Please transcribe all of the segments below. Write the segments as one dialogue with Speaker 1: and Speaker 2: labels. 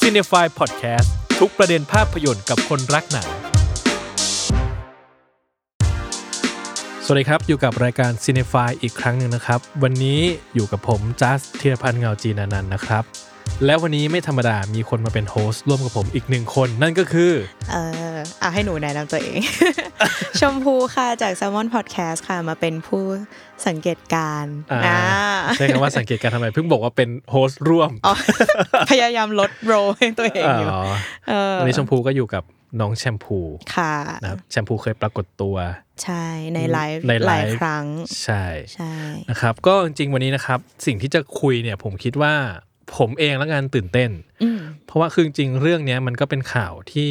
Speaker 1: c i n e f y Podcast ทุกประเด็นภาพยนตร์กับคนรักหนัง สวัสดีครับ อยู่กับรายการ c i n e f y อีกครั้งหนึ่งนะครับ วันนี้อยู่กับผมจัสธีรพันธ์เงาจีนานันท์นะครับ และวันนี้ไม่ธรรมดามีคนมาเป็นโฮสต์ร่วมกับผมอีกหนึ่งคน นั่นก็คือ
Speaker 2: เออเอาให้หนูแนะนำตัวเอง ชมพูค่ะจาก s ซ l m o n Podcast ค่ะมาเป็นผู้สังเกตการณ์
Speaker 1: อ่า
Speaker 2: อ่า
Speaker 1: ใช้คำว่าสังเกตการณ์ทำไมเพิ่งบอกว่าเป็นโฮสต์ร่วม
Speaker 2: อ๋อ พยายามลดโรลให้ตัวเองอยู่
Speaker 1: อ๋อ
Speaker 2: เออ
Speaker 1: วันนี้ชมพูก็อยู่กับน้องแชมพู
Speaker 2: ค่ะ
Speaker 1: นะครับแชมพูเคยปรากฏตัว
Speaker 2: ใช่ในไลฟ์
Speaker 1: ในไลฟ์
Speaker 2: หลายครั้ง
Speaker 1: ใช่
Speaker 2: ใช่
Speaker 1: นะครับก็จริงๆวันนี้นะครับสิ่งที่จะคุยเนี่ยผมคิดว่าผมเองแล้วกันตื่นเต้น
Speaker 2: อืม
Speaker 1: เพราะว่าคือจริงๆเรื่องเนี้ยมันก็เป็นข่าวที่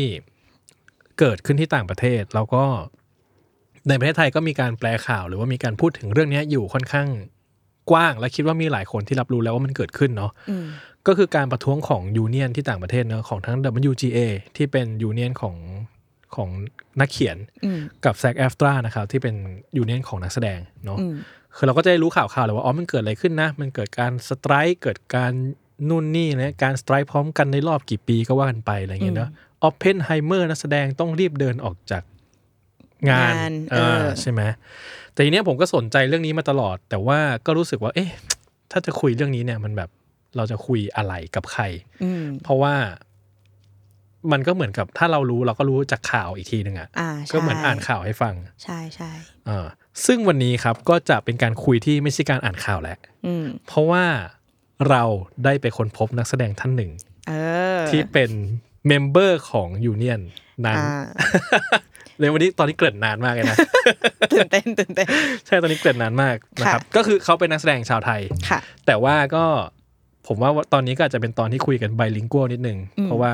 Speaker 1: เกิดขึ้นที่ต่างประเทศ แล้วก็ในประเทศไทยก็มีการแปลข่าว หรือว่ามีการพูดถึงเรื่องเนี้ยอยู่ค่อนข้างกว้าง และคิดว่ามีหลายคนที่รับรู้แล้วว่ามันเกิดขึ้นเนาะ
Speaker 2: อืม
Speaker 1: ก็คือการประท้วงของยูเนียนที่ต่างประเทศเนาะของทั้ง WGA ที่เป็นยูเนียนของของนักเขียน
Speaker 2: อืม
Speaker 1: กับแซกแอฟตรานะครับที่เป็นยูเนียนของนักแสดงเนาะ
Speaker 2: อืม
Speaker 1: คือเราก็จะได้รู้ข่าวข่าวเลยว่าอ๋อมันเกิดอะไรขึ้นนะ มันเกิดการสไตรค์เกิดการนู่นนี่นะการสไตรค์พร้อมกันในรอบกี่ปีก็ว่ากันไปอะไรอย่างเงี้ยเนอะออปเพนไฮเมอร์นักแสดงต้องรีบเดินออกจากงานเออใช่ไหมแต่ทีเนี้ยผมก็สนใจเรื่องนี้มาตลอด แต่ว่าก็รู้สึกว่า เอ๊ะ ถ้าจะคุยเรื่องนี้เนี่ยมันแบบเราจะคุยอะไรกับใคร
Speaker 2: อืม
Speaker 1: เพราะว่ามันก็เหมือนกับถ้าเรารู้เราก็รู้จากข่าวอีกทีหนึ่งอ่ะ
Speaker 2: อ่าใช่
Speaker 1: ก็เหมือนอ่านข่าวให้ฟัง
Speaker 2: ใช่ใช่
Speaker 1: อ่าซึ่งวันนี้ครับก็จะเป็นการคุยที่ไม่ใช่การอ่านข่าวแหละ
Speaker 2: อืม
Speaker 1: เพราะว่าเราได้ไปค้นพบนักแสดงท่านหนึ่ง
Speaker 2: เออ
Speaker 1: ที่เป็นเมมเบอร์ของยูเนียนนั้น
Speaker 2: อ่า
Speaker 1: เลยวันนี้ตอนนี้เกริดนานมากเลยนะ
Speaker 2: ตื่นเต้นตื่นเต้น
Speaker 1: ใช่ตอนนี้เกริดนานมากนะครับ
Speaker 2: ค่ะ
Speaker 1: ก็คือเขาเป็นนักแสดงชาวไทย
Speaker 2: ค่ะ
Speaker 1: แต่ว่าก็ผมว่าตอนนี้ก็อาจจะเป็นตอนที่คุยกันไบลิงกัวนิดนึง
Speaker 2: อืม
Speaker 1: เพราะว่า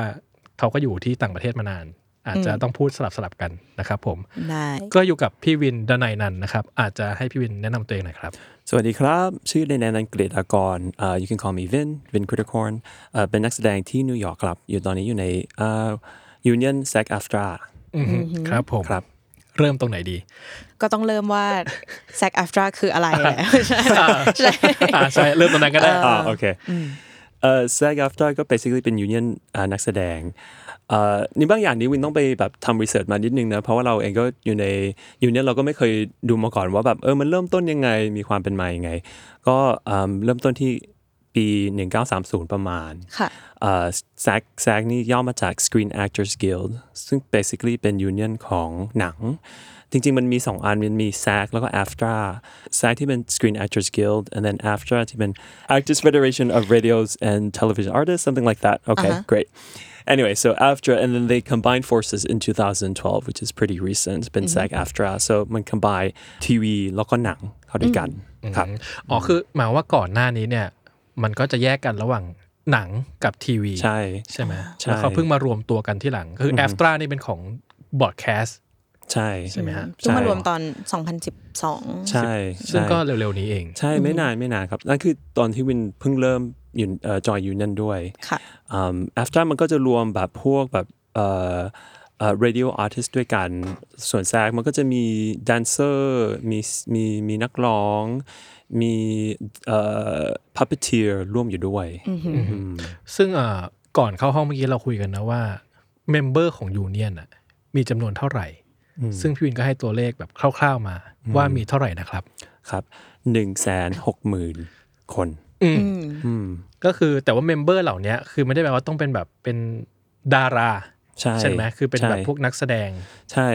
Speaker 1: เขาก็อยู่ที่ต่างประเทศมานาน อาจจะ
Speaker 2: อืม
Speaker 1: ต้องพูดสลับสลับๆกันนะครับผม
Speaker 2: ได้
Speaker 1: ก็อยู่กับพี่วินดนัยนันท์นะครับ อาจจะให้พี่วินแนะนำตัวเองหน่อยครับ
Speaker 3: สวัสดีครับ ชื่อในนันท์อังกฤษอากร uh, you can call me Vin Vin Crittercorn อ่าเป็นนักแสดงที่นิวยอร์กครับ อยู่ตอนนี้อยู่ในอ่า Union SAG AFTRA
Speaker 1: อือฮึครับผม
Speaker 3: ครับ
Speaker 1: เริ่มตรงไหนดี
Speaker 2: ก็ต้องเริ่มว่าแซกอัฟตราคืออะไรแหละใช่ใช่
Speaker 1: อ่าใช่เริ่มตรงนั้นก็ได้
Speaker 3: อ่าโอเคเอ่อ SAG AFTRA ก็ basically เป็น Union อ่านักแสดงอ่านี่บางอย่างนี้วินต้องไปแบบทำ research มานิดนึงนะ เพราะว่าเราเองก็อยู่ใน Union เราก็ไม่เคยดูมาก่อนว่าแบบเออมันเริ่มต้นยังไงมีความเป็นมายังไง ก็อ่าเริ่มต้นที่ปี 1930 ประมาณ
Speaker 2: ค่ะ
Speaker 3: แซกแซกนี่ย่อมาจาก Screen Actors Guild ซึ่ง basically เป็น union ของหนัง จริง ๆ มันมี 2 อัน มันมี SAG แล้วก็ AFTRA SAG ที่เป็น Screen Actors Guild and then AFTRA ที่เป็น Actors Federation of Radios and Television Artists something like that okay
Speaker 1: Uh-huh.
Speaker 3: great anyway so AFTRA and then they combined forces in 2012 which is pretty recent
Speaker 1: Mm-hmm.
Speaker 3: เป็น SAG AFTRA so มัน combine ทีวีแล้วก็หนังเข้าด้วยกันครับ
Speaker 1: อ๋อคือหมายว่าก่อนหน้านี้เนี่ย มันก็จะแยกกันระหว่างหนังกับทีวี
Speaker 3: ใช่
Speaker 1: ใช่ไหม
Speaker 3: ใช่
Speaker 1: แล้วเขาเพิ่งมารวมตัวกันที่หลัง คือแอฟตรานี่เป็นของบอร์ดแคสต์
Speaker 3: ใช่
Speaker 1: ใช่ไหมฮะ
Speaker 2: ซึ่งมารวมตอน 2012
Speaker 3: ใช่
Speaker 1: ซึ่ง
Speaker 3: ใช่
Speaker 1: ก็เร็วๆนี้เอง
Speaker 3: ใช่ไม่นานไม่นานครับ นั่นคือตอนที่วินเพิ่งเริ่มอยู่จอยยูเนียนด้วย
Speaker 2: ค่ะ
Speaker 3: อืม after มันก็จะรวมแบบพวกแบบเอ่อเอ่อ radio artist ด้วยกัน ส่วนแซกมันก็จะมีแดนเซอร์มีมีมีนักร้อง มีเอ่อ puppeteer ร่วมอยู่ด้วย
Speaker 1: ซึ่งเอ่อก่อนเข้าห้องเมื่อกี้เราคุยกันนะว่าเมมเบอร์ของยูเนียนอ่ะมีจำนวนเท่าไหร่ ซึ่งพี่วินก็ให้ตัวเลขแบบคร่าว ๆมาว่ามีเท่าไหร่นะครับ
Speaker 3: ครับ1นึ่งแสนหกหมื่นคน
Speaker 1: ก็คือแต่ว่าเมมเบอร์เหล่านี้คือไม่ได้แปลว่าต้องเป็นแบบเป็นดารา
Speaker 3: ใช่
Speaker 1: ใช่ไหมคือเป็นแบบ
Speaker 3: ใช่
Speaker 1: พวกนักแสดง
Speaker 3: ใช่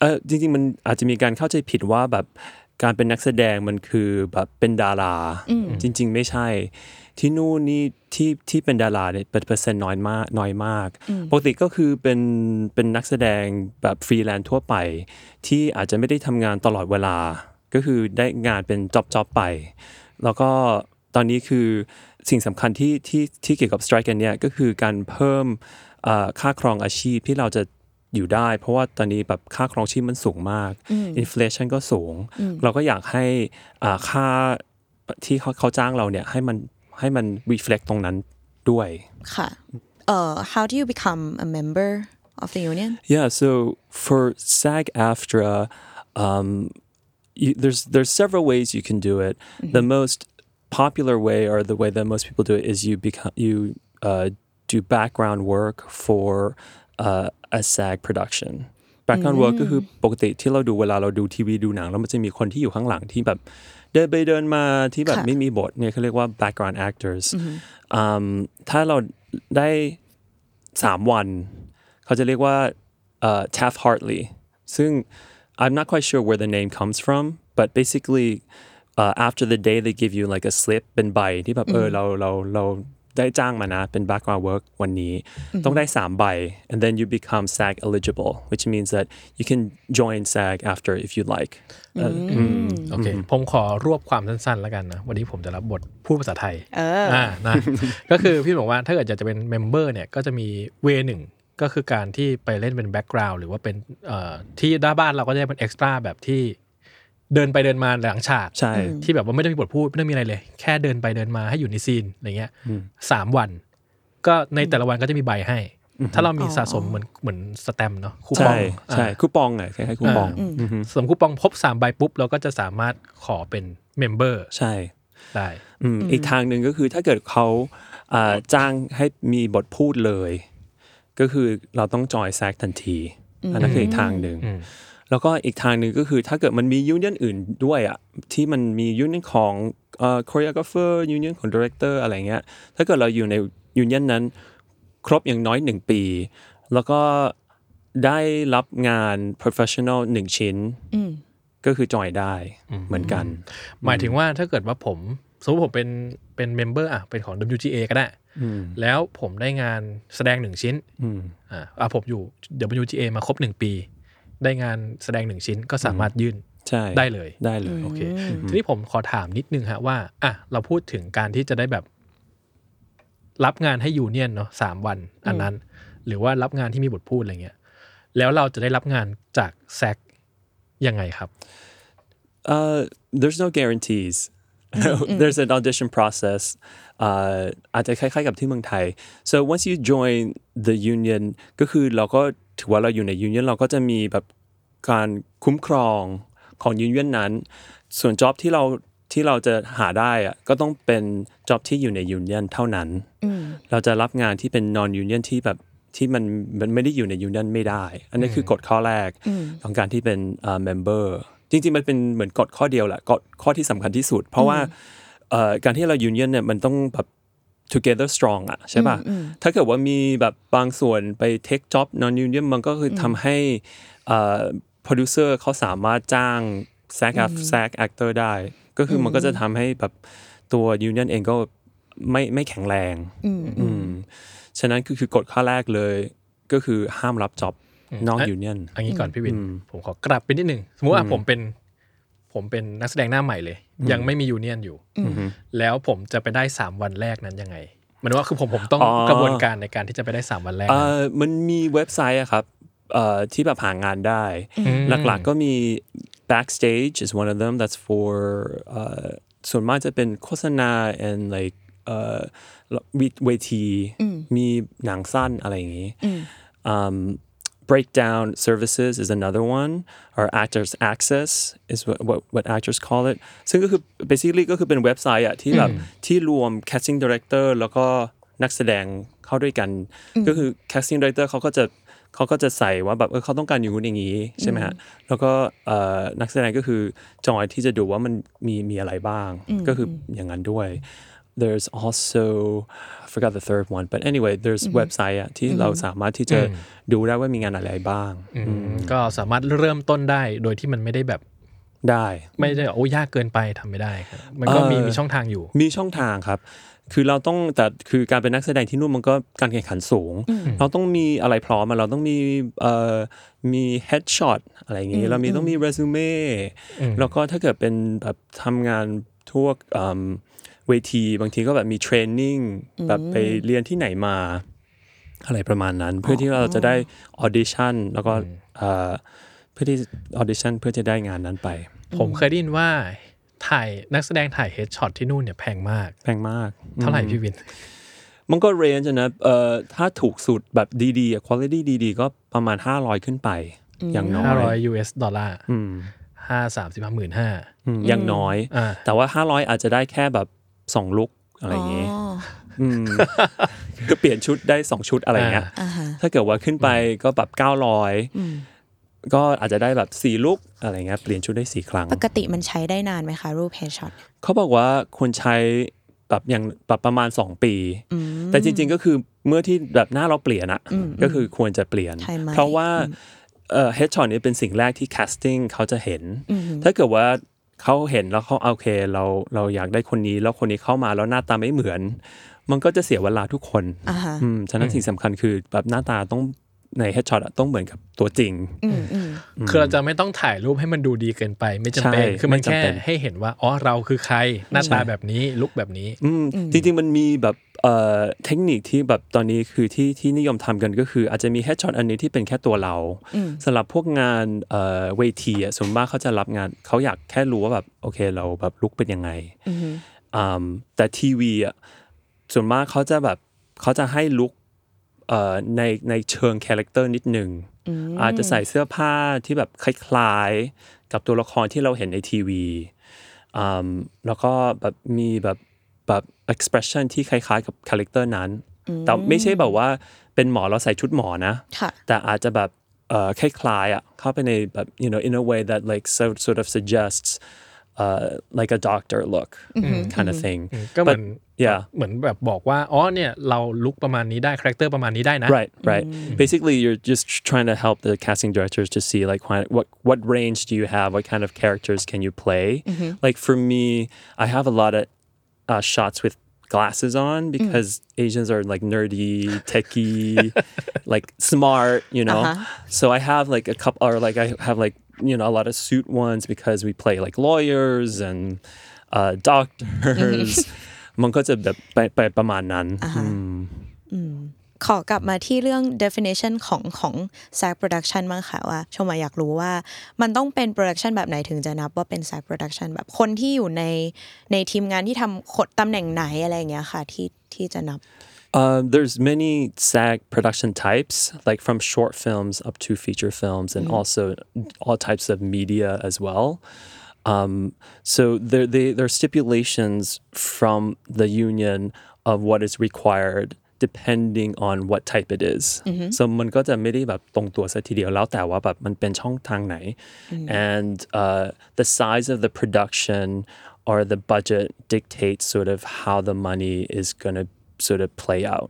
Speaker 3: เออจริงๆ มันอาจจะมีการเข้าใจผิดว่าแบบ การเป็นนักแสดงมันคือแบบเป็นดารา จริง ๆ ไม่ใช่ ที่นู่นนี่ที่ที่เป็นดาราเนี่ยเป็นเปอร์เซ็นต์น้อยมากน้อยมากปกติก็คือเป็นเป็นนักแสดงแบบฟรีแลนซ์ทั่วไป ที่อาจจะไม่ได้ทำงานตลอดเวลา ก็คือได้งานเป็นจ็อบจอบไป แล้วก็ตอนนี้คือสิ่งสำคัญที่ที่ที่เกี่ยวกับสไตร์กันเนี่ยก็คือการเพิ่มเอ่อค่าครองอาชีพที่เราจะอยู่ได้ เพราะว่าตอนนี้แบบค่าครองชีพมันสูงมากอินฟลชันก็สูง เราก็อยากให้อ่าค่าที่เขาเขาจ้างเราเนี่ยให้มันให้มัน reflect ตรงนั้นด้วย
Speaker 2: ค่ะเอ่อ how do you become a member of the union
Speaker 3: Yeah, so for SAG AFTRA, um, you, there's there's several ways you can do it. The most popular way, or the way that most people do it, is you become you uh, do background work for uh, a SAG production. background work ก็คือปกติที่เราดูเวลาเราดูทีวีดูหนังแล้วมันจะมีคนที่อยู่ข้างหลังที่แบบเดินไปเดินมาที่แบบ
Speaker 2: ค่ะ
Speaker 3: ไม่มีบทเนี่ยเขาเรียกว่า background actors อืมถ้าเราได้ สามวันเขาจะเรียกว่าเอ่อ Taft Hartley ซึ่ง I'm not quite sure where the name comes from but basically uh, after the day they give you like a slip เป็นใบที่แบบเออเราเราเราได้จ้างมานะ เป็น background work วันนี้ ต้องได้สามใบ and then you become SAG eligible which means that you can join SAG after if you like เอ่ออืม
Speaker 1: โอเค ผมขอรวบความสั้นๆ แล้วกันนะ วันนี้ผมจะรับบทพูดภาษาไทย
Speaker 2: เอออ่
Speaker 1: ่านะ ก็คือพี่บอกว่าถ้าเกิดอยากจะเป็นเมมเบอร์เนี่ยก็จะมีเวหนึ่งก็คือการที่ไปเล่นเป็นแบ็กกราว n ์หรือว่าเป็นเอ่อที่ด้านบ้านเราก็จะได้เป็นเอ็กซ์ตร้าแบบที่เดินไปเดินมาหลังฉาก
Speaker 3: ใช่
Speaker 1: ที่แบบว่าไม่ได้มีบทพูดไม่ได้มีอะไรเลย แค่เดินไปเดินมาให้อยู่ในซีนอะไรเงี้ยสามวัน ก็ในแต่ละวันก็จะมีใบให้ ถ้าเรามีสะสมเหมือนเหมือนสแตมป์เนาะคูปอ
Speaker 3: ใช่
Speaker 1: ง
Speaker 3: ใช่
Speaker 1: อ่า
Speaker 3: คูปองไงคล้ายๆคูปอง
Speaker 1: อ่า สมมติคูปองครบ3ใบปุ๊บ เราก็จะสามารถขอเป็นเมมเบอร์
Speaker 3: ใช่
Speaker 1: ได้
Speaker 3: อืมอีกทางหนึ่งก็คือถ้าเกิดเขาอ่าจ้างให้มีบทพูดเลย ก็คือเราต้องจอยแซกทันที อันนั้นคืออีกทางหนึ่ง
Speaker 1: อืม
Speaker 3: แล้วก็อีกทางหนึ่งก็คือถ้าเกิดมันมียูเนียนอื่นด้วยอะที่มันมียูเนียนของเอ่อคอเรียกราฟเฟอร์ยูเนียนของดีเรคเตอร์อะไรเงี้ยถ้าเกิดเราอยู่ในยูเนียนนั้น ครบอย่างน้อยหนึ่งปี แล้วก็ได้รับงาน professional หนึ่งชิ้นก็คือจอยได้เหมือนกัน
Speaker 1: หมายถึงว่าถ้าเกิดว่าผมสมมติผมเป็นเป็นเมมเบอร์อ่ะเป็นของ WGA ก็ได้ แล้วผมได้งานแสดงหนึ่งชิ้นอ่าอ่ะผมอยู่ WGA มาครบหนึ่งปี ได้งานแสดงหนึ่งชิ้นก็สามารถยื่น
Speaker 3: ใช่
Speaker 1: ได้เลย
Speaker 3: ได้เลย
Speaker 1: โอเคทีนี้ผมขอถามนิดนึงฮะว่าอ่ะเราพูดถึงการที่จะได้แบบ รับงานให้ยูเนียนเนาะสามวันอันนั้น หรือว่ารับงานที่มีบทพูดอะไรเงี้ยแล้วเราจะได้รับงานจากแซกยังไงครับ
Speaker 3: Uh, there's no guarantees. there's an audition process. Uh, อาจจะคล้ายๆกับที่เมืองไทย so once you join the union ก็คือเราก็ถือว่าเราอยู่ใน union เราก็จะมีแบบการคุ้มครองของ union นั้น ส่วน job ที่เราที่เราจะหาได้อะก็ต้องเป็น job ที่อยู่ใน union เท่านั้น เราจะรับงานที่เป็น non union ที่แบบที่มันมันไม่ได้อยู่ใน union ไม่ได้ อันนี้คือกฎข้อแรกของการที่เป็นเอ่อ member จริงๆ มันเป็นเหมือนกฎข้อเดียวแหละกฎข้อที่สำคัญที่สุด เพราะว่าเอ่อการที่เรา union เนี่ยมันต้องแบบ together strong อะใช่ป่ะ ถ้าเกิดว่ามีแบบบางส่วนไป take job non union มันก็คือทำให้เอ่อ producer เขาสามารถจ้าง SAG act- SAG actor ได้ ก็คือมันก็จะทำให้แบบตัว union เองก็ไม่ไม่แข็งแรงอืมฉะนั้นคือคือกฎข้อแรกเลย ก็คือห้ามรับ job non union
Speaker 1: อันนี้ก่อนพี่วิน ผมขอกลับไปนิดนึงสมมติว่าผมเป็น ผมเป็นนักแสดงหน้าใหม่เลย ยังไม่มียูเนียนอยู่แล้วผมจะไปได้สามวันแรกนั้นยังไงหมันว่าคือผมผมต้อง
Speaker 3: อ๋อ
Speaker 1: กระบวนการในการที่จะไปได้สามวันแรก
Speaker 3: เอ่
Speaker 1: นั้น
Speaker 3: อมันมีเว็บไซต์อะครับเอ่อที่แบบหางานได้ หลักๆก็มี backstage is one of them that's for เอ่อส่วนมากจะเป็นโฆษณา and like เอ่อเวทีมีหนังสั้นอะไรอย่างนี้ um, breakdown services is another one or actors access is what, what, what actors call it ซึ่งก็คือ basically ก็คือเป็นเว็บไซต์อะที่แบบที่รวม casting director แล้วก็นักแสดงเข้าด้วยกัน ก็คือ casting director เขาก็จะเขาก็จะใส่ว่าแบบเออเขาต้องการอยู่างนู้นอย่างนี้ใช่ไหมฮะ แล้วก็เอ่อนักแสดงก็คือจอยที่จะดูว่ามันมีมีอะไรบ้าง ก็คืออย่างนั้นด้วย there's also I forgot the third one but anyway there's website อะที่เราสามารถที่จะ Mm-hmm. Mm. ดูได้ว่ามีงานอะไรบ้าง
Speaker 1: ก็สามารถเริ่มต้นได้โดยที่มันไม่ได้แบบ
Speaker 3: ได้
Speaker 1: ไม่ได้โอ้ยากเกินไปทำไม่ได้ครับมันก็มี
Speaker 3: เอ่อ
Speaker 1: มีช่องทางอยู่
Speaker 3: มีช่องทางครับ คือเราต้องแต่คือการเป็นนักแสดงที่นู่นมันก็การแข่งขันสูง เราต้องมีอะไรพร้อมอะเราต้องมีเอ่อมีเฮดช็อตอะไรอย่างงี้ เรามีต้องมีเรซูเม่แล้วก็ถ้าเกิดเป็นแบบทำงานทั่วเอิ่มเวทีบางทีก็แบบมีเทรนนิ่งแบบไปเรียนที่ไหนมา อะไรประมาณนั้น เพื่อที่เราจะได้ออดิชั่นแล้วก็เอ่อเพื่อที่ออดิชั่นเพื่อจะได้งานนั้นไป
Speaker 1: ผมเคยได้ยินว่าถ่ายนักแสดงถ่ายเฮดช็อตที่นู่นเนี่ยแพงมาก
Speaker 3: แพงมาก
Speaker 1: เท่าไหร่พี่วิน
Speaker 3: มันก็เรนจ์นะเอ่อถ้าถูกสุดแบบดีๆอะคุณภาพดีๆ ก็ประมาณ 500 ขึ้นไป อย่างน้อย
Speaker 1: 500 US ดอลลาร์ห้าสามสิบห้าหมื่นห้า
Speaker 3: อืมอย่างน้อย
Speaker 1: อ่า
Speaker 3: แต่ว่า 500 อาจจะได้แค่แบบ 2 ลุกอะไรอย่างงี้มคือเป ลี่ยนชุดได้ 2 ชุดอะไรเงี้ย ถ้าเกิดว่าขึ้นไปก็แบบ 900 ก็อาจจะได้แบบ 4 ลุกอะไรเงี้ย เปลี่ยนชุดได้ 4 ครั้ง
Speaker 2: ปกติมันใช้ได้นานไหมคะ รูปเฮดช็อต
Speaker 3: เขาบอกว่าควรใช้แบบอย่างแบบประมาณ 2 ปี แต่จริงๆก็คือเมื่อที่แบบหน้าเราเปลี่ยนอะก็คือควรจะเปลี่ยน
Speaker 2: ใช่ไหม
Speaker 3: เพราะว่าเอ่อ headshot เนี่ยเป็นสิ่งแรกที่ casting เขาจะเห็น ถ้าเกิดว่าเขาเห็นแล้วเขาโอเคเราเราอยากได้คนนี้ แล้วคนนี้เข้ามาแล้วหน้าตาไม่เหมือน มันก็จะเสียเวลาทุกคน
Speaker 2: อ่าฮะ
Speaker 3: อืมฉะนั้นสิ่งสำคัญคือแบบหน้าตาต้องใน headshot อะต้องเหมือนกับตัวจริง
Speaker 2: อืมอืม
Speaker 1: คือเราจะไม่ต้องถ่ายรูปให้มันดูดีเกินไป ไม่จำเป็น
Speaker 3: ใช่
Speaker 1: คือมัน
Speaker 3: ไม่
Speaker 1: แค่
Speaker 3: จำเป็น
Speaker 1: ให้เห็นว่า อ๋อ เราคือใคร หน้าตาแบบนี้ ลุกแบบนี้
Speaker 3: อืมจริงๆ มันมีแบบเอ่อเทคนิคที่แบบตอนนี้คือที่ที่นิยมทำกันก็คืออาจจะมี headshot อันนี้ที่เป็นแค่ตัวเราสำหรับพวกงานเอ่อเวทีอะส่วนมากเขาจะรับงานเขาอยากแค่รู้ว่าแบบโอเคเราแบบลุกเป็นยังไงอ่าแต่ทีวีอะส่วนมากเขาจะแบบเขาจะให้ลุกเอ่อในในเชิงคาแรคเตอร์นิดหนึ่งอาจจะใส่เสื้อผ้าที่แบบคล้ายๆ กับตัวละครที่เราเห็นในทีวี อืมแล้วก็แบบมีแบบแบบ expression ที่คล้ายๆกับคาแรคเตอร์นั้น แต่ไม่ใช่แบบว่าเป็นหมอเราใส่ชุดหมอนะ
Speaker 2: ค่ะ
Speaker 3: แต่อาจจะแบบเอ่อคล้ายๆอ่ะเข้าไปในแบบ you know in a way that like so, sort of suggests uh, like a doctor look kind of thing
Speaker 1: ก็เหมือน
Speaker 3: But- yeah
Speaker 1: เหมือนแบบบอกว่า อ๋อ เนี่ย เราลุกประมาณนี้ได้ คาแรคเตอร์ประมาณนี้ได้นะ
Speaker 3: Right, right. Basically, you're just trying to help the casting directors to see like why- what what range do you have? What kind of characters can you play? Like for me, I have a lot of uh, shots with glasses on because Asians are like nerdy, techie, like smart, you know. So I have like a couple, or like I have like you know a lot of suit ones because we play like lawyers and uh, doctors. มันก็จะแบบไปไปประมาณนั้นอืม
Speaker 2: ขอกลับมาที่เรื่อง definition ของของ SAG production บ้างค่ะว่าชมอะอยากรู้ว่า มันต้องเป็น production แบบไหนถึงจะนับว่าเป็น SAG production แบบคนที่อยู่ในในทีมงานที่ทำขดตำแหน่งไหนอะไรอย่างเงี้ยค่ะที่ที่จะนับ
Speaker 3: Uh, there's many SAG production types, like from short films up to feature films, and also all types of media as well. Um, so there, they, there are stipulations from the union of what is required depending on what type it is. So มันก็จะไม่ได้แบบตรงตัวซะทีเดียวแล้วแต่ว่าแบบมันเป็นช่องทางไหน and uh, the size of the production or the budget dictates sort of how the money is going to sort of play out.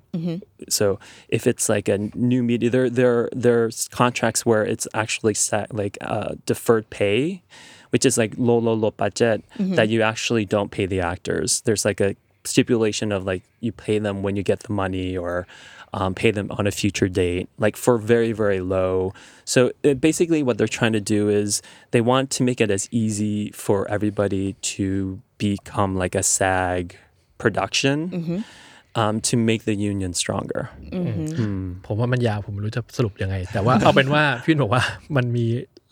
Speaker 3: So if it's like a new media, there there there's contracts where it's actually set like uh, deferred pay, which is like low low low budget that you actually don't pay the actors. There's like a stipulation of like you pay them when you get the money or um, pay them on a future date, like for very very low. So it, basically, what they're trying to do is they want to make it as easy for everybody to become like a SAG production um, to make the union stronger.
Speaker 1: ผมว่ามันยาว ผมไม่รู้จะสรุปยังไง แต่ว่า เอาเป็นว่าพี่วินบอกว่ามันมี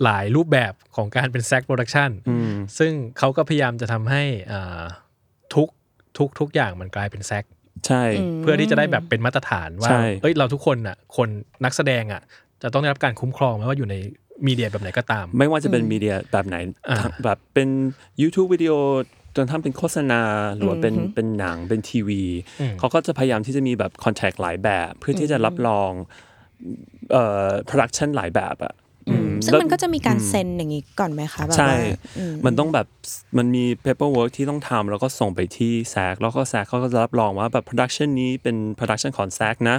Speaker 1: หลายรูปแบบของการเป็นแซกโปรดักชันซึ่งเขาก็พยายามจะทำให้อ่าทุกทุกทุกอย่างมันกลายเป็นแซก
Speaker 3: ใช่
Speaker 1: เพื่อที่จะได้แบบเป็นมาตรฐานว่า
Speaker 3: ใช่
Speaker 1: เอ้ย เราทุกคนอ่ะ คนนักแสดงอ่ะ จะต้องได้รับการคุ้มครองไม่ว่าอยู่ในมีเดียแบบไหนก็ตาม
Speaker 3: ไม่ว่าจะเป็นมีเดียแบบไหนทั้ง แบบเป็น YouTube วิดีโอจนทั้งเป็นโฆษณา หรือว่าเป็นเป็นหนังเป็นทีวี เขาก็จะพยายามที่จะมีแบบคอนแทคหลายแบบ เพื่อที่จะรับรองเอ่อโปรดักชันหลายแบบอะอืม
Speaker 2: ซึ่ง
Speaker 3: แล้ว
Speaker 2: มันก็จะมีการเซ็นอย่างงี้ก่อนไหมคะแบบ
Speaker 3: ใช่
Speaker 2: ว่า
Speaker 3: มันต้องแบบ มันมี paperwork ที่ต้องทำแล้วก็ส่งไปที่แซกแล้วก็แซกเขาก็จะรับรองว่าแบบ production นี้เป็น production ของแซกนะ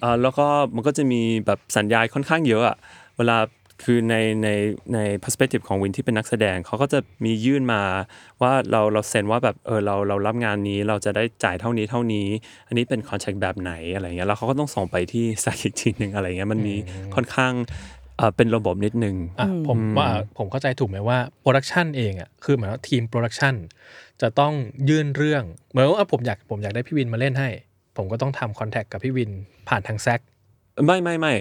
Speaker 3: เอ่อแล้วก็มันก็จะมีแบบสัญญาณค่อนข้างเยอะอะเวลา คือในในใน perspective ของวินที่เป็นนักแสดงเขาก็จะมียื่นมาว่าเราเราเซ็นว่าแบบเออเราเรารับงานนี้เราจะได้จ่ายเท่านี้เท่านี้ อันนี้เป็นคอนแทคแบบไหนอะไรเงี้ยแล้วเขาก็ต้องส่งไปที่สาอีกทีหนึ่งอะไรเงี้ยมันมีค่อนข้างเอ่อเป็นระบบนิดนึง
Speaker 1: อ่ะผมว่าผมเข้าใจถูกไหมว่าโปรดักชันเองอ่ะคือหมายว่าทีมโปรดักชันจะต้องยื่นเรื่องเหมือนว่าอ่ะผมอยากผมอยากได้พี่วินมาเล่นให้ ผมก็ต้องทำคอนแทคกับพี่วินผ่านทางแซก
Speaker 3: ไม่ไม่ไม่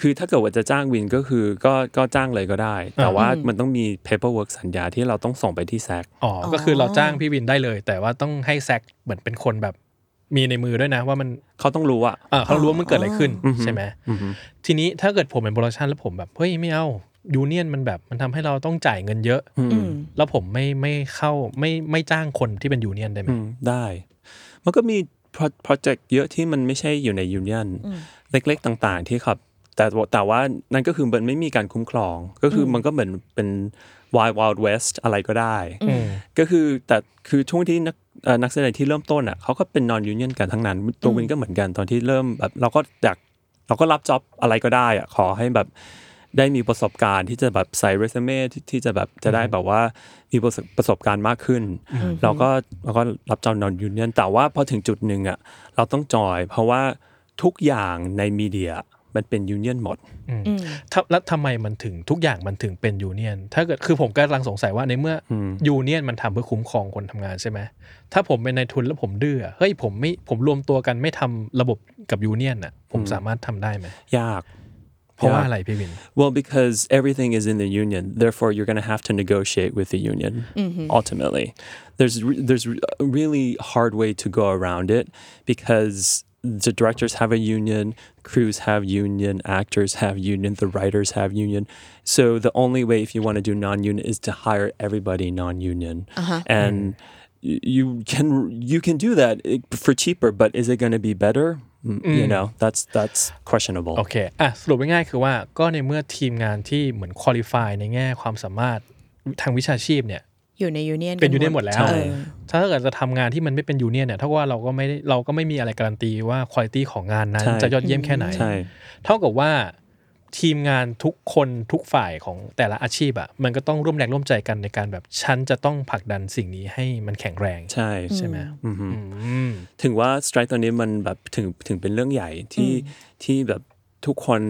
Speaker 3: คือถ้าเกิดว่าจะจ้างวินก็คือก็ก็จ้างเลยก็ได้ แต่ว่ามันต้องมี paperwork สัญญาที่เราต้องส่งไปที่แซก
Speaker 1: อ๋ออก็คือเราจ้างพี่วินได้เลย แต่ว่าต้องให้แซกเหมือนเป็นคนแบบมีในมือด้วยนะว่ามัน
Speaker 3: เขาต้องรู้อะ
Speaker 1: เอ่อเขารู้ว่ามันเกิดอะไรขึ้น
Speaker 3: อือฮึ
Speaker 1: ใช่ไหม
Speaker 3: อือฮึ
Speaker 1: ทีนี้ถ้าเกิดผมเป็นโปรดักชันแล้วผมแบบเฮ้ยไม่เอายูเนียนมันแบบมันทำให้เราต้องจ่ายเงินเยอะ
Speaker 2: อืม
Speaker 1: แล้วผมไม่ไม่เข้าไม่ไม่จ้างคนที่เป็นยูเนียนได้ไหม
Speaker 3: อืมได้ มันก็มีโปรเจกต์เยอะที่มันไม่ใช่อยู่ในยูเนียนเล็กๆต่างๆที่ครับแต่ว่าแต่ว่านั่นก็คือมันไม่มีการคุ้มครอง ก็คืออมันก็เหมือนเป็น wild wild west อะไรก็ได้ ก็คือแต่คือช่วงที่นักเอ่อนักแสดงที่เริ่มต้นอ่ะเขาก็เป็นนอนยูเนียนกันทั้งนั้นตัววินก็เหมือนกันตอนที่เริ่มแบบเราก็อยากเราก็รับจ็อบอะไรก็ได้อ่ะขอให้แบบได้มีประสบการณ์ที่จะแบบใส่เรซูเม่ที่ที่จะแบบจะได้แบบว่ามีประสบประสบการณ์มากขึ้น เราก็เราก็รับจอบนอนยูเนียนแต่ว่าพอถึงจุดหนึ่งอ่ะเราต้องจอย เพราะว่าทุกอย่างในมีเดียมันเป็นยูเนียนหมด
Speaker 1: ถ้าแล้วทำไมมันถึงทุกอย่างมันถึงเป็นยูเนียน ถ้าเกิดคือผมก็กำลังสงสัยว่าในเมื่ออยูเนียนมันทำเพื่อคุ้มครองคนทำงานใช่ไหมถ้าผมเป็นนายทุนแล้วผมดื้อเฮ้ยผมไม่ผมรวมตัวกันไม่ทำระบบกับยูเนียนอ่ะผมสามารถทำได้ไหม
Speaker 3: ยาก
Speaker 1: เพราะว่าอะไรพี่วิน
Speaker 3: Well, because everything is in the union, therefore you're going to have to negotiate with the union. Ultimately, there's re- there's re- a really hard way to go around it because the directors have a union, crews have union, actors have union, the writers have union. So the only way if you want to do non-union is to hire everybody non-union, and y- you can you can do that eh, for cheaper. But is it going to be better? Mm, You know, that's that's questionable.
Speaker 1: โอเคอ่ะสรุปง่ายๆคือว่าก็ในเมื่อทีมงานที่เหมือนคุริฟายในแง่ความสามารถทางวิชาชีพเนี่ย
Speaker 2: อยู่ในยูเนียน
Speaker 1: เป็นยูเนียนหมดแล้ว
Speaker 3: ใช่
Speaker 2: เออ
Speaker 1: ถ้าเกิดจะทำงานที่มันไม่เป็นยูเนียนเนี่ยเท่ากับว่าเราก็ไม่ได้เราก็ไม่มีอะไรการันตีว่าคุณภาพของงานนั้น
Speaker 3: ใช่
Speaker 1: จะยอดเยี่ยมแค่ไหน
Speaker 3: ใช่
Speaker 1: เท่ากับว่าทีมงานทุกคนทุกฝ่ายของแต่ละอาชีพอะมันก็ต้องร่วมแรงร่วมใจกันในการแบบฉันจะต้องผลักดันสิ่งนี้ให้มันแข็งแรง
Speaker 3: ใช่
Speaker 1: ใช่ไหมอืม
Speaker 3: ถึงว่าสไตร์ตอนนี้มันแบบถึงถึงเป็นเรื่องใหญ่ที่ที่แบบทุกคน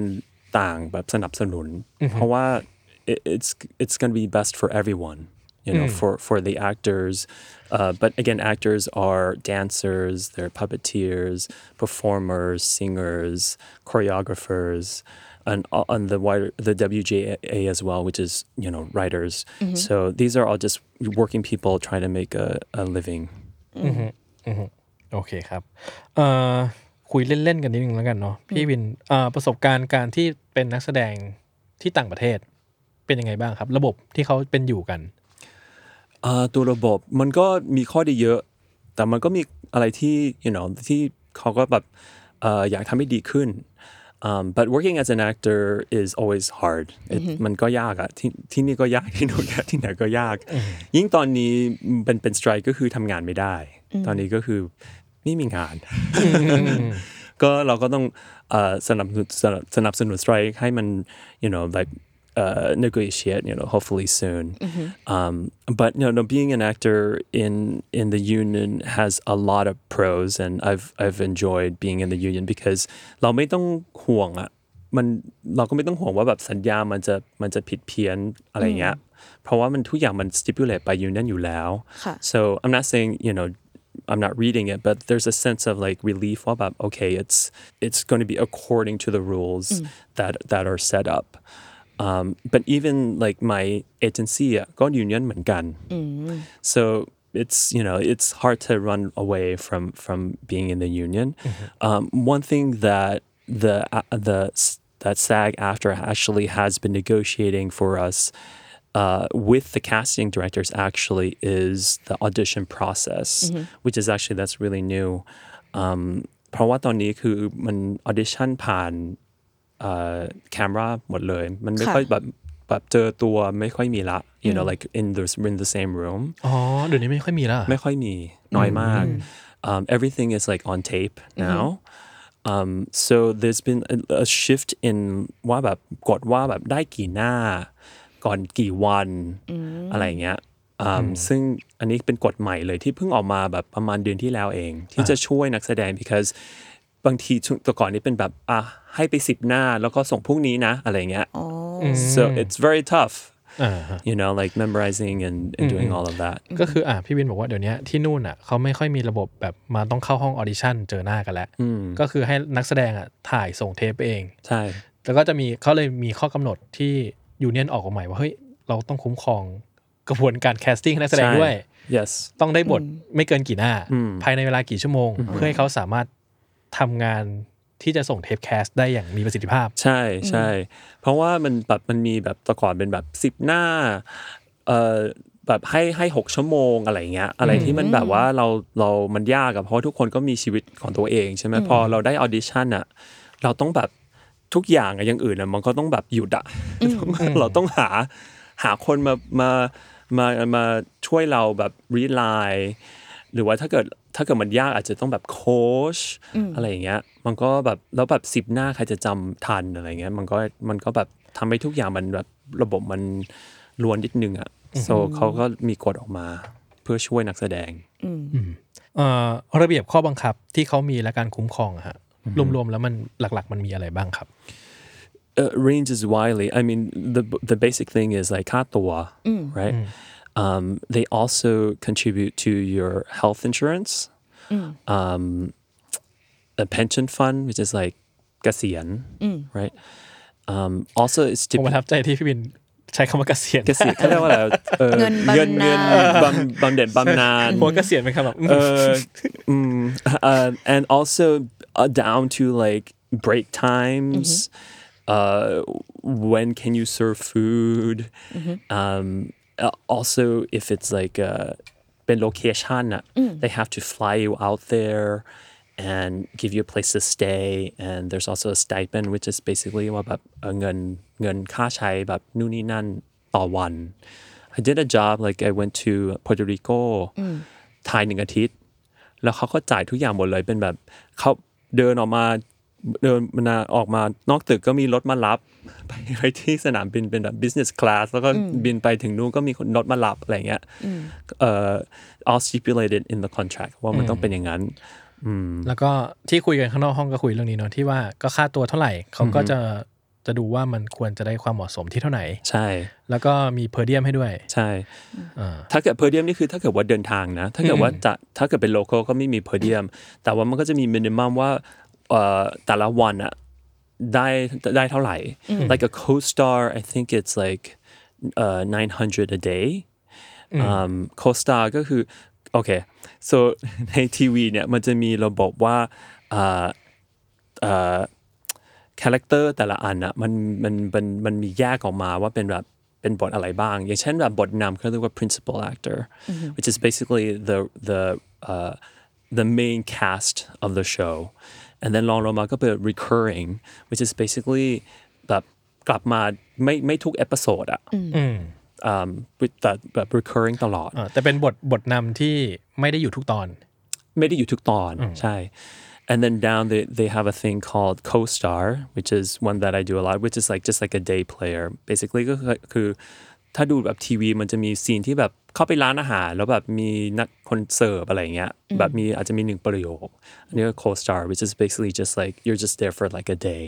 Speaker 3: ต่างแบบสนับสนุน เพราะว่า it- it's it's gonna be best for everyone you know for for the actors uh, but again actors are dancers they're puppeteers performers singers choreographers and o- on the wider the WJA as well which is you know writers so these are all just working people trying to make a, a living
Speaker 1: โอเคครับเอ่อคุยเล่น ๆ กันนิดนึงแล้วกันเนาะพี่วินเอ่อประสบการณ์การที่เป็นนักแสดงที่ต่างประเทศ เป็นยังไงบ้างครับ ระบบที่เขาเป็นอยู่กัน
Speaker 3: อ่าตัวระบบมันก็มีข้อดีเยอะ แต่มันก็มีอะไรที่ you know ที่เขาก็แบบเอ่ออยากทำให้ดีขึ้น um, but working as an actor is always hard It- มันก็ยากอะที่ที่นี่ก็ย ากที่นู่นก็ที่ไหนก็ยาก ยิ่งตอนนี้เป็นเป็นสไตรก็คือทำงานไม่ได้ ตอนนี้ก็คือไม่มีงาน ก็เราก็ต้องเอ่อสนับสนุนสนับสนับสนุนสไตรให้มัน you know like uh, negotiate you know hopefully soon um, but you know being an actor in in the union has a lot of pros and I've I've enjoyed being in the union because เราไม่ต้องห่วงอะมันเราก็ไม่ต้องห่วงว่าแบบสัญญามันจะมันจะผิดเพี้ยนอะไรเงี้ยเพราะว่ามันทุกอย่างมัน stipulate ไป union อยู่แล้ว
Speaker 2: ค่ะ
Speaker 3: So I'm not saying you know I'm not reading it, but there's a sense of like relief about okay, it's it's going to be according to the rules
Speaker 2: Mm.
Speaker 3: that that are set up. Um, but even like my agency, gone union mangan. So it's you know it's hard to run away from from being in the union. Um, one thing that the uh, the s- that SAG after actually has been negotiating for us uh, with the casting directors actually is the audition process, which is actually that's really new. Um, เพราะว่าตอนนี้คือมัน audition ผ่านเอ่อ camera หมดเลย มันไม่
Speaker 2: ค่ะ
Speaker 3: ค่อยแบบแบบเจอตัวไม่ค่อยมีละ you know like in the in the same room
Speaker 1: อ๋อเดี๋ยวนี้ไม่ค่อยมีแล้วเหรอ
Speaker 3: ไม่ค่อยมีน้อยมาก um, everything is like on tape now Um, so there's been a, a shift in ว่าแบบกดว่าแบบได้กี่หน้า ก่อนกี่วันอะไรอย่างเงี้ยอืมซึ่งอันนี้เป็นกฎใหม่เลยที่เพิ่งออกมาแบบประมาณเดือนที่แล้วเอง ที่จะช่วยนักแสดง because บางทีช่วงแต่ก่อนนี้เป็นแบบอ่ะให้ไปสิบหน้าแล้วก็ส่งพรุ่งนี้นะอะไรอย่างเงี้ย so it's very tough
Speaker 1: อ่าฮะ
Speaker 3: you know like memorizing and, and doing all of that
Speaker 1: ก็คืออ่ะพี่วินบอกว่าเดี๋ยวนี้ที่นู่นอ่ะเขาไม่ค่อยมีระบบแบบมาต้องเข้าห้องออดิชั่นเจอหน้ากันแล้วก็คือให้นักแสดงอ่ะถ่ายส่งเทปไปเอง
Speaker 3: ใช่
Speaker 1: แล้วก็จะมีเขาเลยมีข้อกำหนดที่ยูเนียนออกกฎหมายว่าเฮ้ยเราต้องคุ้มครองกระบวนการแคสติ้งนักแสดง
Speaker 3: ใช่
Speaker 1: ด้วย
Speaker 3: yes
Speaker 1: ต้องได้บทไม่เกินกี่หน้า ภายในเวลากี่ชั่วโมง เพื่อให้เขาสามารถทำงานที่จะส่งเทปแคสได้อย่างมีประสิทธิภาพ
Speaker 3: ใช่ใช่ เพราะว่ามันแบบมันมีแบบแต่ก่อนเป็นแบบสิบหน้าเอ่อแบบให้ให้หกชั่วโมงอะไรอย่างเงี้ยอะไรที่มันแบบว่าเราเรามันยากอะเพราะทุกคนก็มีชีวิตของตัวเองใช่ไหมพอเราได้ออดิชั่นอะเราต้องแบบทุกอย่างอะอย่างอื่นอะมันก็ต้องแบบหยุดอะ เราต้องหาหาคนมามามามาช่วยเราแบบรีไลน์หรือว่าถ้าเกิดถ้าเกิดมันยากอาจจะต้องแบบโค้ชอะไรอย่างเงี้ย มันก็แบบแล้วแบบสิบหน้าใครจะจำทันอะไรเงี้ยมันก็มันก็แบบทำให้ทุกอย่างมันแบบระบบมันล้วนนิดนึงอะ่ะ so เขาก็มีกฎออกมาเพื่อช่วยนักแสดง
Speaker 1: เอ่อระเบียบข้อบังคับที่เขามีและการคุ้มครองอะฮะรวมๆแล้วมันหลักๆ มันมีอะไรบ้างครับ
Speaker 3: uh, ranges widely. I mean, the the basic thing is like katoa, right? Um, they also contribute to your health insurance, um, a pension fund, which is like gasian, right? Um, also, it's
Speaker 1: ผม
Speaker 3: dep-
Speaker 1: ประทับใจที่พี่บินใช้คำว่าเกษียณ
Speaker 3: gasian uh, เขาเรียกว่าอะไรเอ่อ
Speaker 2: เงินบำนาญ
Speaker 3: เงินเงินบำบำเหน็จบำนาญ
Speaker 1: โพสเกษียณเป็นคำแบบ
Speaker 3: uh, mm, uh, and also uh, down to like break times. Uh, when can you serve food? Um, uh, also, if it's like uh, been location, they have to fly you out there and give you a place to stay. And there's also a stipend, which is basically what about a gun gun kashai about nuni nan one. I did a job like I went to Puerto Rico. ทายหนึ่งอาทิตย์ แล้วเขาก็จ่ายทุกอย่างหมดเลยเป็นแบบเขาเดินออกมาเดินมาออกมานอกตึกก็มีรถมารับ ไปไปที่สนามบินเป็นแบบ business class แล้วก็บินไปถึงนู้นก็มีคนรถมารับอะไรเงี้ยเอ่อ all stipulated in the contract ว่ามันต้องเป็นอย่างนั้น
Speaker 1: แล้วก็ที่คุยกันข้างนอกห้องก็คุยเรื่องนี้เนาะที่ว่าก็ค่าตัวเท่าไหร่เขาก็จะจะดูว่ามันควรจะได้ความเหมาะสมที่เท่าไหร่
Speaker 3: ใช่
Speaker 1: แล้วก็มีเพอร์เดียมให้ด้วย
Speaker 3: ใช่ ถ้าเกิดเพอร์เดียมนี่คือถ้าเกิดว่าเดินทางนะ ถ้าเกิดว่าจะถ้าเกิดเป็นโลโก้ก็ไม่มีเพอร์เดียม แต่ว่ามันก็จะมีมินิมัมว่าเอ่อแต่ละวันอะได้ได้เท่าไหร่ like a co-star I think it's like uh 900 a day um co-star ก็คือ โอเค so ในทีวีเนี่ยมันจะมีระบบว่าเอ่อเอ่อ คาแรคเตอร์แต่ละอันอะมันมันมันมันมีแยกออกมาว่าเป็นแบบเป็นบทอะไรบ้าง อย่างเช่นแบบบทนำเขาเรียกว่า principal actor which is basically the the uh, the main cast of the show and then รองลงมาก็เป็น recurring which is basically แบบกลับมาไม่ไม่ทุกเอพิโซดอะอืมแต่แบบ recurring ตลอด
Speaker 1: เออแต่เป็นบทบทนำที่ไม่ได้อยู่ทุกตอน
Speaker 3: ไม่ได้อยู่ทุกตอนใช่ and then down they, they have a thing called co-star which is one that I do a lot which is like just like a day player basically ก็คือคือถ้าดูแบบทีวีมันจะมีซีนที่แบบเข้าไปร้านอาหาร แล้วแบบมีนักคนเสิร์ฟอะไรอย่างเงี้ยแบบมีอาจจะมีหนึ่งประโยคอันนี้ก็ co-star which is basically just like you're just there for like a day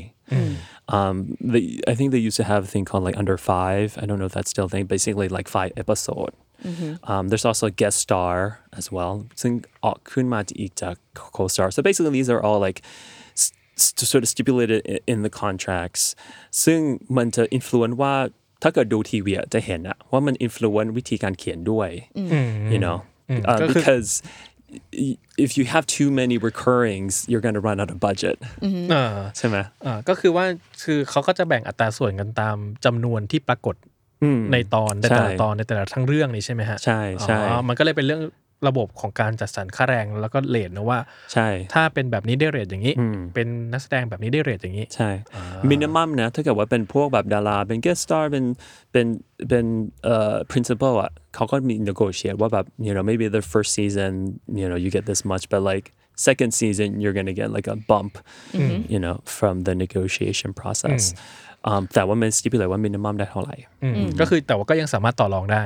Speaker 3: um, they, I think they used to have a thing called like under five. I don't know if that's still a thing. Basically, like five episode. Um, there's also a guest star as well. Sing- uh, Kunma to eat, uh, co-star. So basically, these are all like s- s- sort of stipulated i- in the contracts. ซึ่งมันจะ influence ว่าถ้าเกิดดูทีวีอะจะเห็นอะว่ามัน influence วิธีการเขียนด้วย you know uh,
Speaker 1: ก็คือ
Speaker 3: because y- if you have too many recurrings you're going to run out of budget
Speaker 1: เออ
Speaker 3: ใช่ไหม
Speaker 1: เออก็คือว่าคือเขาก็จะแบ่งอัตราส่วนกันตามจำนวนที่ปรากฏในตอนในแต่ละ
Speaker 3: ใช่
Speaker 1: ตอนในแต่ละทั้งเรื่องนี้ใช่ไหมฮะ
Speaker 3: ใช่ใช่
Speaker 1: อ๋อมันก็เลยเป็นเรื่องระบบของการจัดสรรค่าแรงแล้วก็เลทนะว่า
Speaker 3: ใช่
Speaker 1: ถ้าเป็นแบบนี้ได้เรทอย่างนี้ เป็นนักแสดงแบบนี้ได้เรทอย่างนี้
Speaker 3: ใช่ มินิมัมนะ ถ้าเกิดว่าเป็นพวกแบบดารา เป็น guest star เป็น เป็น เป็นเอ่อ principal อะ เขาก็มี negotiate ว่าแบบ you know maybe the first season you know you get this much but like second season you're gonna get like a bump
Speaker 1: Mm-hmm.
Speaker 3: you know from the negotiation process
Speaker 1: Mm.
Speaker 3: อืมแต่ว่ามัน stipulate ว่า minimum ได้เท่าไหร่
Speaker 1: อืมก็คือแต่ว่าก็ยังสามารถต่อรองได้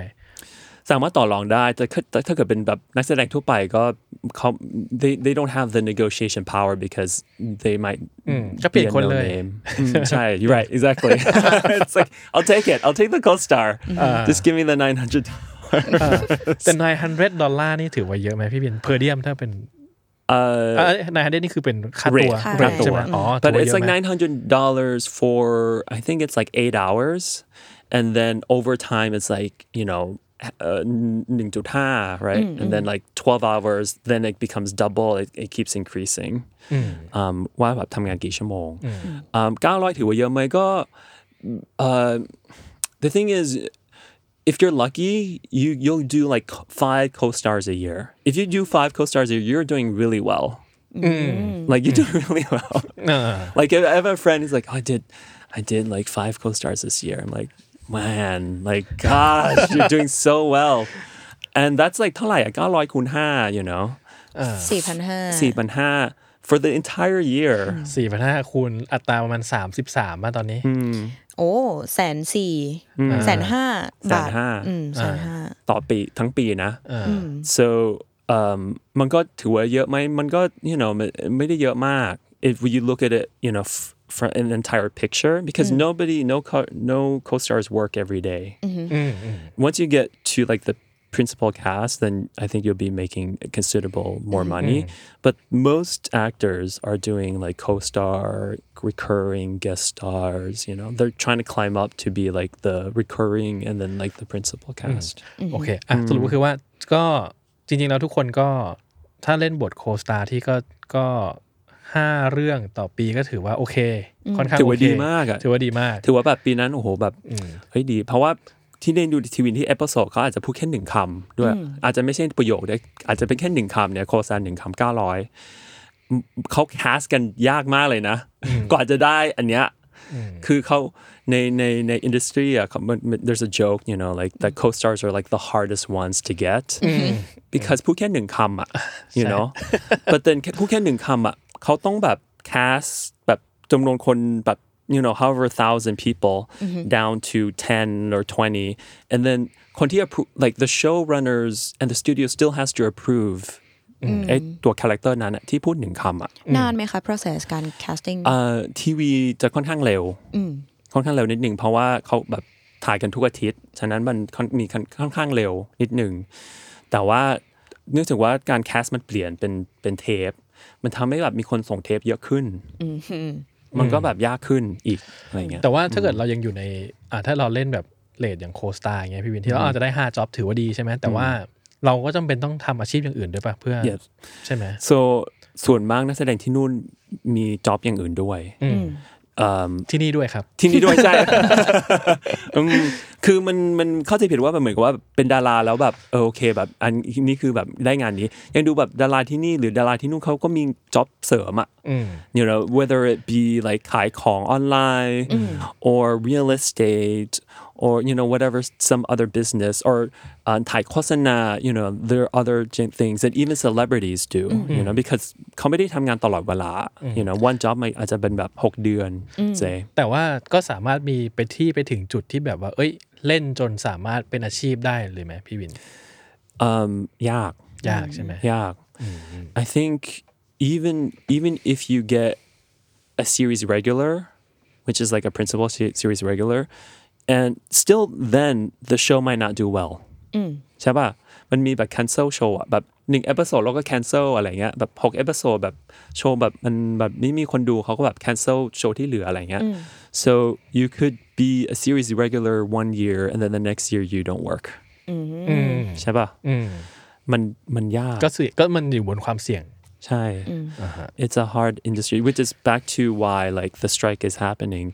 Speaker 3: สามารถต่อรองได้แต่ถ้าแต่ถ้าเกิดเป็นแบบนักแสดงทั่วไปก็เขา they they don't have the negotiation power because they might
Speaker 1: อืม Hmm. ก็เปลี่ยน
Speaker 3: be a
Speaker 1: คนเลย
Speaker 3: no-name อืมใช่ you're right exactly it's like I'll take it I'll take the co-star
Speaker 1: Ah.
Speaker 3: just give me the 900
Speaker 1: แต่นายฮันเรดอลลาร์นี่ถือว่าเยอะไหมพี่เบียนเพอร์เดียมถ้าเป็น
Speaker 3: เอ่อ
Speaker 1: นายฮันเรดนี่คือเป็นค่าตัว
Speaker 3: rate
Speaker 2: ค่า
Speaker 3: ค่าตั
Speaker 1: ใช่
Speaker 3: ว
Speaker 1: ไหมอ๋อ
Speaker 3: but
Speaker 1: ถือว่า
Speaker 3: it's
Speaker 1: เยอะ
Speaker 3: like
Speaker 1: ไหม
Speaker 3: 900 dollars for I think it's like eight hours and then over time it's like you know uh, 1.5 right and then like 12 hours then it becomes double it, it keeps increasing um ว่าแบบทำงานกี่ชั่วโมง um 900ถือว่าเยอะไหมก็ uh the thing is if you're lucky, you you'll do like c- five co-stars a year. If you do five co-stars a year, you're doing really well. Like you do really well.
Speaker 1: เออ
Speaker 3: like I I have a friend who's like, oh, I did, I did like five co-stars this year. I'm like, man, like gosh, you're doing so well. And that's like เท่าไหร่อะ900คูณ5 you know
Speaker 2: สี่พันห้า
Speaker 3: 4,500 for the entire year.
Speaker 1: สี่พันห้าคูณอัตราประมาณสามสิบสามมาตอนนี้
Speaker 2: โอ้แสนสี่แสนห้าบาท
Speaker 3: แสนห้า
Speaker 2: อืมแสนห้า
Speaker 3: ต่อปีทั้งปีนะ so um มันก็ถือว่าเยอะไหมมันก็ you know มัน-ไม่ได้เยอะมาก if you look at it you know f- from an entire picture because nobody no co- no co-stars work every day. once you get to like the principal cast then I think you'll be making considerable more money but most actors are doing like co-star recurring guest stars you know they're trying to climb up to be like the recurring and then like the principal cast
Speaker 1: โอเคอ่ะสรุปก็คือว่าก็จริงๆแล้วทุกคนก็ถ้าเล่นบทโคสตาร์ที่ก็ก็ห้าเรื่องต่อปีก็ถือว่าโอเค ค่อนข้าง
Speaker 3: ถือว่า
Speaker 1: โเค
Speaker 3: ดีมากอะ
Speaker 1: ถือว่าดีมาก
Speaker 3: ถือว่าแบบปีนั้น โอ้โหแบบเฮ้ยดี เพราะว่าที่ได้ดูทีวีที่เอพิโซดเขาอาจจะพูดแค่หนึ่งคำด้วย อาจจะไม่ใช่ประโยคด้วยอาจจะเป็นแค่หนึ่งคำเนี่ยโคซานหนึ่งคำเก้าร้อยเขาแคสกันยากมากเลยนะกว่าจะได้อันเนี้ยคือเขาในในในอินดัสทรีอ่ะเขามันมัน there's a joke you know like the co-stars are like the hardest ones to get because พูดแค่หนึ่งคำอ่ะ uh, you know but then แค่พูดแค่หนึ่งคำอ่ะ uh, เขาต้องแบบ cast แบบจำนวนคนแบบ you know however thousand people down to 10 or 20 and then คนที่ appro- like the showrunners and the studio still has to approve ไอ้ตัว character นั้นอะที่พูดหนึ่งคำอ่ะ
Speaker 2: นานไหมคะ process การ casting
Speaker 3: เอ่อทีวีจะค่อนข้างเร็วค่อนข้างเร็วนิดหนึ่งเพราะว่าเขาแบบถ่ายกันทุกอาทิตย์ ฉะนั้นมันค่อนมีค่อนค่อนข้างเร็วนิดหนึ่ง แต่ว่าเนื่องจากว่าการแคสมันเปลี่ยนเป็นเป็นเทป มันทำให้แบบมีคนส่งเทปเยอะขึ้น มันก็แบบยากขึ้นอีกอะไรเงี้ย
Speaker 1: แต่ว่าถ้าเกิดเรายังอยู่ในอ่าถ้าเราเล่นแบบเลดอย่างโคสตาร์เงี้ยพี่วินที่เราอาจจะได้ห้าจ็อบถือว่าดีใช่ไหมแต่ว่าเราก็จำเป็นต้องทำอาชีพอย่างอื่นด้วยป่ะเพื่อ
Speaker 3: เดี๋ยว
Speaker 1: ใช่ไหม
Speaker 3: so ส่วนมากนักแสดงที่นู่นมีจ็อบอย่างอื่นด้วย
Speaker 1: ที่นี่ด้วยครับ
Speaker 3: ที่นี่ด้วยใช่ อืมคือมันมันเข้าใจผิดว่าแบบเหมือนกับว่าเป็นดาราแล้วแบบเออโอเคแบบ อันนี้คือแบบได้งานนี้ ยังดูแบบดาราที่นี่หรือดาราที่นู่นเขาก็มีจ็อบเสริมอะ you know whether it be like ขายของออนไลน์ or real estate or you know whatever some other business or uh, ถ่ายโฆษณา you know there are other gen- things that even celebrities do you know because เขาไม่ได้ทำงานตลอดเวลา you know one job มันอาจจะเป็นแบบหกเดือน say
Speaker 1: แต่ว่าก็สามารถมีไปที่ไปถึงจุดที่แบบว่า เอ้ย เล่นจนสามารถเป็นอาชีพได้เลยไหมพี่วิน
Speaker 3: เอิ่มยาก
Speaker 1: ยากใช่ไหม
Speaker 3: Yeah. I think even even if you get a series regular, which is like a principal se- series regular, and still then the show might not do well. ใช่ป่ะ มันมีแบบ cancel show อะแบบหนึ่งเอพิโซดแล้วก็ cancel อะไรเงี้ยแบบหกเอพิโซดแบบโชว์แบบมันแบบไม่มีคนดูเขาก็แบบ cancel โชว์ที่เหลืออะไรเงี้ย so you could be a series regular one year and then the next year you don't work Mm-hmm. ใช่ป่ะมันมันย Mm. าก
Speaker 1: ก็สิก็มันอยู่บนความเสี่ยง
Speaker 3: ใช่ it's a hard industry which is back to why like the strike is happening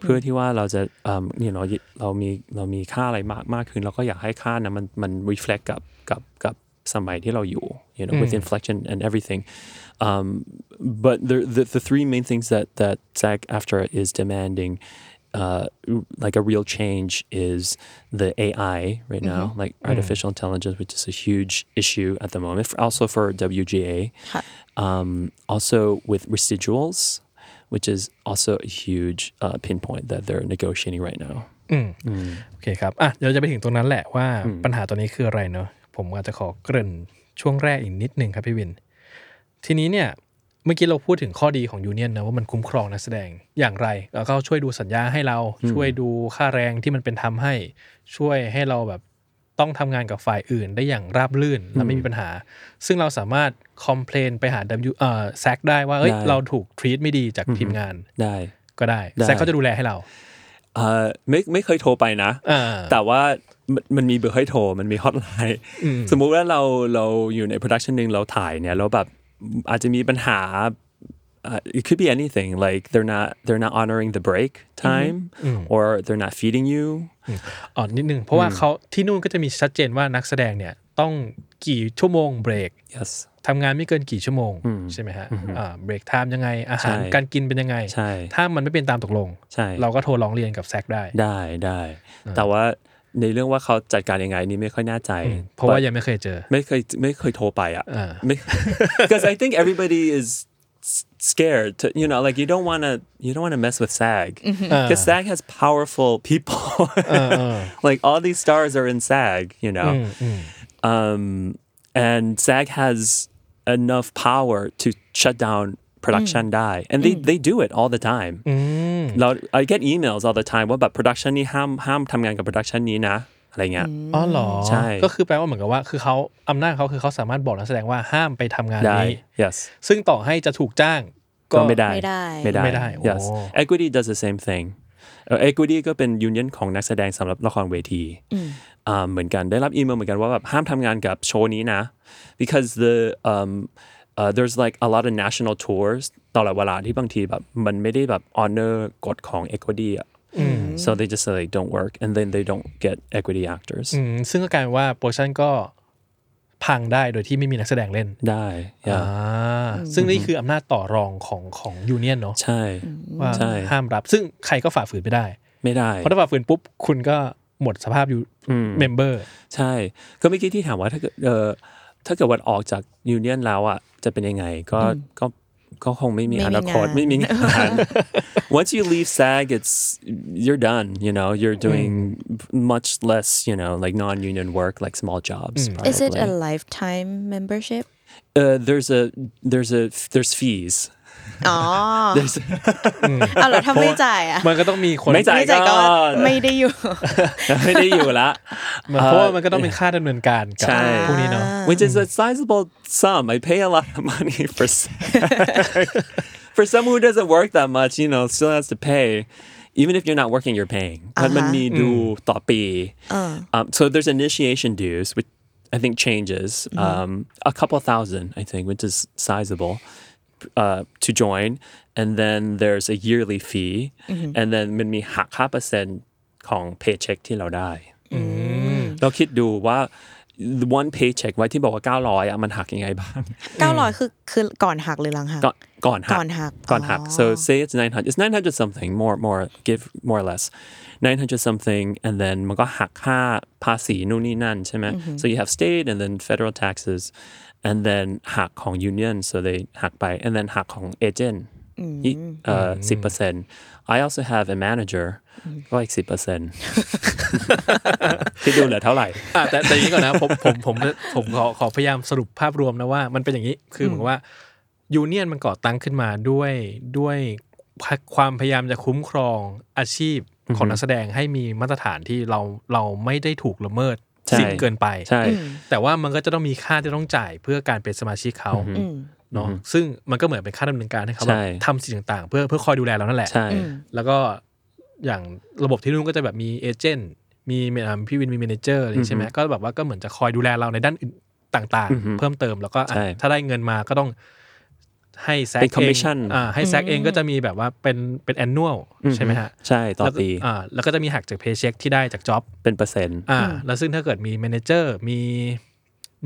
Speaker 3: เพื่อที่ว่าเราจะเอิ่ม you know เรามีเรามีค่าอะไรมากมากขึ้นเราก็อยากให้ค่านั้นมันมัน reflect กับกับกับสมัยที่เราอยู่ you know with inflection and everything um, but the, the the three main things that that SAG after is demanding uh, like a real change is the AI right now, like artificial intelligence, which is a huge issue at the moment. For, also for WGA,
Speaker 2: Huh.
Speaker 3: um, also with residuals, which is also a huge uh, pinpoint that they're negotiating right now.
Speaker 1: อืมโอเคครับอ่ะเดี๋ยวจะไปถึงตรงนั้นแหละว่าปัญหาตัวนี้คืออะไรเนอะผมอาจจะขอเกริ่นช่วงแรกอีกนิดหนึ่งครับพี่วิน ทีนี้เนี่ย เมื่อกี้เราพูดถึงข้อดีของยูเนียนนะว่ามันคุ้มครองนักแสดงอย่างไร แล้วก็ช่วยดูสัญญาให้เราช่วยดูค่าแรงที่มันเป็นธรรมให้ ช่วยให้เราแบบต้องทำงานกับฝ่ายอื่นได้อย่างราบรื่นและไม่มีปัญหา ซึ่งเราสามารถคอมเพลนไปหา W เอ่อแซกได้ว่าเอ้ย
Speaker 3: ได้
Speaker 1: เราถูกทรีตไม่ดีจากทีมงาน
Speaker 3: ได้
Speaker 1: ก็ได้
Speaker 3: ได้
Speaker 1: แซกเขาจะดูแลให้เรา
Speaker 3: เอ่อไม่ไม่ Uh, เคยโทรไปนะ
Speaker 1: อ่า
Speaker 3: แต่ว่ามันมันมีเบอร์ให้โทร มันมีฮอตไลน์สมมุติว่าเราเราอยู่ในโปรดักชันหนึ่งเราถ่ายเนี่ยเราแบบอาจจะมีปัญหาเอ่อ it could be anything like they're not they're not honoring the break time or they're not feeding you
Speaker 1: อ๋อนิดนึงเพราะว่าเขาที่นู่นก็จะมีชัดเจนว่านักแสดงเนี่ยต้องกี่ชั่วโมงเบรก
Speaker 3: yes
Speaker 1: ทำงานไม่เกินกี่ชั่วโมง ใช่ไหมฮะอ่าเบรกไทม์ยังไง อาหาร
Speaker 3: ใช่
Speaker 1: การกินเป็นยังไง
Speaker 3: ใช่
Speaker 1: ถ้ามันไม่เป็นตามตกลง
Speaker 3: ใช่
Speaker 1: เราก็โทรร้องเรียนกับแซกได้
Speaker 3: ได้ได้ แต่ว่าในเรื่องว่าเขาจัดการยังไงนี่ไม่ค่อยแน่ใจ
Speaker 1: เพราะว่ายังไม่เคยเจอ
Speaker 3: ไม่เคยไม่เคยโทรไปอ่ะ
Speaker 1: อ่า
Speaker 3: because I think everybody is s- scared to you know like you don't wanna you don't wanna mess with SAG because SAG has powerful people like all these stars are in SAG you know um and SAG has enough power to shut down production ได้ and they they do it all the time เรา I get emails all the time ว่าแบบ production นี้ห้ามห้ามทำงานกับ production นี้นะอะไรเงี้ย
Speaker 1: อ๋อเหรอ
Speaker 3: ใช่
Speaker 1: ก็คือแปลว่าเหมือนกับว่าคือเขาอำนาจเขาคือเขาสามารถบอกนักแสดงว่าห้ามไปทำงาน
Speaker 3: ได้
Speaker 1: นี้
Speaker 3: yes
Speaker 1: ซึ่งต่อให้จะถูกจ้าง
Speaker 3: ก็ไม่ได้
Speaker 2: ไม่ได้
Speaker 3: ไม่ได้
Speaker 1: ไม่ได้โอ้
Speaker 3: yes equity does the same thing เอ่อ equity ก็เป็นยูเนียนของนักแสดงสำหรับละครเวทีอ่าเหมือนกันได้รับอีเมลเหมือนกันว่าแบบห้ามทำงานกับโชว์นี้นะ because the um, uh, there's like a lot of national tours ตลอดเวลาที่บางทีแบบมันไม่ได้แบบ honor กฎของ equity อะ so they just like don't work and then they don't get equity actors
Speaker 1: อืมซึ่งก็กลายเป็นว่าโปรดักชั่นก็พังได้โดยที่ไม่มีนักแสดงเล่น
Speaker 3: ได้ yeah
Speaker 1: อ่าซึ่งนี่คืออำนาจต่อรองของของยูเนียนเนาะ
Speaker 3: ใช่
Speaker 1: ว่า
Speaker 3: ใช่
Speaker 1: ห้ามรับซึ่งใครก็ฝ่าฝืนไม่ได้
Speaker 3: ไม่ได้
Speaker 1: เพราะถ้าฝ่าฝืนปุ๊บ คุณก็หมดสภาพอยู่เมมเบอร์
Speaker 3: ใช่ ก็เมื่อกี้ที่ถามว่าถ้าเกิดเอ่อถ้าเกิดวันออกจากยูเนียนแล้วอ่ะจะเป็นยังไงก็ก็ก็คงไม่มี
Speaker 2: ไม่มี
Speaker 3: อนาคต
Speaker 2: งาน
Speaker 3: ไม่มีงาน once you leave SAG it's you're done you know you're doing much less you know like non-union work like small jobs
Speaker 2: Is it a
Speaker 3: probably.
Speaker 2: lifetime membership
Speaker 3: uh, there's a there's a there's fees
Speaker 2: อ๋อ
Speaker 3: there's
Speaker 2: เอาเหรอถ้าไม่จ่ายอ่ะ
Speaker 1: มันก็ต้องมีคน
Speaker 3: ไม่จ่าย
Speaker 2: ไม่จ่ายก็
Speaker 3: ก่อน
Speaker 2: ไม่ได้อยู่
Speaker 3: ไม่ได้อยู่ละ
Speaker 1: มันเพราะว่ามันก็ต้องเป็นค่าดำเนินการกับ
Speaker 3: ใช่
Speaker 1: พวกนี้เนาะ
Speaker 3: which is a sizable sum. I pay a lot of money for SAG. for someone who doesn't work that much. You know, still has to pay, even if you're not working, you're paying. Uh-huh. Um, so there's initiation dues, which I think changes um, a couple thousand, I think, which is sizable uh, to join, and then there's a yearly fee, and then มันมีหักค่าเปอร์เซ็นต์ของเพย์เช็คที่เราได้เราคิดดูว่า one paycheck ไว้ที่บอกว่า 900อ่ะมันหักยังไงบ้าง
Speaker 2: 900คือคือก่อนหักหรือหลังหัก
Speaker 3: ก่อนก่อนหัก
Speaker 2: ก่อนหัก
Speaker 3: ก่อนหัก
Speaker 2: อ๋อ
Speaker 3: so say it's 900 it's 900 something more more give more or less 900 something and then มันก็หักค่าภาษีนู่นนี่นั่นใช่ไหม so you have state and then federal taxes and then หักของ union so they หักไป and then หักของ agent อีกเอ่อ
Speaker 1: Mm-hmm.
Speaker 3: สิบเปอร์เซ็นต์ I also have a manager ก็อีกสิบเปอร์เซ็นต์ คิดดูเหลือเท่าไหร่
Speaker 1: อ่ะแต่แต่อย่างนี้ก่อนนะผมผมผมผมขอขอพยายามสรุปภาพรวมนะว่ามันเป็นอย่างนี้คือเหมือนกับว่ายูเนียนมันก่อตั้งขึ้นมาด้วยด้วยความพยายามจะคุ้มครองอาชีพของนักแสดงให้มีมาตรฐานที่เราเราไม่ได้ถูกละเมิด
Speaker 3: ใช่
Speaker 1: สิ่งเกินไป
Speaker 3: ใช่
Speaker 1: แต่ว่ามันก็จะต้องมีค่าที่ต้องจ่ายเพื่อการเป็นสมาชิกเขาเนาะซึ่งมันก็เหมือนเป็นค่าดำเนินการให้เขาแบบ
Speaker 3: ใช่
Speaker 1: ทำสิ่งต่างๆ เพื่อเพื่อคอยดูแลเรานั่นแหละ
Speaker 3: ใช่
Speaker 2: Mm.
Speaker 1: แล้วก็อย่างระบบที่นู่นก็จะแบบมีเอเจนต์มีเอ่อพี่วินมีเมนเจอร์อะไรอย่างงี้ใช่ไหมก็แบบว่าก็เหมือนจะคอยดูแลเราในด้านอื่นต่างๆ เพิ่มเติมแล้วก็อ่ะ
Speaker 3: ใช่
Speaker 1: ถ้าได้เงินมาก็ต้องให้แซก
Speaker 3: เป็น
Speaker 1: เอง
Speaker 3: commission
Speaker 1: อ่าให้แซกเองก็จะมีแบบว่าเป็นเป็นแอนนวลใช่ไหมฮะ
Speaker 3: ใช่ต่อ
Speaker 1: แล้วก็
Speaker 3: ปี
Speaker 1: อ่าแล้วก็จะมีหักจากเพย์เช็คที่ได้จากจ็อบ
Speaker 3: เป็นเปอร์เซ็นต์
Speaker 1: อ่าแล้วซึ่งถ้าเกิดมี m ม n เจอร์มี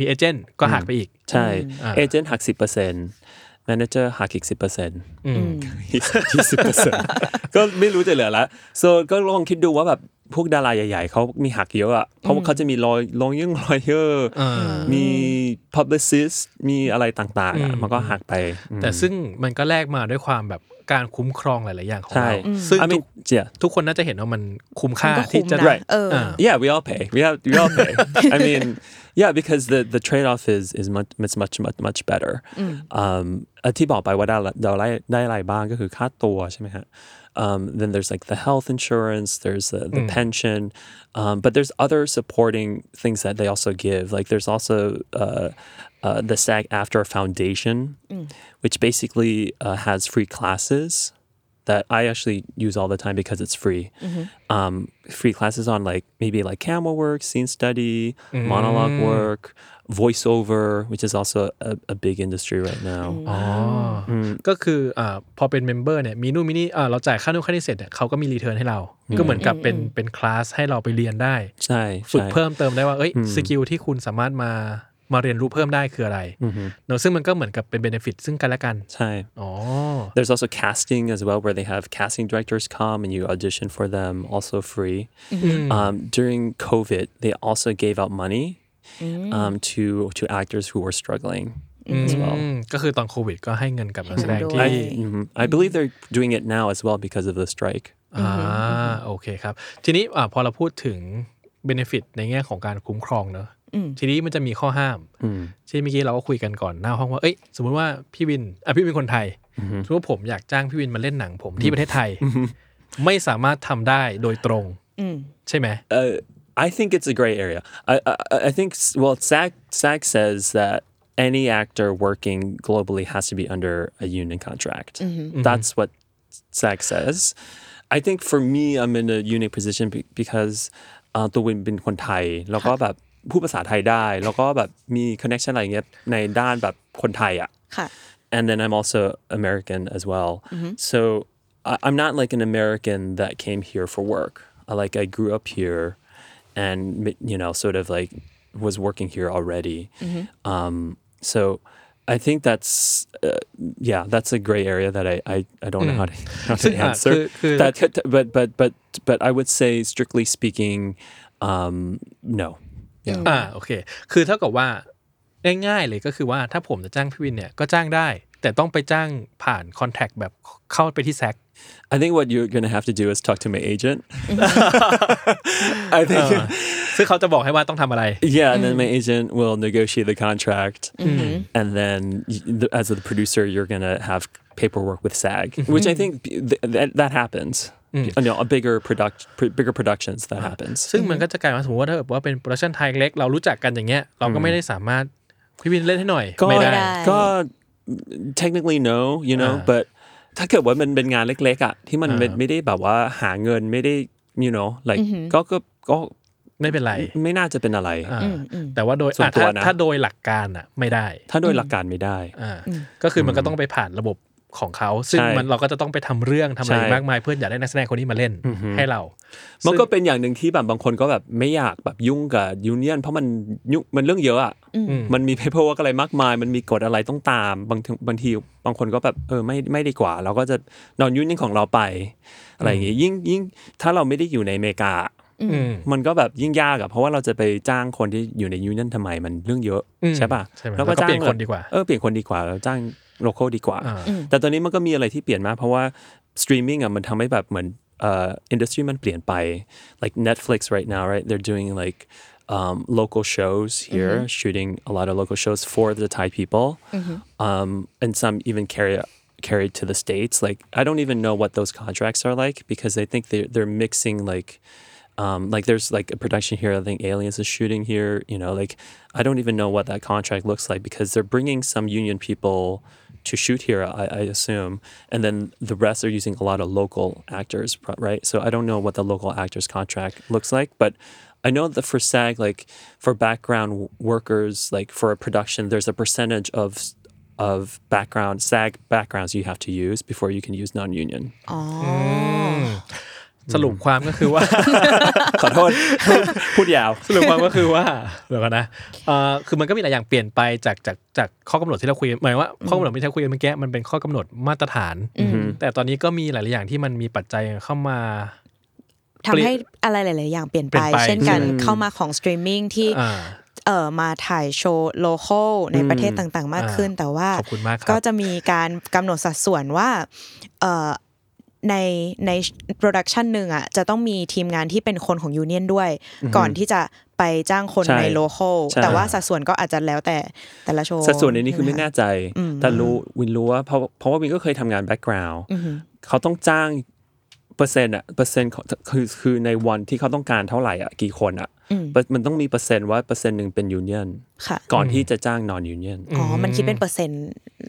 Speaker 1: มีเอเจนต์ก็หักไปอีก
Speaker 3: ใช่
Speaker 1: อ่า
Speaker 3: เอเจนต์หักสิบเปอร์เซ็นต์ manager หักอีกสิบเปอร์เซ็นต์
Speaker 1: อืม
Speaker 3: ยี่สิบเปอร์เซ็นต์ก็ไม่รู้จะเหลือละ so ก็ลองคิดดูว่าแบบพวกดาราใหญ่ ๆ เขามีหักเยอะอ่ะ เพราะว่าเขาจะมีลอยลองยิ่งลอยเยอร์
Speaker 1: อ่า
Speaker 3: มี publicist มีอะไรต่างๆอ่ะมันก็หักไปอืม
Speaker 1: แต่ซึ่งมันก็แลกมาด้วยความแบบการคุ้มครองหลาย ๆ อย่างของ
Speaker 3: ใช่
Speaker 1: เรา
Speaker 3: อืม
Speaker 1: ซึ่ง
Speaker 3: I mean
Speaker 1: ทุก
Speaker 3: yeah
Speaker 1: ทุกคนน่าจะเห็นว่ามันคุ้มค่า
Speaker 2: มันก็คุ้ม
Speaker 1: ที่จะ
Speaker 2: นะ Right เอออ่
Speaker 1: า
Speaker 3: yeah we all pay we have we all pay i mean yeah because the the trade-off is is much it's much much much better um อ่ะที่บอกไปว่าได้เราได้ได้อะไรบ้างก็คือค่าตัวใช่ไหมฮะ um then there's like the health insurance there's the, the pension um but there's other supporting things that they also give like there's also uh, uh the SAG after foundation which basically uh, has free classes that I actually use all the time because it's free. Um, free classes on like maybe like camera work, scene study, monologue work, voiceover, which is also a, a big industry right now. Oh,
Speaker 1: ก็คืออาพอเป็นเมมเบอร์เนี่ยมีนู่นมีนี่อ่าเราจ่ายค่านู่นค่านี่เสร็จเนี่ยเขาก็มีรีเทิร์นให้เรา ก็เหมือนกับเป็นเป็นคลาสให้เราไปเรียนได้
Speaker 3: ใช่
Speaker 1: ฝึก
Speaker 3: ใช่
Speaker 1: เพิ่มเติมได้ว่าเอ้ยสกิลที่คุณสามารถมามาเรียนรู้เพิ่มได้คืออะไรเนอะซึ่งมันก็เหมือนกับเป็นเบนฟิตซึ่งกันและกัน
Speaker 3: ใช่
Speaker 1: อ๋อ
Speaker 3: There's also casting as well, where they have casting directors come and you audition for them, also free. Um, during COVID, they also gave out money um, to to actors who were struggling as well.
Speaker 1: อืมก็คือตอนโควิดก็ให้เงินกับนักแสดง
Speaker 2: ให้
Speaker 1: ที่
Speaker 2: ด้วย
Speaker 3: Mhm. I believe they're doing it now as well because of the strike.
Speaker 1: อ่าโอเคครับ ทีนี้อ่าพอเราพูดถึงเบนฟิตในแง่ของการคุ้มครองเนอะทีนี้มันจะมีข้อห้ามที่เมื่อกี้เราก็คุยกันก่อนหน้าห้องว่าเอ้ยสมมุติว่าพี่วินอ่ะพี่วินคนไทยสมมติว่าผมอยากจ้างพี่วินมาเล่นหนังผมที่ประเทศไทย ไม่สามารถทำได้โดยตรงใช่ไหม
Speaker 3: I think it's a gray area. I I, I think well, SAG SAG says that any actor working globally has to be under a union contract. That's what SAG says. I think for me, I'm in a unique position be- because อ่าตัววินเป็นคนไทย แล้วก็แบบพูดภาษาไทยได้ แล้วก็แบบมีคอนเน t ชันอะไรอย่างเงี้ยในด้านแบบคนไทยอ่ะ
Speaker 2: ค่ะ
Speaker 3: and then I'm also American as well.
Speaker 1: Mm-hmm.
Speaker 3: So I, I'm not like an American that came here for work. I like I grew up here, and you know, sort of like was working here already.
Speaker 1: Mm-hmm.
Speaker 3: Um, so I think that's uh, yeah, that's a gray area that I I, I don't know how to, how to
Speaker 1: Mm. Yeah,
Speaker 3: answer.
Speaker 1: could- could-
Speaker 3: that could, but but but but I would say strictly speaking, um, no.
Speaker 1: อ่าโอเค คือเท่ากับว่าง่ายๆเลยก็คือว่าถ้าผมจะจ้างพี่วินเนี่ยก็จ้างได้ แต่ต้องไปจ้างผ่านคอนแทคแบบเข้าไปที่แซก
Speaker 3: I think what you're gonna have to do is talk to my agent.
Speaker 1: Mm-hmm.
Speaker 3: I think.
Speaker 1: Oh. ซึ่งเขาจะบอกให้ว่าต้องทำอะไร
Speaker 3: Yeah, and then
Speaker 1: Mm-hmm.
Speaker 3: my agent will negotiate the contract, and then y- the- as the producer, you're gonna have paperwork with SAG,
Speaker 1: Mm-hmm.
Speaker 3: which I think b- th- that that happens. You know, a bigger product, pr- bigger productions that happens.
Speaker 1: ซึ่งมันก็จะกลายมาสมมติว่าถ้าเกิดว่าเป็นโปรดักชันไทยเล็กเรารู้จักกันอย่างเงี้ยเราก็ไม่ได้สามารถพี่วินเล่นให้หน่อย
Speaker 3: God,
Speaker 1: ไม่ได้
Speaker 2: ไม่ได้
Speaker 3: God, technically no, you know, but ถ้าเกิดว่ามันเป็นงานเล็กๆอ่ะที่มันไม่ไม่ได้แบบว่าหาเงินไม่ได้ you know like
Speaker 1: Mm-hmm.
Speaker 3: ก็ก็ก็
Speaker 1: ไม่เป็นไร
Speaker 3: ไม่น่าจะเป็นอะไร
Speaker 1: อ่าแต่ว่าโดย
Speaker 3: ส่วน
Speaker 1: อ่ะ
Speaker 3: ตัว
Speaker 1: ถ้า
Speaker 3: นะ
Speaker 1: ถ้าโดยหลักการอ่ะไม่ได้
Speaker 3: ถ้าโดยหลักการไม่ได้
Speaker 1: อ่าก็คือมันก็ต้องไปผ่านระบบของเขา ซึ่ง
Speaker 3: ใช่
Speaker 1: มันเราก็จะต้องไปทำเรื่องทำอะไร
Speaker 3: ใช่
Speaker 1: มากมายเพื่ออยากได้นักแสดงคนนี้มาเล่นให้เรา
Speaker 3: มั
Speaker 1: มัน
Speaker 3: ก็เป็นอย่างหนึ่งที่แบบบางคนก็แบบไม่อยากแบบยุ่งกับยูเนียนเพราะมันยุ่งมันเรื่องเยอะอ่ะมันมีเพเปอร์วอะไรมากมาย มันมีกฎอะไรต้องตามบางทีบางทีบางคนก็แบบเออไม่ไม่ดีกว่า เราก็จะนอนยูเนียนของเราไป อะไรอย่างงี้ยิ่งยิ่งถ้าเราไม่ได้อยู่ในอเมริกา
Speaker 1: อืม
Speaker 3: มันก็แบบยิ่งยากอะเพราะว่าเราจะไปจ้างคนที่อยู่ในยูเนียนทำไมมันเรื่องเยอะ
Speaker 1: อืม
Speaker 3: ใช่ป่ะ
Speaker 1: ใช่ไหม
Speaker 3: แล้วก็
Speaker 1: แล้วก็
Speaker 3: จ้าง
Speaker 1: เปลี่ยนคนดีกว่า
Speaker 3: เออเปลี่ยนคนดีกว่าแล้วจ้างโลโก้ดีกว่า
Speaker 1: อ่า
Speaker 3: แต่ตอนนี้มันก็มีอะไรที่เปลี่ยนมากเพราะว่าสตรีมมิ่งอะมันทำให้แบบเหมือนเอ่ออินดัสทรีมันเปลี่ยนไป like Netflix right now right they're doing like um, local shows here shooting a lot of local shows for the Thai people um, and some even carry carried to the states like I don't even know what those contracts are like because I think they they're mixing like um, like there's like a production here. I think Aliens is shooting here. You know, like I don't even know what that contract looks like because they're bringing some union people to shoot here. I, I assume, and then the rest are using a lot of local actors, pro- right? So I don't know what the local actors contract looks like, but I know that for SAG, like for background w- workers, like for a production, there's a percentage of of background SAG backgrounds you have to use before you can use non-union.
Speaker 2: อ๋อ
Speaker 1: สรุปความก็คือว่า
Speaker 3: ขอโทษ พูดยาว
Speaker 1: สรุปความก็คือว่าเดี๋ยวกันนะเอ่อคือมันก็มีหลายอย่างเปลี่ยนไปจากจากจากข้อกำหนดที่เราคุยหมายว่าข้อกำหนดที่เราคุยกันเมื่อกี้มันเป็นข้อกำหนดมาตรฐาน
Speaker 2: อืม
Speaker 1: แต่ตอนนี้ก็มีหลาย ๆ อย่างที่มันมีปัจจัยเข้ามา
Speaker 2: ทำให้อะไรหลาย ๆ อย่างเปลี่ยน
Speaker 1: เปลี่
Speaker 2: ไป
Speaker 1: ยนไป
Speaker 2: เช่นการ
Speaker 3: อืม
Speaker 2: เข้ามาของสตรีมมิ่งที่
Speaker 1: อ่า
Speaker 2: เอ่อมาถ่ายโชว์โลโก้ในประเทศต่าง ๆ มากขึ้น
Speaker 1: อ่า
Speaker 2: แต่ว่า
Speaker 1: ขอบคุณมากค
Speaker 2: ก็
Speaker 1: รับ
Speaker 2: จะมีการกำหนดสัดส่วนว่าเอ่อในในโปรดักชันหนึ่งอ่ะจะต้องมีทีมงานที่เป็นคนของยูเนียนด้วย ก่อนที่จะไปจ้างคน
Speaker 3: ใช่
Speaker 2: ในโลโก้
Speaker 3: ใช่
Speaker 2: แต่ว่าสัดส่วนก็อาจจะแล้วแต่แต่ละโชว์
Speaker 3: สัดส่วนในนี้คือไม่
Speaker 2: ใช่หะ
Speaker 3: แน่ใจ
Speaker 2: อืม
Speaker 3: แต่รู้วินรู้ว่าเพราะเพราะว่าวินก็เคยทำงานแบ็กกราวด์
Speaker 2: อือหือ
Speaker 3: เขาต้องจ้างเปอร์เซ็นต์อะเปอร์เซ็นต์ของคือคือในวันที่เขาต้องการเท่าไหร่อะกี่คนอะ
Speaker 2: อืม
Speaker 3: มันต้องมีเปอร์เซ็นต์ว่าเปอร์เซ็นต์หนึ่งเป็นยูเนียน
Speaker 2: ค่ะ
Speaker 3: ก่อนที่จะจ้างนอนยูเนียน
Speaker 2: อ๋อมันคิดเป็นเปอร์เซ็นต์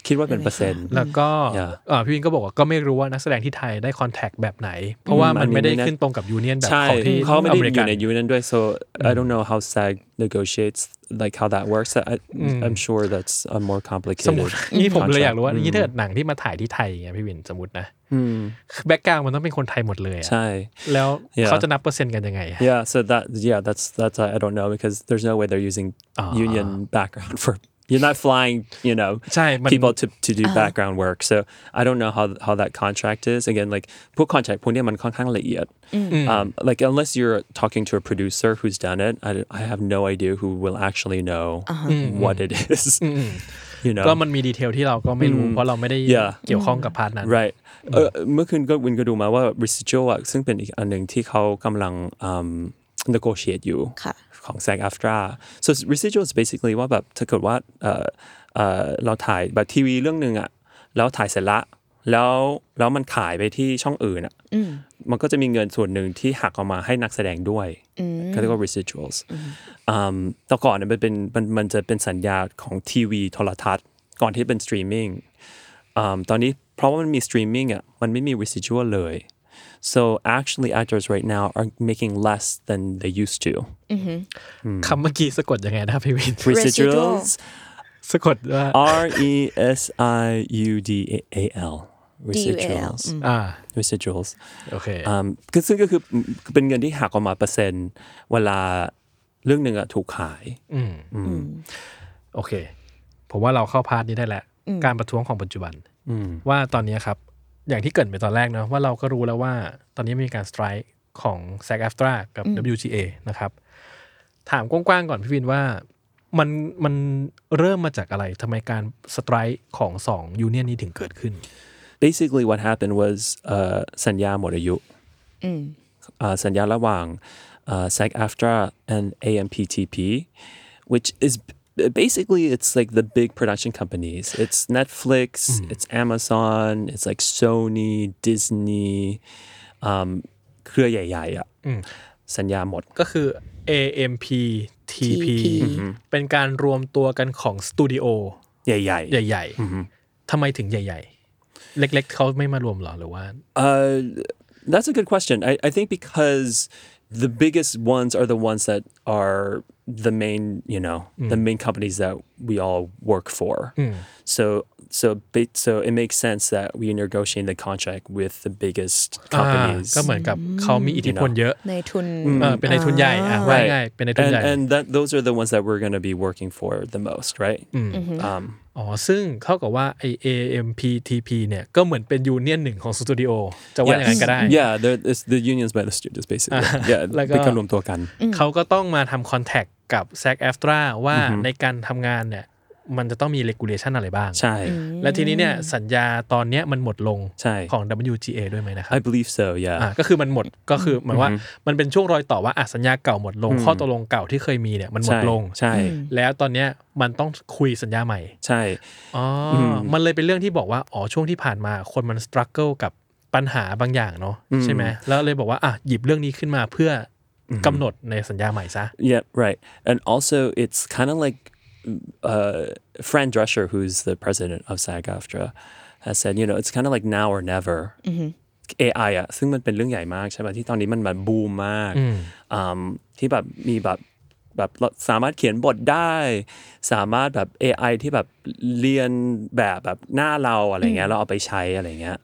Speaker 3: คิดว่าเป็นเปอร์เซ็นต์
Speaker 1: แล้วก็
Speaker 3: อย่า
Speaker 1: เอ่อพี่วินก็บอกว่าก็ไม่รู้ว่านักแสดงที่ไทยได้คอนแทคแบบไหน เพราะว่า
Speaker 3: อืมอั
Speaker 1: มันน
Speaker 3: นี้
Speaker 1: ไม่ได้
Speaker 3: ไม่แน่
Speaker 1: ขึ้นตรงกับยูเนียนแบบ
Speaker 3: ใช่
Speaker 1: ของที่
Speaker 3: เขาไม่
Speaker 1: อ
Speaker 3: ได้
Speaker 1: เมริ
Speaker 3: อ
Speaker 1: กัน
Speaker 3: ยู่ใน union ด้วย so I don't know how SAG negotiates like how that works I,
Speaker 1: อืม
Speaker 3: I'm sure that's a more
Speaker 1: สมม
Speaker 3: complicated
Speaker 1: ตินี่ผมเลยอยากรู้ว่า
Speaker 3: contract
Speaker 1: นี่ถ้าเกิดหนังที่มาถ่ายที่ไทยอย่างเงี้ยพี่วินสมมตินะ
Speaker 3: อืม
Speaker 1: แบ็กกราวมันต้องเป็นคนไทยหมดเลยอะ
Speaker 3: ใช่
Speaker 1: แล้ว
Speaker 3: อย่า
Speaker 1: เขาจะนับเปอร์เซ็นต์กันยังไงอะ
Speaker 3: Yeah, so that yeah, that's that's I don't know because there's no way they're using union background for you're not flying, you know,
Speaker 1: ใช่มัน
Speaker 3: people to to do background work. So I don't know how how that contract is. Again, like put contract Um like unless you're talking to a producer who's done it, I, I have no idea who will actually know what it is. You know.
Speaker 1: ก็มันมีดีเทลที่เราก็ไม่รู้ เพราะเราไม่ได้
Speaker 3: อย่า
Speaker 1: เกี่ยวข้องกับพาร์ทนั้น
Speaker 3: right เออเมื่อคืนก็วินก็ดูมาว่า residual อะซึ่งเป็นอีกอันหนึ่งที่เขากำลังอืม negotiate อยู่
Speaker 2: ค่ะ
Speaker 3: ของ SAG AFTRA so residual is basically ว่าแบบถ้าเกิดว่าเออเออเราถ่ายแบบทีวีเรื่องหนึ่งอะแล้วถ่ายเสร็จละ แล้วแล้วมันขายไปที่ช่องอื่นอะมันก็จะมีเงินส่วนหนึ่งที่หักออกมาให้นักแสดงด้วยเขาเรียกว่า residuals อืมแต่ก่อนเนี่ยมันเป็นมันมันจะเป็นสัญญาของทีวีโทรทัศน์ ก่อนที่เป็น streaming อืม um, ตอนนี้เพราะว่ามันมี streaming อ่ะมันไม่มี residual เลย so actually actors right now are making less than they used to
Speaker 1: คำเมื่อกี้สะกดยังไงนะครับพี่วิน
Speaker 3: residuals
Speaker 1: สะกดว่า
Speaker 3: R E S I U D A L residuals
Speaker 1: อ่า
Speaker 3: residuals
Speaker 1: โอเค
Speaker 3: อืมคือซึ่งก็คือเป็นเงินที่หักออกมาเปอร์เซ็นต์ เวลาเรื่องหนึ่งอะถูกขาย
Speaker 1: โอเค ผมว่าเราเข้าพาร์ทนี้ได้แหละ การประท้วงของปัจจุบันว่าตอนนี้ครับ อย่างที่เกริดไปตอนแรกเนอะว่าเราก็รู้แล้วว่า ตอนนี้มีการสไตร์ของ s a g a f t r a กับ WGA นะครับ ถามกว้างๆก่อนพี่วินว่ามันมันเริ่มมาจากอะไรทำไมการสไตร์ของสองยูเนียนนี้ถึงเกิดขึ้น
Speaker 3: basically what happened was uh, เอ่อสัญญาหมดอายุเอ่อสัญญาระหว่างเอ่อ SAG uh, AFTRA and AMPTP which is basically it's like the big production companies it's Netflix it's Amazon it's like Sony Disney um, อืมเครือใหญ่ๆอ่ะสัญญาหมด
Speaker 1: ก็คือ AMP TP
Speaker 2: TP
Speaker 1: เป็นการรวมตัวกันของสตูดิโอ
Speaker 3: ใหญ่ๆ
Speaker 1: ใหญ่ๆทำไมถึงใหญ่ ๆ เล็ก ๆ เขาไม่มารวมหรอหรือว่า
Speaker 3: Uh, that's a good question. I, I think because the biggest ones are the ones that are the main, you know, the main companies that we all work for. So so ba- so it makes sense that we negotiate the contract with the biggest
Speaker 1: อ่า
Speaker 3: companies.
Speaker 1: ก็เหมือนกับเขามีอิทธิพลเยอะ
Speaker 2: ในทุน
Speaker 1: เออเป็นในทุนใหญ่อ่ะว่า
Speaker 3: Right.
Speaker 1: ง่ายๆเป็นในทุน
Speaker 3: and
Speaker 1: ใหญ่
Speaker 3: and that those are the ones that we're going to be working for the most, right? Um,
Speaker 1: อ๋อ ซึ่งเท่ากับว่าไอ AMPTP เนี่ย ก็เหมือนเป็นยูเนียนหนึ่งของสตูดิโอจะว่าอย่างนั้นก็ได้
Speaker 3: yeah, they're- it's the unions by the studios basically. yeah,
Speaker 1: แล้วก็
Speaker 3: เป็นการรวมตัวกัน
Speaker 1: เขาก็ต้องมาทำคอนแทคกับ s a g a f t r a ว่าในการทำงานเนี่ย มันจะต้องมีเลกูเลชันอะไรบ้าง
Speaker 3: ใช่
Speaker 1: และทีนี้เนี่ยสัญญาตอนเนี้ยมันหมดลง
Speaker 3: ใช่
Speaker 1: ของ WGA ด้วยไหมนะครับ
Speaker 3: I believe so, yeah.
Speaker 1: อ่ะก็คือมันหมดก็คือหมายว่ามันเป็นช่วงรอยต่อว่าอ่ะสัญญาเก่าหมดลง ข้อตกลงเก่าที่เคยมีเนี่ยมันหมด
Speaker 3: ใช่
Speaker 1: ลง
Speaker 3: ใช่
Speaker 1: แล้วตอนเนี้ยมันต้องคุยสัญญาใหม่
Speaker 3: ใช่
Speaker 1: อ๋ออมันเลยเป็นเรื่องที่บอกว่าอ๋อช่วงที่ผ่านมาคนมันสครัลเกิลกับปัญหาบางอย่างเนาะใช่ไหมแล้วเลยบอกว่าอ่ะหยิบเรื่องนี้ขึ้นมาเพื่อกำหนดในสัญญาใหม่ซะ
Speaker 3: Yeah, right. And also, it's kind of like uh, Fran Drescher, who's the president of SAG AFTRA, has said, you know, it's kind of like now or never. AI อะซึ่งมันเป็นเรื่องใหญ่มากใช่ไหมที่ตอนนี้มันแบบบูมมากอืมที่แบบมีแบบ แบบเราสามารถเขียนบทได้ สามารถแบบ AI ที่แบบเรียนแบบแบบหน้าเราอะไรเงี้ยเราเอาไปใช้อะไรเงี้ย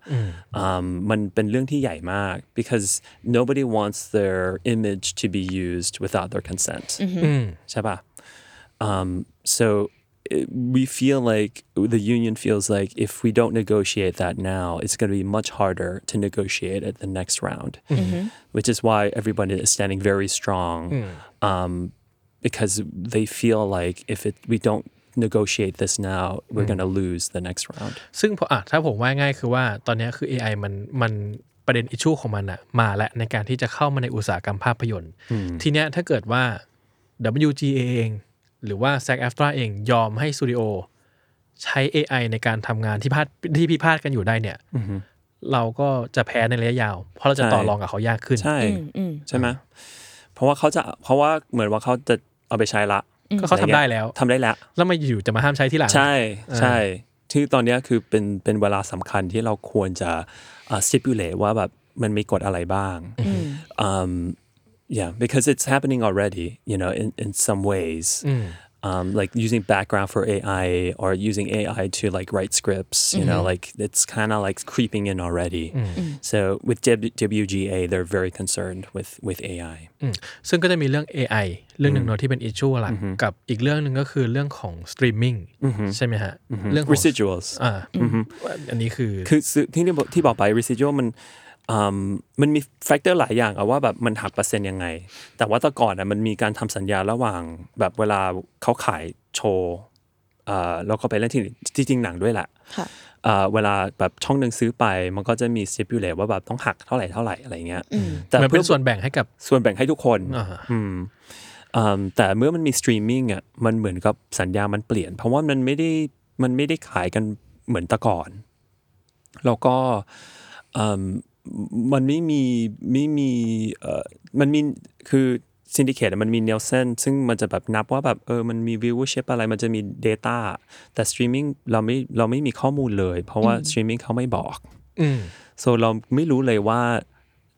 Speaker 3: อืมมันเป็นเรื่องที่ใหญ่มาก because nobody wants their image to be used without their consent ใช่ป่ะ Um, so it, we feel like the union feels like if we don't negotiate that now, it's going to be much harder to negotiate at the next round,
Speaker 1: Mm-hmm.
Speaker 3: which is why everybody is standing very strong
Speaker 1: Mm.
Speaker 3: um, because they feel like if it, we don't negotiate this now, we're
Speaker 1: Mm.
Speaker 3: going to lose the next round.
Speaker 1: ซึ่งพออ่ะถ้าผมว่าง่ายคือว่าตอนเนี้ยคือ AI มันมันประเด็นอิชูของมันอะมาแล้วในการที่จะเข้ามาในอุตสาหกรรมภาพยนตร์ ทีเนี้ยถ้าเกิดว่า WGA เอง หรือว่า s a g a f t r a เองยอมให้สตูดิโอใช้ AI ในการทำงานที่พาดที่พิพาทกันอยู่ได้เนี่ยเราก็จะแพ้ในระยะยาว เพราะเราจะต่อรองกับเขายากขึ้น
Speaker 3: ใช่ใช่ไหมเพราะว่าเขาจะเพราะว่าเหมือนว่าเขาจะเอาไปใช้ละ
Speaker 1: ก็เขาทำได้แล้ว
Speaker 3: ทำได้แล้ว
Speaker 1: แล้วมาอยู่จะมาห้ามใช้ที่หลัง
Speaker 3: ใช่ใช่ที่ตอนเนี้ยคือเป็นเป็นเวลาสำคัญที่เราควรจะเอ่อ stipulate ว่าแบบมันมีกฎอะไรบ้าง um yeah because it's happening already you know in in some ways
Speaker 1: Mm.
Speaker 3: um like using background for AI or using AI to like write scripts you
Speaker 1: Mm-hmm.
Speaker 3: know like it's kind of like creeping in already
Speaker 1: Mm.
Speaker 3: so with WGA they're very concerned with with AI
Speaker 1: อืมซึ่งก็จะมีเรื่อง AI เรื่องหนึ่งเนอะที่เป็นอิช e หลักกับอีกเรื่องหนึ่งก็คือเรื่องของสตรีมมิ่งใช่ไหมฮะ เรื่องของ
Speaker 3: residuals
Speaker 1: อ่าอันนี้คือ
Speaker 3: คือซื้อที่ที่บอกที่บอกไป residual มันอืมมันมีแฟกเตอร์หลายอย่างอะว่าแบบมันหักเปอร์เซ็นต์ยังไง แต่ว่าแต่ก่อนอะมันมีการทำสัญญาระหว่างแบบเวลาเขาขายโชว์เอ่อแล้วก็ไปเล่นที่ที่จริงหนังด้วยแหละ
Speaker 2: ค่ะ
Speaker 3: เอ่อเวลาแบบช่องหนึ่งซื้อไป มันก็จะมี stipulate ว่าแบบต้องหักเท่าไหร่เท่าไหร่อะไรเงี้ยแต่
Speaker 1: เหมันเป็
Speaker 3: เพื่
Speaker 1: น
Speaker 3: อ
Speaker 1: ส่วนแบ่งให้กับ
Speaker 3: ส่วนแบ่งให้ทุกคน
Speaker 1: อ่าฮะ
Speaker 3: อืมแต่เมื่อมันมีสตรีมมิ่งอ่ะมันเหมือนกับสัญญามันเปลี่ยน เพราะว่ามันไม่ได้มันไม่ได้ขายกันเหมือนแต่ก่อน แล้วก็อืมมันไม่มีไม่มีเอ่อมันมีคือซินดิเคตมันมีเนลเซนซึ่งมันจะแบบนับว่าแบบเออมันมีวิวเช p อะไรมันจะมี Data แต่สตรีมมิ่งเราไม่เราไม่มีข้อมูลเลย เพราะว่าสตรีมมิ่งเขาไม่บอก
Speaker 1: อืม
Speaker 3: so เราไม่รู้เลยว่า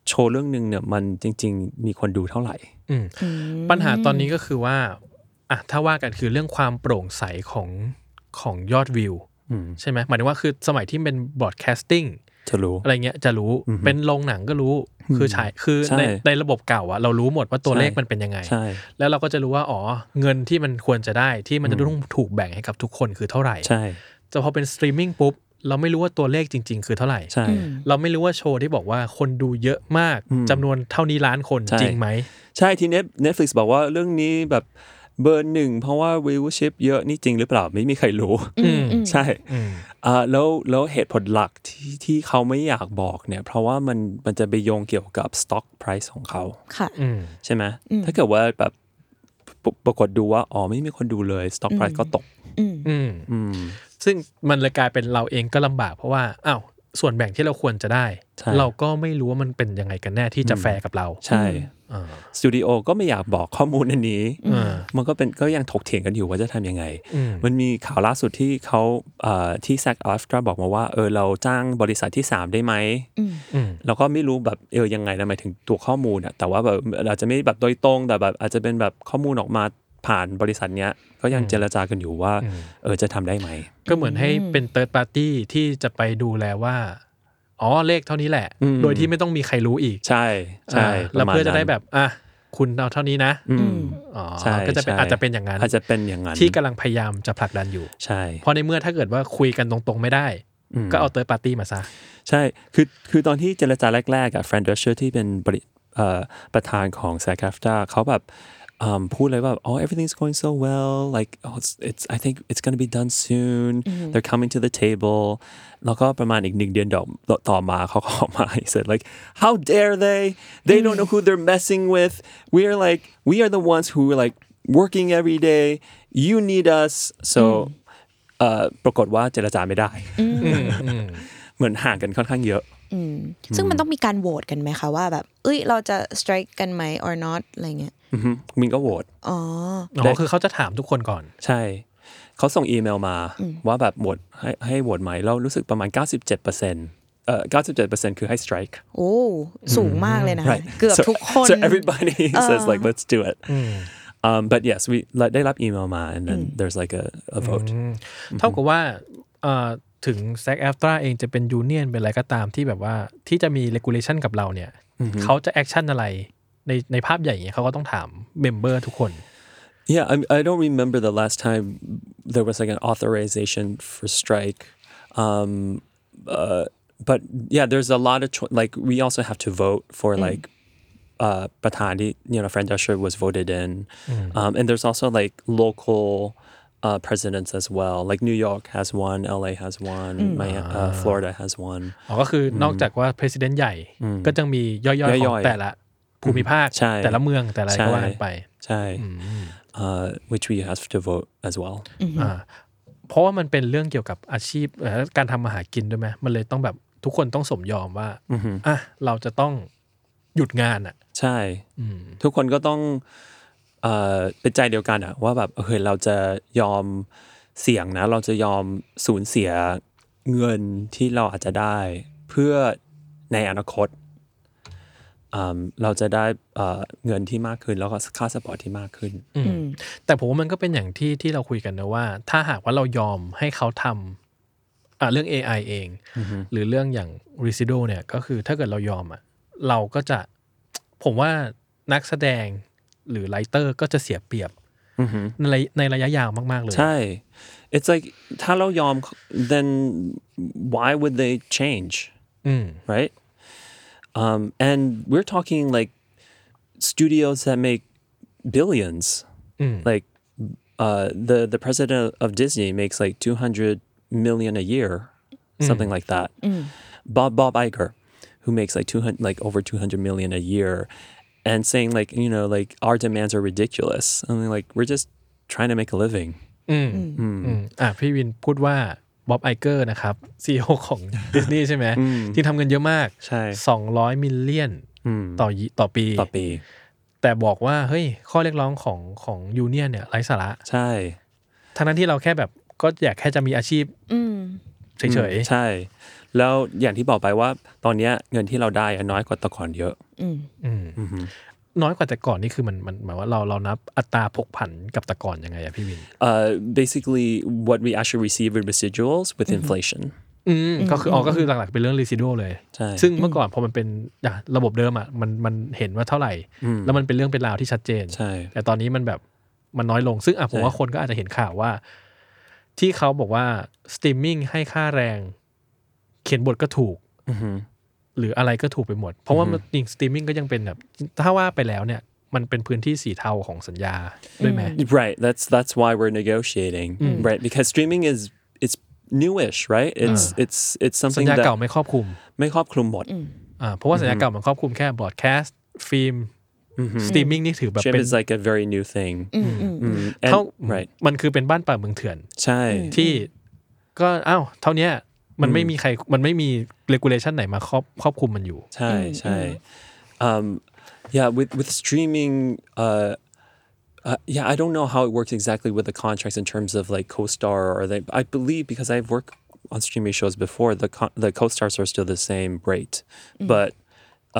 Speaker 3: โชว์เรื่องหนึ่งเนี่ยมันจริง ๆ มีคนดูเท่าไหร่
Speaker 1: อืมปัญหาตอนนี้ก็คือว่าอ่ะถ้าว่ากันคือเรื่องความโปร่งใสของของยอดวิวใช่ไหมหมายถึงว่าคือสมัยที่เป็นบอ a ดแคสติ้ง
Speaker 3: จะรู้
Speaker 1: อะไรเงี้ยจะรู้เป็นโรงหนังก็รู้คือฉายคือ
Speaker 3: ใช่
Speaker 1: ในในระบบเก่าอะเรารู้หมดว่าตัว
Speaker 3: ใช่
Speaker 1: เลขมันเป็นยังไง
Speaker 3: ใช่
Speaker 1: แล้วเราก็จะรู้ว่าอ๋อเงินที่มันควรจะได้ที่มันจะต้องถูกแบ่งให้กับทุกคนคือเท่าไหร่
Speaker 3: ใช่
Speaker 1: แต่พอเป็นสตรีมมิ่งปุ๊บเราไม่รู้ว่าตัวเลขจริง ๆ คือเท่าไหร่
Speaker 3: ใช่
Speaker 1: เราไม่รู้ว่าโชว์ที่บอกว่าคนดูเยอะมากจำนวนเท่านี้ล้านคน
Speaker 3: ใช่
Speaker 1: จริงไหม
Speaker 3: ใช่ที่ Net- Netflix บอกว่าเรื่องนี้แบบเบอร์หนึ่งเพราะว่า viewership เยอะนี่จริงหรือเปล่า ไม่มีใครรู้ ใช่อ่าแล้วแล้วเหตุผลหลักที่ที่เขาไม่อยากบอกเนี่ย เพราะว่ามันมันจะไปโยงเกี่ยวกับ stock price ของเขา
Speaker 2: ค่ะ
Speaker 3: ใช่ไหมถ้าเกิดว่าแบบปรปรากฏดูว่า อ๋อ ไม่มีคนดูเลย stock price ก็ตก
Speaker 1: อืมซึ่งมันเลยกลายเป็นเราเองก็ลำบากเพราะว่าอ้าวส่วนแบ่งที่เราควรจะได้
Speaker 3: ใช่
Speaker 1: เราก็ไม่รู้ว่ามันเป็นยังไงกันแน่ที่จะแฟร์กับเรา
Speaker 3: ใช่สตูดิโอก็ไม่อยากบอกข้อมูลอันนี้ มันก็เป็นก็ยังถกเถียงกันอยู่ว่าจะทำยังไง มันมีข่าวล่าสุดที่เขาเอ่อที่แซกอัฟตราบอกมาว่าเออเราจ้างบริษัทที่ 3 ได้ไหมเราก็ไม่รู้แบบเออยังไงนะหมายถึงตัวข้อมูลอะแต่ว่าแบบอาจจะไม่แบบโดยตรงแต่แบบอาจจะเป็นแบบข้อมูลออกมาผ่านบริษัทเนี้ยก็ยังเจรจากันอยู่ว่าเออจะทำได้ไหม
Speaker 1: ก็เหมือนให้เป็น third party ที่จะไปดูแลว่า อ๋อเลขเท่านี้แหละ
Speaker 3: อืม
Speaker 1: โดยที่ไม่ต้องมีใครรู้อีก
Speaker 3: ใช่ใช่
Speaker 1: อ่า
Speaker 3: ป
Speaker 1: แล้ว
Speaker 3: รมาณ
Speaker 1: เพื่อจะได้
Speaker 3: นั้น
Speaker 1: แบบ อ่ะ คุณเอาเท่านี้นะ
Speaker 3: อืม
Speaker 1: อ๋อ
Speaker 3: ใช่
Speaker 1: ก็จะเป็น
Speaker 3: ใช่
Speaker 1: อาจจะเป็นอย่างนั้น
Speaker 3: อาจจะเป็นอย่างนั้น
Speaker 1: ที่กำลังพยายามจะผลักดันอยู่
Speaker 3: ใช่
Speaker 1: เพราะในเมื่อถ้าเกิดว่าคุยกันตรงๆไม่ได้
Speaker 3: ม
Speaker 1: ก็เอา third party มาซะ
Speaker 3: ใช่ คือ คือตอนที่เจรจาแรกๆอะแฟรนเดอร์เชอร์ที่เป็นบริเอ่อประธานของ s a g a f t a เขาแบบอืมพูดเลยว่า oh everything's going so well like oh, it's, it's I think it's gonna be done soon they're coming to the table แล้วก็ประมาณอีกหนึ่งเดือนดอกต่อมาเขาก็ออกมา he said like how dare they they don't know who they're messing with we're like we are the ones who are like working every day you need us so เอ่อปรากฏว่าเจรจาไม่ได้ เหมือนห่างกันค่อนข้างเยอะ
Speaker 2: ซึ่งมันต้องมีการโหวตกันไหมคะว่าแบบ เอ้ยเราจะ strike กันไหม or not อะไรเงี้ย
Speaker 3: อือฮึมินก็โหวต
Speaker 2: อ๋อ
Speaker 1: อ๋อ คือเขาจะถามทุกคนก่อน
Speaker 3: ใช่ เขาส่งอีเมลมาว่าแบบโหวตให้ให้โหวตไหมเรารู้สึกประมาณ 97%เอ่อ97%คือให้ strike
Speaker 2: โอ้ สูงมากเลยนะคะ เกือบ
Speaker 3: So-
Speaker 2: ทุกคน
Speaker 3: so everybody says like let's do it Um, but yes, we let they lab email ma, and then there's like a, a vote.
Speaker 1: เท่ากับว่าเอ่อถึงแซกแอฟตราเองจะเป็นยูเนียนเป็นอะไรก็ตามที่แบบว่าที่จะมีเลกูเลชันกับเราเนี่ยเขาจะแอคชั่นอะไรในในภาพใหญ่อย่างเงี้ยเขาก็ต้องถามเมมเบอร์ทุกคน
Speaker 3: Yeah, I, I don't remember the last time there was like an authorization for strike. Um, uh, but yeah, there's a lot of cho- like we also have to vote for like uh, Patani. You know, Fran Drescher was voted in, um, and there's also like local. Uh, presidents as well. Like New York has one, LA has one, Mia- uh, Florida has one.
Speaker 1: อ๋อก็คือนอกจากว่าประธานใหญ่ก็จะมีย่อยๆข
Speaker 3: ย่
Speaker 1: อง
Speaker 3: อยๆ
Speaker 1: แต่ละภูมิภาค
Speaker 3: ใช่
Speaker 1: แต่ละเมืองแต่ละอะไร
Speaker 3: ใช่
Speaker 1: ก็ว่ากันไป
Speaker 3: Chai, uh, which we have to vote as well.
Speaker 1: อ่าเพราะว่ามันเป็นเรื่องเกี่ยวกับอาชีพเอ่อการทำมาหากินด้วยไหมมันเลยต้องแบบทุกคนต้องสมยอมว่าอ่ะเราจะต้องหยุดงานอ่ะ
Speaker 3: ใช่ ทุกคนก็ต้องเอ่อเป็นใจเดียวกันอะว่าแบบเฮ้ยเราจะยอมเสี่ยงนะ เราจะยอมสูญเสียเงินที่เราอาจจะได้ เพื่อในอนาคตอืมเราจะได้เอ่อเงินที่มากขึ้น แล้วก็ค่าสปอร์ตที่มากขึ้น
Speaker 1: แต่ผมว่ามันก็เป็นอย่างที่ที่เราคุยกันนะว่า ถ้าหากว่าเรายอมให้เขาทำอ่ะเรื่อง AI เอง หรือเรื่องอย่าง r e s i d o เนี่ยก็คือถ้าเกิดเรายอมอ่ะเราก็จะ ผมว่านักแสดงหรือไรเตอร์ก็จะเสียเปรียบในระยในระยะยาวมาก ๆ เลย
Speaker 3: ใช่ it's like ถ้าเรายอม then why would they change
Speaker 1: อืม
Speaker 3: right? Um, and we're talking like studios that make billions. Like uh, the the president of Disney makes like two hundred million a year, something like that. Bob Bob Iger, who makes like two hundred like over two hundred million a year, and saying like you know like our demands are ridiculous. I mean like we're just trying to make a living.
Speaker 1: อืมอ่ะพี่วินพูดว่าบ๊อบไอเกอร์นะครับซีอ ของดิสนีย์ใช่ไหมที่ทำเงินเยอะมาก
Speaker 3: ใช่
Speaker 1: สองร้อยมิลเลียนต่อยิต่อปี
Speaker 3: Puppy.
Speaker 1: แต่บอกว่าเฮ้ยข้อเรียกร้องของของยูเนียนเนี่ยไร้สาระ
Speaker 3: ใช่
Speaker 1: ทั้งนั้นที่เราแค่แบบก็อยากแค่จะมีอาชีพเฉย
Speaker 3: ใช่ แล้วอย่างที่บอกไปว่าตอนเนี้ยเงินที่เราได้อะน้อยกว่าแตะก่อนเยอะ
Speaker 1: ๆน้อยกว่าแต่ก่อนนี่คือมันมันหมายว่าเราเรานับอัตราผกผันกับแต่ก่อนยังไงอะพี่วิน
Speaker 3: Uh, basically what we actually receive in residuals with inflation
Speaker 1: อืมก็คืออ๋อก็คือหลักๆเป็นเรื่องรีซิโดเลย
Speaker 3: ใช่
Speaker 1: ซึ่งเมื่อก่อนพอมันเป็นอ่ะระบบเดิมอ่ะมันมันเห็นว่าเท่าไหร่ แล้วมันเป็นเรื่องเป็นราวที่ชัดเจน
Speaker 3: ใช่
Speaker 1: แต่ตอนนี้มันแบบมันน้อยลง ซึ่งอ่ะผมว่าคนก็อาจจะเห็นข่าวว่า ที่เขาบอกว่าสตรีมมิ่งให้ค่าแรง เขียนบทก็ถูก หรืออะไรก็ถูกไปหมด เพราะว่ามันจริงสตรีมมิ่งก็ยังเป็นแบบ ถ้าว่าไปแล้วเนี่ย มันเป็นพื้นที่สีเทาของสัญญาด้วยไหม
Speaker 3: right that's that's why we're negotiating right because streaming is it's newish right it's it's it's
Speaker 1: สัญ
Speaker 3: something
Speaker 1: ญา
Speaker 3: that
Speaker 1: เก่าไม่ครอบคลุม
Speaker 3: ไม่ครอบคลุมหมด
Speaker 1: อ่าเพราะว่าสัญญาเก่ามันครอบคลุมแค่บอดแคสต์ฟิล์มสตรีมมิ่งนี่ถือแบบ
Speaker 3: stream
Speaker 1: เป็น
Speaker 3: is like a very new thing อืม and
Speaker 1: เท่า
Speaker 3: right
Speaker 1: มันคือเป็นบ้านป่าเมืองเถื่อน
Speaker 3: ใช่
Speaker 1: ที่ก็อ้าวเท่าเนี้ยมันไม่มีใครมันไม่มีเลกูเลชันไหนมาครอบครอบคุมมันอยู่
Speaker 3: ใช่ใช่ um yeah with with streaming uh Uh, yeah, I don't know how it works exactly with the contracts in terms of like co-star or they. I believe because I've worked on streaming shows before, the co- the co-stars are still the same rate,
Speaker 1: Mm.
Speaker 3: but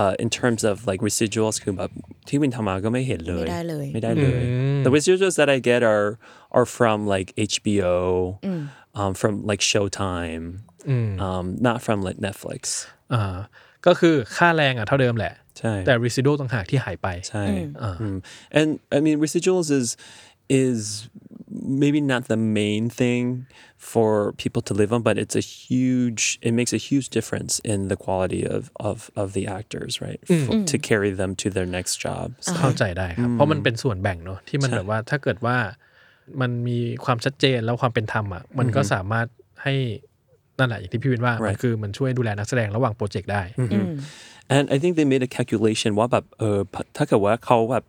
Speaker 3: uh, in terms of like residuals, คือแบบที่วินทำมาก็ไม่เห็นเลย
Speaker 2: ไม่ได้เลย
Speaker 3: ไม่ได้เลย The residuals that I get are are from like HBO,
Speaker 1: Mm.
Speaker 3: um, from like Showtime, um, not from like Netflix.
Speaker 1: อ่าก็คือค่าแรงอ่ะเท่าเดิมแหละ
Speaker 3: ใช่
Speaker 1: แต่รีซิโดต่างหากที่หายไป
Speaker 3: ใช่อืม Mm. and I mean residuals is is maybe not the main thing for people to live on but it's a huge it makes a huge difference in the quality of of of the actors right for, to carry them to their next jobs
Speaker 1: เข้าใจได้ครับ เพราะมันเป็นส่วนแบ่งเนอะที่มันแบบว่าถ้าเกิดว่ามันมีความชัดเจนแล้วความเป็นธรรมอ่ะมันก็สามารถให้นั่นแหละอย่างที่พี่วินว่ามัน
Speaker 3: Right.
Speaker 1: คือมันช่วยดูแลนักแสดงระหว่างโปรเจกต์ได้
Speaker 3: and I think they made a calculation uh, ว่าแบบเออถ้าเกิดว่าเขาแบบ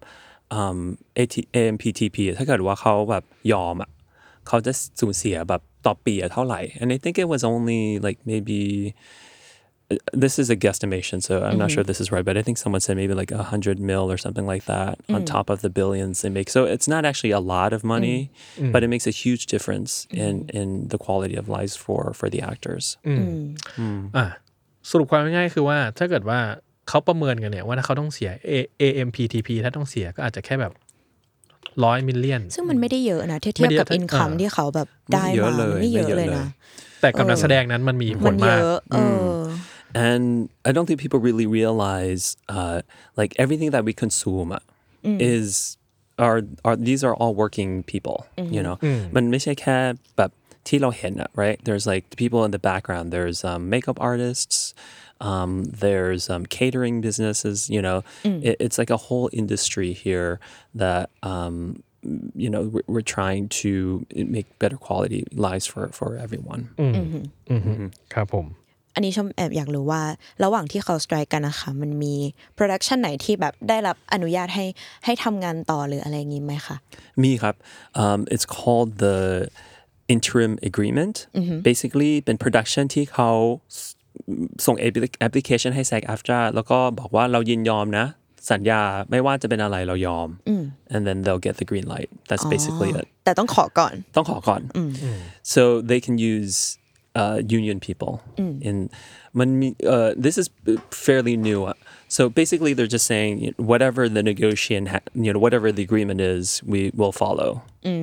Speaker 3: อืม AT AMPTP ถ้าเกิดว่าเขาแบบยอมอ่ะเขาจะสูญเสียแบบต่อปีอะเท่าไหร่ and I think it was only like maybe uh, this is a guesstimation, so I'm not sure this is right, but I think someone said maybe like a hundred mil or something like that on top of the billions they make. So it's not actually a lot of money, but it makes a huge difference in in the quality of lives for for the actors.
Speaker 1: อ่ะสรุปความง่ายๆคือว่าถ้าเกิดว่าเขาประเมินกันเนี่ยว่าถ้าเขาต้องเสีย A- AMPTP ถ้าต้องเสียก็อาจจะแค่แบบ ร้อยมิลเลียน
Speaker 2: ซึ่งมันไม่ได้เยอะนะเทียบ
Speaker 1: ไม่เย
Speaker 2: เทียบ
Speaker 1: อะ
Speaker 2: กับ
Speaker 1: ถ้า
Speaker 2: อินคัม
Speaker 1: อ่า
Speaker 2: ที่เขาแบบได้
Speaker 3: ไม่เย
Speaker 2: มา
Speaker 3: อะเลย
Speaker 2: ไม่เยอะ
Speaker 3: ไม่เยอะ
Speaker 2: เลย
Speaker 3: เลย
Speaker 2: นะ
Speaker 1: แต่กับนักแสดงนั้นมันมีผ
Speaker 2: มั
Speaker 1: ล
Speaker 2: นเย
Speaker 1: มาก
Speaker 2: อะเออ
Speaker 3: And I don't think people really realize uh, like everything that we consume is are are these are all working people, you know. But right? There's like people in the background. There's um, makeup artists. Um, there's um, catering businesses. You know, it, it's like a whole industry here that um, you know we're, we're trying to uh, make better quality lives for for everyone.
Speaker 1: อือฮึครับผม
Speaker 2: อันนี้ชมแอบอยากรู้ว่า ระหว่างที่เขาสไตร์กันนะคะ มันมีโปรดักชันไหนที่แบบได้รับอนุญาตให้ให้ทำงานต่อหรืออะไรอย่างงี้ไหมคะ
Speaker 3: มีครับ um, it's called the interim agreement basically เป็น production ที่เขา ส่ง applic- application ให้ SAG AFTRA แล้วก็บอกว่าเรายินยอมนะ สัญญาไม่ว่าจะเป็นอะไรเรายอม Ah. and then they'll get the green light that's basically it
Speaker 2: แต่ต้องขอก่อน
Speaker 3: ต้องขอก่อน so they can use uh, union people in มันมี uh, this is fairly new so basically they're just saying you know, whatever the negotiation ha- you know whatever the agreement is we will follow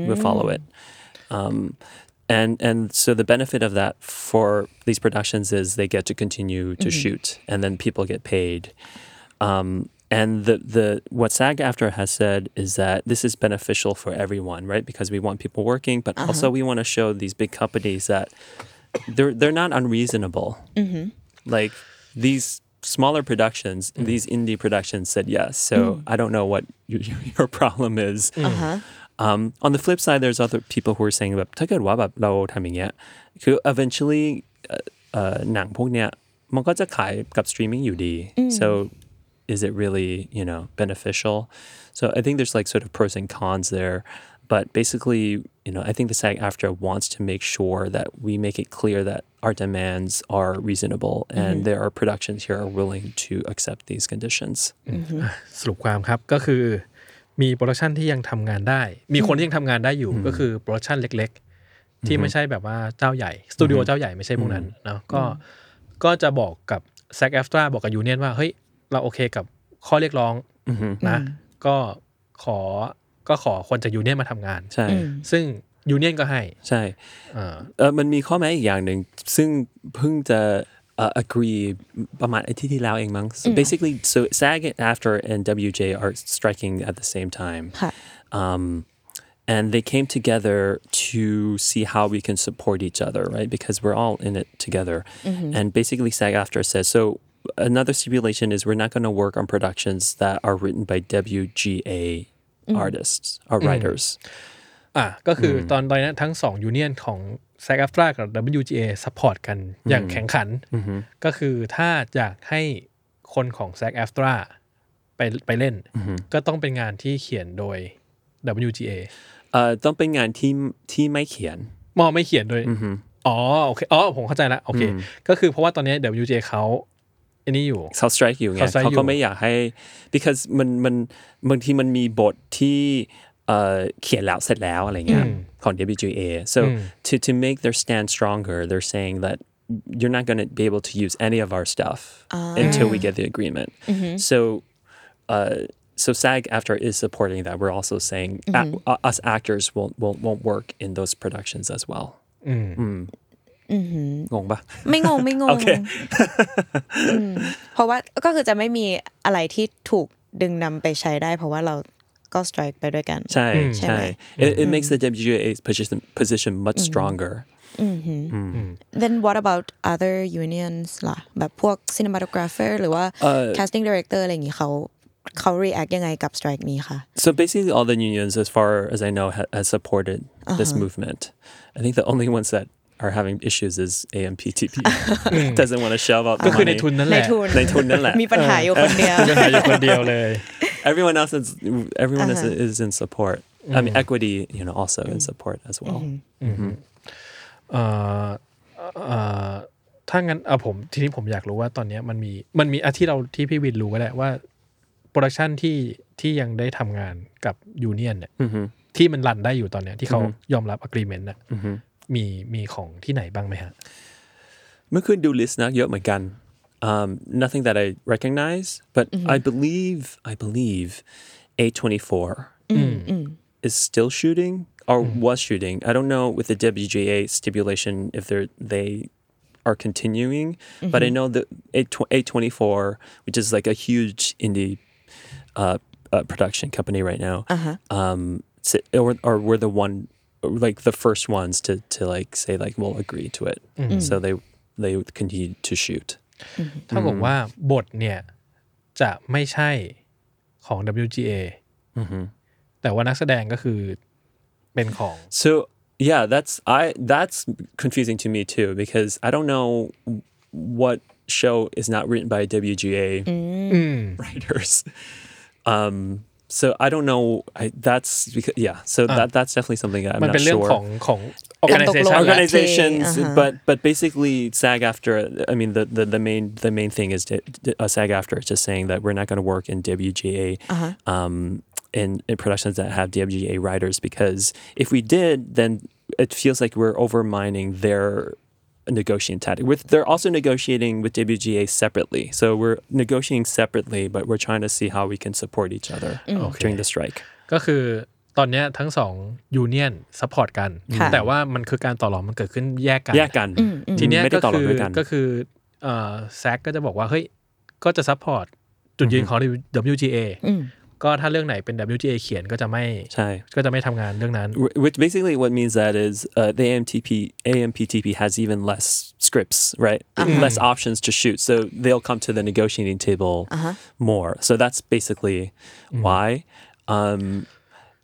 Speaker 3: we'll follow it um, and and so the benefit of that for these productions is they get to continue to shoot and then people get paid um, and the, the what SAG after has said is that this is beneficial for everyone, right? Because we want people working, but also we want to show these big companies that they're they're not unreasonable. Like these smaller productions, these indie productions said yes. So I don't know what your, your problem is. Um, on the flip side, there's other people who are saying about ถ้าเกิดว่าแบบเราทำอย่างเงี้ยคือ eventually เอ่อเอ่อหนังพวกเนี้ยมันก็จะขายกับ streaming อยู่ดี so is it really you know beneficial so i think there's like sort of pros and cons there but basically you know i think the sag after wants to make sure that we make it clear that our demands are reasonable and there are productions here are willing to accept these conditions
Speaker 1: สรุปความครับก็คือมีโปรดักชันที่ยังทำงานได้ มีคนที่ยังทำงานได้อยู่ก็คือโปรดักชันเล็กๆ ที่ไม่ใช่แบบว่าเจ้าใหญ่ สตูดิโอเจ้าใหญ่ไม่ใช่พวกนั้นเนาะก็ก็จะบอกกับแซกแอฟตราบอกกับยูเนียนว่า เฮ้ย เราโอเคกับข้อเรียกร้องนะก็ขอก็ขอคนจากยูเนียนมาทำงาน
Speaker 3: ใช่
Speaker 1: ซึ่งยูเนียนก็ให้
Speaker 3: ใช่
Speaker 1: อ่า
Speaker 3: เออมันมีข้อแม้อีกอย่างหนึ่งซึ่งเพิ่งจะเอ่อ agree ประมาณอาทิตย์ที่แล้วเองมั้ง so basically so SAG after and WJ are striking at the same time
Speaker 2: ค่ะ
Speaker 3: um, and they came together to see how we can support each other, right? Because we're all in it together.
Speaker 2: Mm-hmm.
Speaker 3: And basically, SAG after says so. Another stipulation is we're not going to work on productions that are written by WGA
Speaker 2: Mm-hmm.
Speaker 3: artists or writers.
Speaker 1: อ่ะก็คืออตอนตอนนี้ทั้งสองยูเนียนของ s a g a f t r a กับ WGA สปอร์ตกันอย่างแข่งขัน ก็คือถ้าอยากให้คนของ s a g a f t r a ไปไปเล่น ก็ต้องเป็นงานที่เขียนโดย WGA
Speaker 3: เอ่อต้องเป็นงานที่-ที่ไม่เขียน
Speaker 1: มอไม่เขียนโดยอ๋อโอเคอ๋อผมเข้าใจละโอเค ก็คือเพราะว่าตอนนี้ WGA เขาอันนี้อยู่
Speaker 3: เขา strike อยู่ไง
Speaker 1: เขา strike
Speaker 3: เขาก็
Speaker 1: อยู่
Speaker 3: ไม่อยากให้ because มันมันบางทีมันมีบทที่เอ่อเขียนแล้วเสร็จแล้วอะไรเงี้ยของ WGA so to to make their stand stronger they're saying that you're not going to be able to use any of our stuff until we get the agreement so uh, so SAG after is supporting that we're also saying a- uh, us actors won't, won't won't work in those productions as well
Speaker 1: Mm.
Speaker 3: Mm. อืมงงปะ
Speaker 2: ไม่งงไม่งง
Speaker 3: โอเค
Speaker 2: อืมเพราะว่าก็คือจะไม่มีอะไรที่ถูกดึงนำไปใช้ได้ เพราะว่าเราก็สไตร์ไปด้วยกัน
Speaker 3: ใช่
Speaker 2: ใช่ไหม
Speaker 3: ใช่ it, it makes the WGA's position position much stronger
Speaker 2: then what about other unions ล่ะแบบพวก cinematographer หรือว่า casting director อะไรอย่างงี้เขาเขา react ยังไงกับ strike นี้คะ
Speaker 3: so basically all the unions as far as I know ha- has supported this movement I think the only ones that are having issues is AMPTP doesn't want to shell out
Speaker 1: ก็
Speaker 3: the
Speaker 1: คือใน
Speaker 3: money
Speaker 1: ทุนนั่นแห
Speaker 2: ใน
Speaker 1: ละ
Speaker 2: ทุน
Speaker 3: ในทุนนั่นแหละ
Speaker 2: มีปัญหาอยู่คนเดียว
Speaker 1: ปัญหาอยู่คนเดียวเลย
Speaker 3: everyone else is everyone is, is in support I mean equity you know also in support as well
Speaker 1: เอ่อเอ่อถ้างั้นเอาผมทีนี้ผมอยากรู้ว่าตอนเนี้ยมันมีมันมีอะที่เราที่พี่วินรู้ก็ได้ว่าโปรดักชันที่ที่ยังได้ทำงานกับยูเนียนเนี่ยที่มันรันได้อยู่ตอนเนี้ยที่เขายอมรับอะ r e ีเมนต์น่ะมีมีของที่ไหนบ้างไหมฮะ
Speaker 3: เมื่อคืนดูลิสต์นะเยอะเหมือนกัน um, nothing that I recognize but I believe I believe A24 is still shooting or was shooting. I don't know with the WGA stipulation if they're they are continuing, but I know that A twenty four, which is like a huge indie uh, uh, production company right now, um, s- or or were the one like the first ones to to like say like we'll agree to it. So they they would continue to shoot.
Speaker 1: เท่ากับว่าบทเนี่ยจะไม่ใช่ของ WGA แต่ว่านักแสดงก็คือเป็นของ
Speaker 3: So yeah, that's I that's confusing to me too because I don't know what show is not written by WGA writers. Um, so I don't know. I, that's because yeah. So that that's definitely something that I'm
Speaker 1: มัน
Speaker 3: not
Speaker 1: เป็นเรื่อง
Speaker 3: sure.
Speaker 1: ของของ organization
Speaker 2: ตกลง
Speaker 1: แหละ
Speaker 3: organizations,
Speaker 2: Uh-huh.
Speaker 3: but but basically SAG after. I mean, the, the, the main the main thing is to, uh, SAG after is just saying that we're not going to work in WGA um, in, in productions that have WGA writers because if we did, then it feels like we're overmining their negotiating tactic. With they're also negotiating with WGA separately, so we're negotiating separately, but we're trying to see how we can support each other during the strike.
Speaker 1: ก็คือตอนเนี้ยทั้งสองยูเนียนซัพพอร์ตกัน
Speaker 2: ค่ะ
Speaker 1: แต่ว่ามันคือการต่อรองมันเกิดขึ้นแยกกัน
Speaker 3: Yeah, can.
Speaker 1: ทีเนี้ยก็คือ
Speaker 3: ไม่ได้ต่อรองด้วยกัน
Speaker 1: ก็คือเอ่อแซกก็จะบอกว่าเฮ้ยก็จะซัพพอร์ตจุดยืนของ WGA ก็ถ้าเรื่องไหนเป็น WGA เขียนก็จะไม่
Speaker 3: ใช่
Speaker 1: ก็จะไม่ทำงานเรื่องนั้น
Speaker 3: Wh- which basically what means that is uh, the AMTP AMPTP has even less scripts, right? Less options to shoot, so they'll come to the negotiating table more. So that's basically why. Um,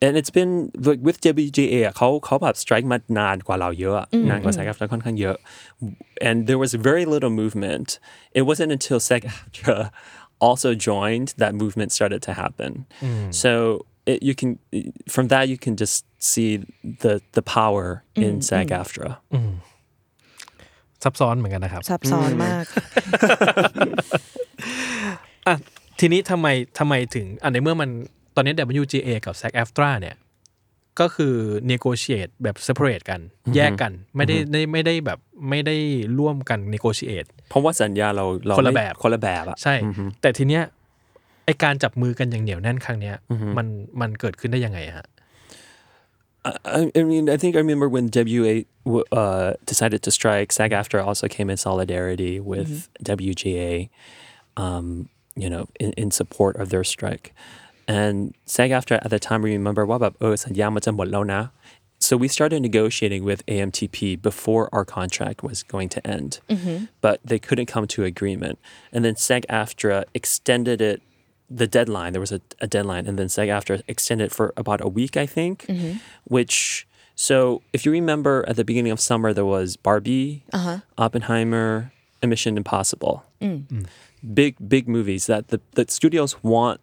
Speaker 3: and it's been like with WGA อะเขาเขาแบบ strike มานานกว่าเราเยอะอะนานกว่า SAG after ค่อนข้างเยอะ and there was very little movement. It wasn't until SAG after also joined that movement started to happen.
Speaker 1: Mm.
Speaker 3: So it, you can from that you can just see the the power in SAG after.
Speaker 1: ซับซ้อนเหมือนกันนะครับ
Speaker 2: ซับซ้อนมาก
Speaker 1: อ่ะทีนี้ทำไมทำไมถึงอันในเมื่อมันตอนนี้ WGA กับ SAG AFTRA เนี่ย ก็คือ negotiate แบบ separate กัน แยกกันไม่ได้ไม่ไม่ได้แบบไม่ได้ร่วมกัน negotiate
Speaker 3: เพราะว่าสัญญาเราเรา
Speaker 1: คนละ
Speaker 3: ไม่
Speaker 1: แบบ
Speaker 3: คนละแบบอะ
Speaker 1: ใช่ แต่ทีเนี้ยไอการจับมือกันอย่างเหนียวแน่นครั้งเนี้ยมันมันเกิดขึ้นได้ยังไงฮะ
Speaker 3: I, I mean, I think I remember when WA w- uh, decided to strike, SAG after also came in solidarity with WGA, um, you know, in, in support of their strike. And SAG after at the time, we remember, what about oh, Lona? So we started negotiating with AMTP before our contract was going to end, but they couldn't come to agreement. And then SAG after extended it the deadline. There was a, a deadline, and then SAG after extended it for about a week, I think. Which so if you remember at the beginning of summer there was Barbie, Oppenheimer, and Mission Impossible, big big movies that the that studios want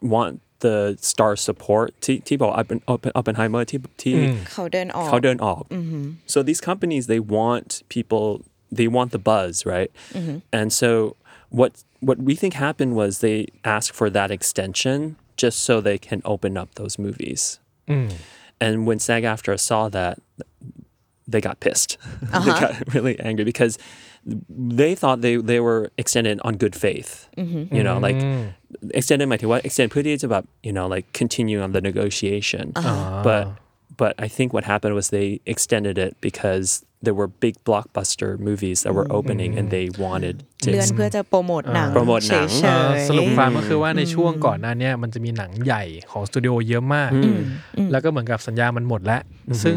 Speaker 3: want the star support. T- Tebow Oppen, Oppen, Oppenheimer, T, T
Speaker 2: เขาเดินออก
Speaker 3: เขาเดินออก so these companies they want people they want the buzz right and so what what we think happened was they asked for that extension just so they can open up those movies and when SAG AFTRA saw that they got pissed they got really angry because they thought they they were extended on good faith you know like extended my what extend pretty it's about you know like continue on the negotiation but but I think what happened was they extended it because there were big blockbuster movies that were opening and they wanted to
Speaker 2: เลื่อนเพื่อจะโปรโมทหนัง
Speaker 3: โปรโมทหนัง
Speaker 2: เฉ
Speaker 1: เอ่อย
Speaker 2: ๆ
Speaker 1: สรุปความก็คือว่าในช่วงก่อนหน้าเนี้ยมันจะมีหนังใหญ่ของสตูดิโอเยอะมาก แล้วก็เหมือนกับสัญญามันหมดแล้ว ซึ่ง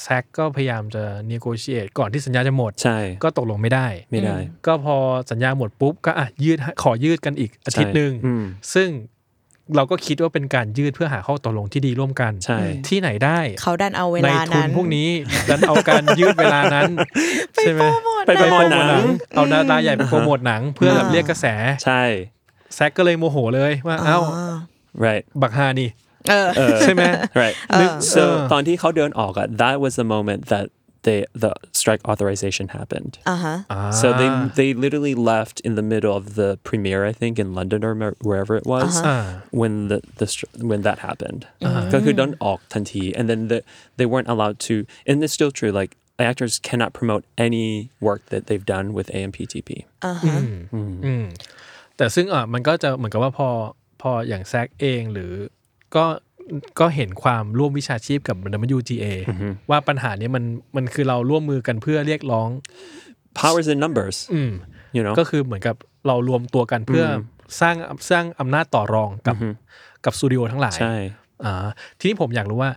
Speaker 1: แซกก็พยายามจะ negotiate ก่อนที่สัญญาจะหมด
Speaker 3: ใช่
Speaker 1: ก็ตกลงไม่ได้
Speaker 3: ไม่ได้
Speaker 1: ก็พอสัญญาหมดปุ๊บ ก็อ่ะยืดขอยืดกันอีกอาทิตย์หนึ่ง
Speaker 3: อืม
Speaker 1: ซึ่งเราก็คิดว่าเป็นการยืดเพื่อหาข้อตกลงที่ดีร่วมกัน
Speaker 3: ใช่
Speaker 1: ที่ไหนได้
Speaker 2: เขาดันเอาเว
Speaker 1: ใน
Speaker 2: ลา
Speaker 1: ทุน
Speaker 2: นั้น
Speaker 1: พวกนี้ดันเอาการยืดเวลานั้นใช่ไหม
Speaker 3: ไปโปรโมทหนัง
Speaker 1: เอาดาราใหญ่ไปโปรโมทหนัง เพื่อแบบเรียกกระแส
Speaker 3: ใช่
Speaker 1: แซกก็เลยโมโหเลยว่าเอ้า
Speaker 3: right
Speaker 1: บักฮานี่
Speaker 3: uh,
Speaker 1: ใช่ไหม
Speaker 3: right so ตอนที่เขาเดินออกอะ that was the moment that they the strike authorization happened
Speaker 2: อ่าฮะ
Speaker 3: so they they literally left in the middle of the premiere I think in London or wherever it was
Speaker 1: อ่า
Speaker 3: when the, the str- when that happened ก็คือ don't all ทันที and then the, they weren't allowed to and it's still true like actors cannot promote any work that they've done with AMPTP
Speaker 1: อืมแต่ซึ่งอ่ะมันก็จะเหมือนกับว่าพอพออย่างแซกเองหรือก็ ก็เห็นความร่วมวิชาชีพกับ WGA ว่าปัญหาเนี้ยมันมันคือเราร่วมมือกันเพื่อเรียกร้อง
Speaker 3: powers in numbers
Speaker 1: อืม
Speaker 3: you know
Speaker 1: ก็คือเหมือนกับเรารวมตัวกันเพื่ออสร้างสร้างอำนาจต่อรองกับกับสตูดิโอทั้งหลาย
Speaker 3: ใช่
Speaker 1: อ่าทีนี้ผมอยากรู้ว่า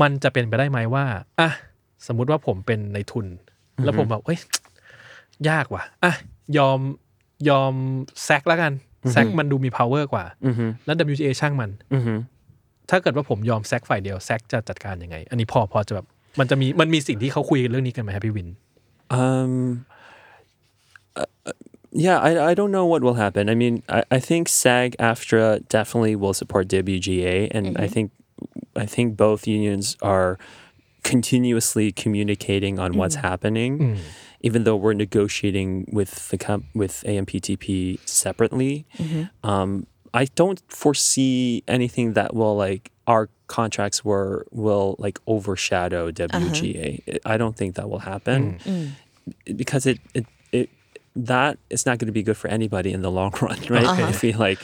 Speaker 1: มันจะเป็นไปได้ไหมว่าอ่ะสมมุติว่าผมเป็นในทุน แล้วผมแบบเอ้ย ยากว่ะอ่ะยอมยอมแซกแล้วกันแซกมันดูมี power กว่า
Speaker 3: อือฮึ
Speaker 1: แล้ว WGA ช่างมัน
Speaker 3: อือฮึ
Speaker 1: ถ้าเกิดว่าผมยอมแซกฝ่ายเดียวแซกจะจัดการยังไง อันนี้พอพอจะแบบมันจะมีมันมีสิ่งที่เขาคุยกันเรื่องนี้กันไหมครับพี่วิน
Speaker 3: Um, uh, uh, yeah, I, I don't know what will happen. I mean, I, I think SAG AFTRA definitely will support WGA, and I think I think both unions are continuously communicating on what's happening, even though we're negotiating with the comp- with AMPTP separately. Um, I don't foresee anything that will like our contracts were will like overshadow WGA. I don't think that will happen because it it it that is not going to be good for anybody in the long run, right? If we like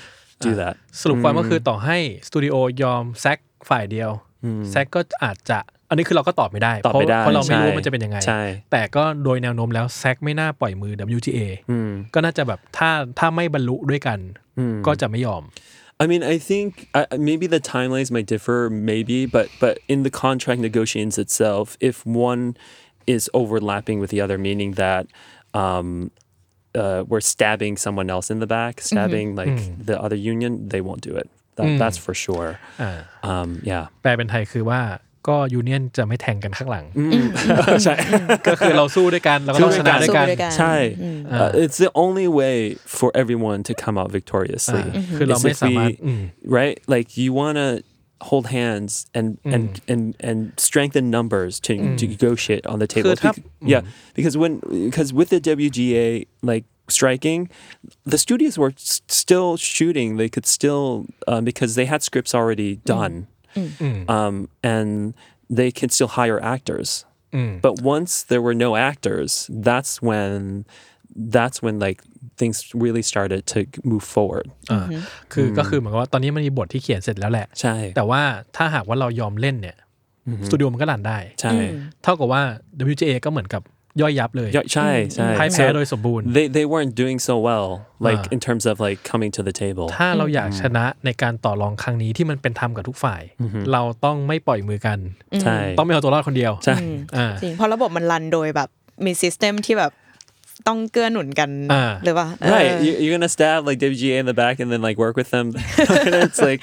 Speaker 3: do that,
Speaker 1: สรุปความก็คือต่อให้สตูดิโอยอมแซกฝ่ายเดียวแซกก็อาจจะ อันนี้คือเราก็ตอบไม่ได้
Speaker 3: ตอบ
Speaker 1: เพราะ
Speaker 3: ไม่ได้
Speaker 1: เพราะเราไม่รู้
Speaker 3: ใช่
Speaker 1: ว่ามันจะเป็นยังไง
Speaker 3: ใช่
Speaker 1: แต่ก็โดยแนวโน้มแล้วแซกไม่น่าปล่อยมือ WTA ก็น่าจะแบบถ้าถ้าไม่บรรลุด้วยกัน ก็จะไม่ยอม
Speaker 3: I mean, I think I, I- maybe the timelines might differ, maybe, but but in the contract negotiations itself, if one is overlapping with the other, meaning that um, uh, we're stabbing someone else in the back, stabbing like the other union, they won't do it. That, That's for sure. Um, yeah.
Speaker 1: แปลเป็นไทยคือว่าก็ยูเนียนจะไม่แทงกันข้างหลังก็คือเราสู้ด้วยกันเราก็ต้องชนะ
Speaker 3: สู้
Speaker 1: ด้วยกัน
Speaker 2: สู้ด้วยกัน
Speaker 3: Chai, uh, it's the only way for everyone to come out victoriously.
Speaker 1: Ah, คือเรา
Speaker 3: It's if
Speaker 1: ไม่สามารถ-
Speaker 3: we- Mm-hmm. right? Like you want to hold hands and, and and and strengthen numbers to, to negotiate on the table.
Speaker 1: คือถ้า-
Speaker 3: Bec- yeah, because when because with the WGA like striking, the studios were s- still shooting. They could still um, because they had scripts already done, um, and they could still hire actors. But once there were no actors, that's when that's when like things really started to move forward.
Speaker 1: อ่าคืออก็คือเหมือนกับว่าตอนนี้มันมีบทที่เขียนเสร็จแล้วแหละ
Speaker 3: ใช่
Speaker 1: แต่ว่าถ้าหากว่าเรายอมเล่นเนี่ยสตูดิโอมันก็รันได้
Speaker 3: ใช่
Speaker 1: เท่ากับว่า WGA ก็เหมือนกับย่อยยับเลย
Speaker 3: ยอดใช่ใช่
Speaker 1: พ่ายแพ้
Speaker 3: So
Speaker 1: โดยสมบูรณ์
Speaker 3: they they weren't doing so well like
Speaker 1: อ่า
Speaker 3: in terms of like coming to the table
Speaker 1: ถ้าเราอยากชนะในการต่อรองครั้งนี้ที่มันเป็นธรรมกับทุกฝ่าย เราต้องไม่ปล่อยมือกัน
Speaker 3: ใช่
Speaker 1: ต้องไม่เอาตัวรอดคนเดียว
Speaker 3: ใช่
Speaker 1: อ่า
Speaker 2: จริงเพราะระบบมันรันโดยแบบมีซิสเต็มที่แบบต้องเกื้อหนุนกัน
Speaker 1: อ่า
Speaker 2: หรือว่า
Speaker 3: Right, you, you're gonna stab like WGA in the back and then like work with them. it's like,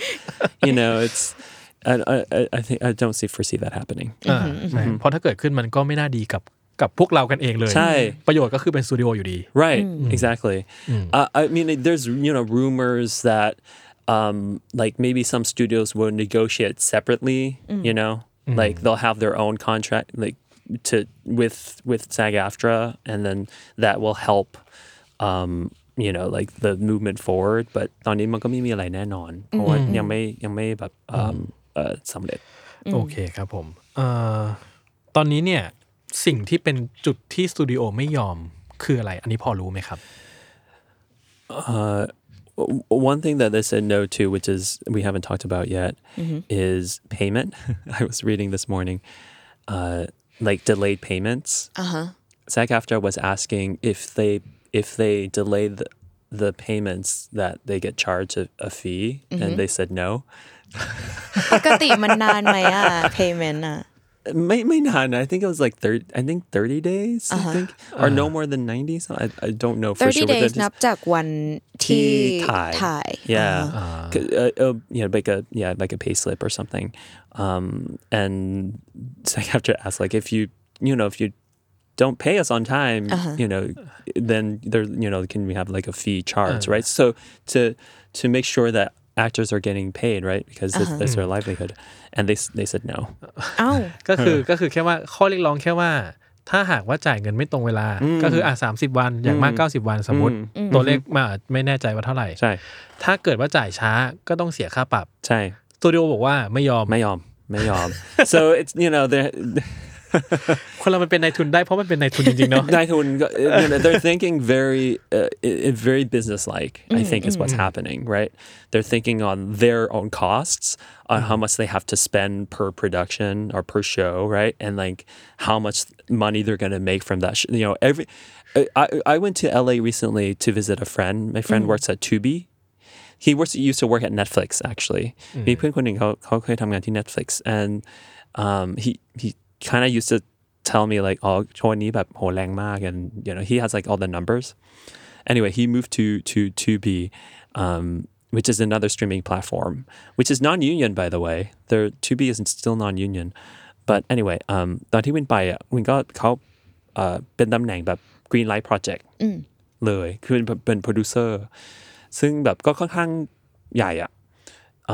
Speaker 3: you know, it's I, I- I, I think I don't see foresee that happening.
Speaker 1: อ่าใช่เพราะถ้าเกิดขึ้นมันก็ไม่น่าดีกับกับพวกเรากันเองเลย
Speaker 3: ใช่
Speaker 1: ประโยชน์ก็คือเป็นสตูดิโออยู่ดี
Speaker 3: Right, exactly. Uh, I mean, there's you know rumors that um, like maybe some studios will negotiate separately. You know, like they'll have their own contract like to with with SAG-AFTRA, and then that will help. Um, you know, like the movement forward. But um, ตอนนี้มันก็ไม่มีอะไรแน่นอนเพราะว่ายังไม่ยังไม่แบบเอิ่มเอ่อสำเร็จ
Speaker 1: โอเคครับผมเอ่อตอนนี้เนี่ยสิ่งที่เป็นจุดที่สตูดิโอไม่ยอมคืออะไร อันนี้พอรู้ไหมครับ
Speaker 3: W- one thing that they said no to, which is we haven't talked about yet, is payment. I was reading this morning, uh, like delayed payments. Uh huh. SAG AFTRA was asking if they if they delay the, the payments that they get charged a, a fee, and they said no.
Speaker 2: ปกติมันนานไหมอ่ะ payment อ่ะ
Speaker 3: May may not. I think it was like thirty. I think thirty days. I think or no more than ninety. So I, I don't know for
Speaker 2: 30
Speaker 3: sure. but they're
Speaker 2: days
Speaker 3: just-
Speaker 2: นับจากวันที่
Speaker 3: Thai.
Speaker 2: ถ่าย
Speaker 3: Yeah. C- Uh, uh, you know, like a yeah, like a pay slip or something. Um, and so I have to ask, like, if you you know if you don't pay us on time, you know, then there you know can we have like a fee charge, right? So to to make sure that actors are getting paid, right? Because it's that's their livelihood. And they s- they said no.
Speaker 2: เอ้า
Speaker 1: ก็คือก็คือแค่ว่าข้อเรียกร้องแค่ว่า ถ้าหากว่าจ่ายเงินไม่ตรงเวลา ก็คืออ่ะสามสิบวันอย่างมาก 90 วันสมมติตัวเลขมาไม่แน่ใจว่าเท่าไหร่
Speaker 3: Chai,
Speaker 1: ถ้าเกิดว่าจ่ายช้าก็ต้องเสียค่าปรับ
Speaker 3: chai,
Speaker 1: สตูดิโอบอกว่าไม่ยอม
Speaker 3: mayom, mayom. so it's you know they.
Speaker 1: คนเรามันเป็นนายทุนได้เพราะมันเป็นนายทุนจริงๆ เนาะ
Speaker 3: Naitun, you know, uh, they're thinking very, uh, i- i- very businesslike. I think is what's happening, right? They're thinking on their own costs, on how much they have to spend per production or per show, right? And like how much money they're going to make from that. Sh- you know, every. I- I I went to LA recently to visit a friend. My friend works at Tubi. He works. He used to work at Netflix actually. Mm. มีเพื่อนคนหนึ่งเขาเขาเคยทำงานที่ Netflix and um, he he kind of used to tell me like oh ช่วงนี้แบบโหแรงมาก and you know he has like all the numbers anyway he moved to to to be um, which is another streaming platform which is non-union by the way their to be is still non-union but anyway um uh, ตอนที่วินไปอ่ะวินก็เขาเอ่อเป็นตำแหน่งแบบ green light project เลยคือเป็นเป็น producer ซึ่งแบบก็ค่อนข้างใหญ่อะ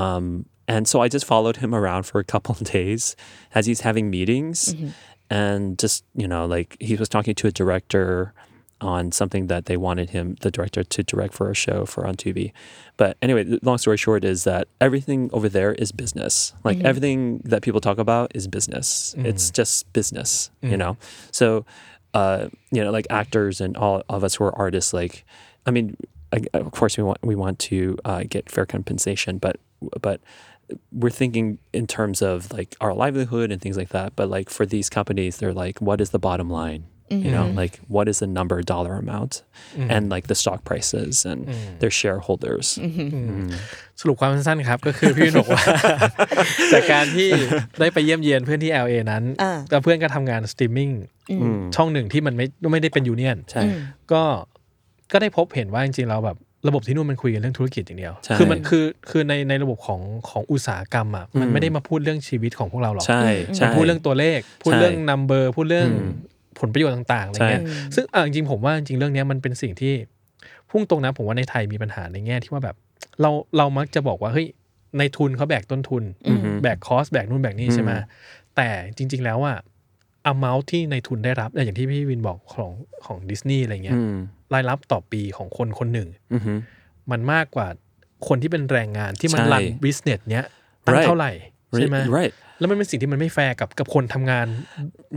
Speaker 3: um, and so I just followed him around for a couple of days as he's having meetings. And just, you know, like he was talking to a director on something that they wanted him, the director, to direct for a show for on TV. But anyway, the long story short is that everything over there is business. Like everything that people talk about is business. It's just business, you know? So, uh, you know, like actors and all of us who are artists, like, I mean, I- of course we want we want to uh, get fair compensation, but but we're thinking in terms of like our livelihood and things like that. But like for these companies, they're like, what is the bottom line? You know, like what is the number dollar amount, and like the stock prices and their shareholders.
Speaker 1: สรุปความสั้นๆครับ ก็คือพี่หนก ว่า จากการที่ได้ไปเยี่ยมเยียนเพื่อนที่ LA นั้น
Speaker 2: อ่า
Speaker 1: แล้วเพื่อนก็ทำงานสตรีมมิ่งช่องหนึ่งที่มันไม่ไม่ได้เป็นยูเนียน
Speaker 3: ใช่
Speaker 1: ก็ก็ได้พบเห็นว่าจริงๆเราแบบระบบที่นู่นมันคุยกันเรื่องธุรกิจอย่างเดียว
Speaker 3: ใช่
Speaker 1: คือมันคือคือในในระบบของของอุตสาหกรรมอ่ะมันไม่ได้มาพูดเรื่องชีวิตของพวกเราหรอก
Speaker 3: ใช่
Speaker 1: ใช่
Speaker 3: ใช่
Speaker 1: พูดเรื่องตัวเลข พูดเรื่อง
Speaker 3: ใช่
Speaker 1: number พูดเรื่องผลประโยชน์ต่างๆอะไรเงี้ยซึ่งเอ่อจริงๆผมว่าจริงๆเรื่องเนี้ยมันเป็นสิ่งที่พุ่งตรงนะผมว่าในไทยมีปัญหาในแง่ที่ว่าแบบ เราเรามักจะบอกว่าเฮ้ยในทุนเขาแบกต้นทุน แบกคอสแบกนู่นแบกนี่ใช่ไหมแต่จริง ๆ แล้วอะ amount ที่ในทุนได้รับอย่างที่พี่วินบอกของของดิสนีย์อะไรเงี้ยรายรับต่อปีของคนคนหนึ่ง
Speaker 3: Mhm.
Speaker 1: มันมากกว่าคนที่เป็นแรงงานที่มัน
Speaker 3: ใช่
Speaker 1: รันบิสเนสเนี้ยตั้ง
Speaker 3: Right
Speaker 1: เท่าไหร่ใช่ไหม
Speaker 3: Right
Speaker 1: แล้วมันเป็นสิ่งที่มันไม่แฟร์กับกับคนทำงาน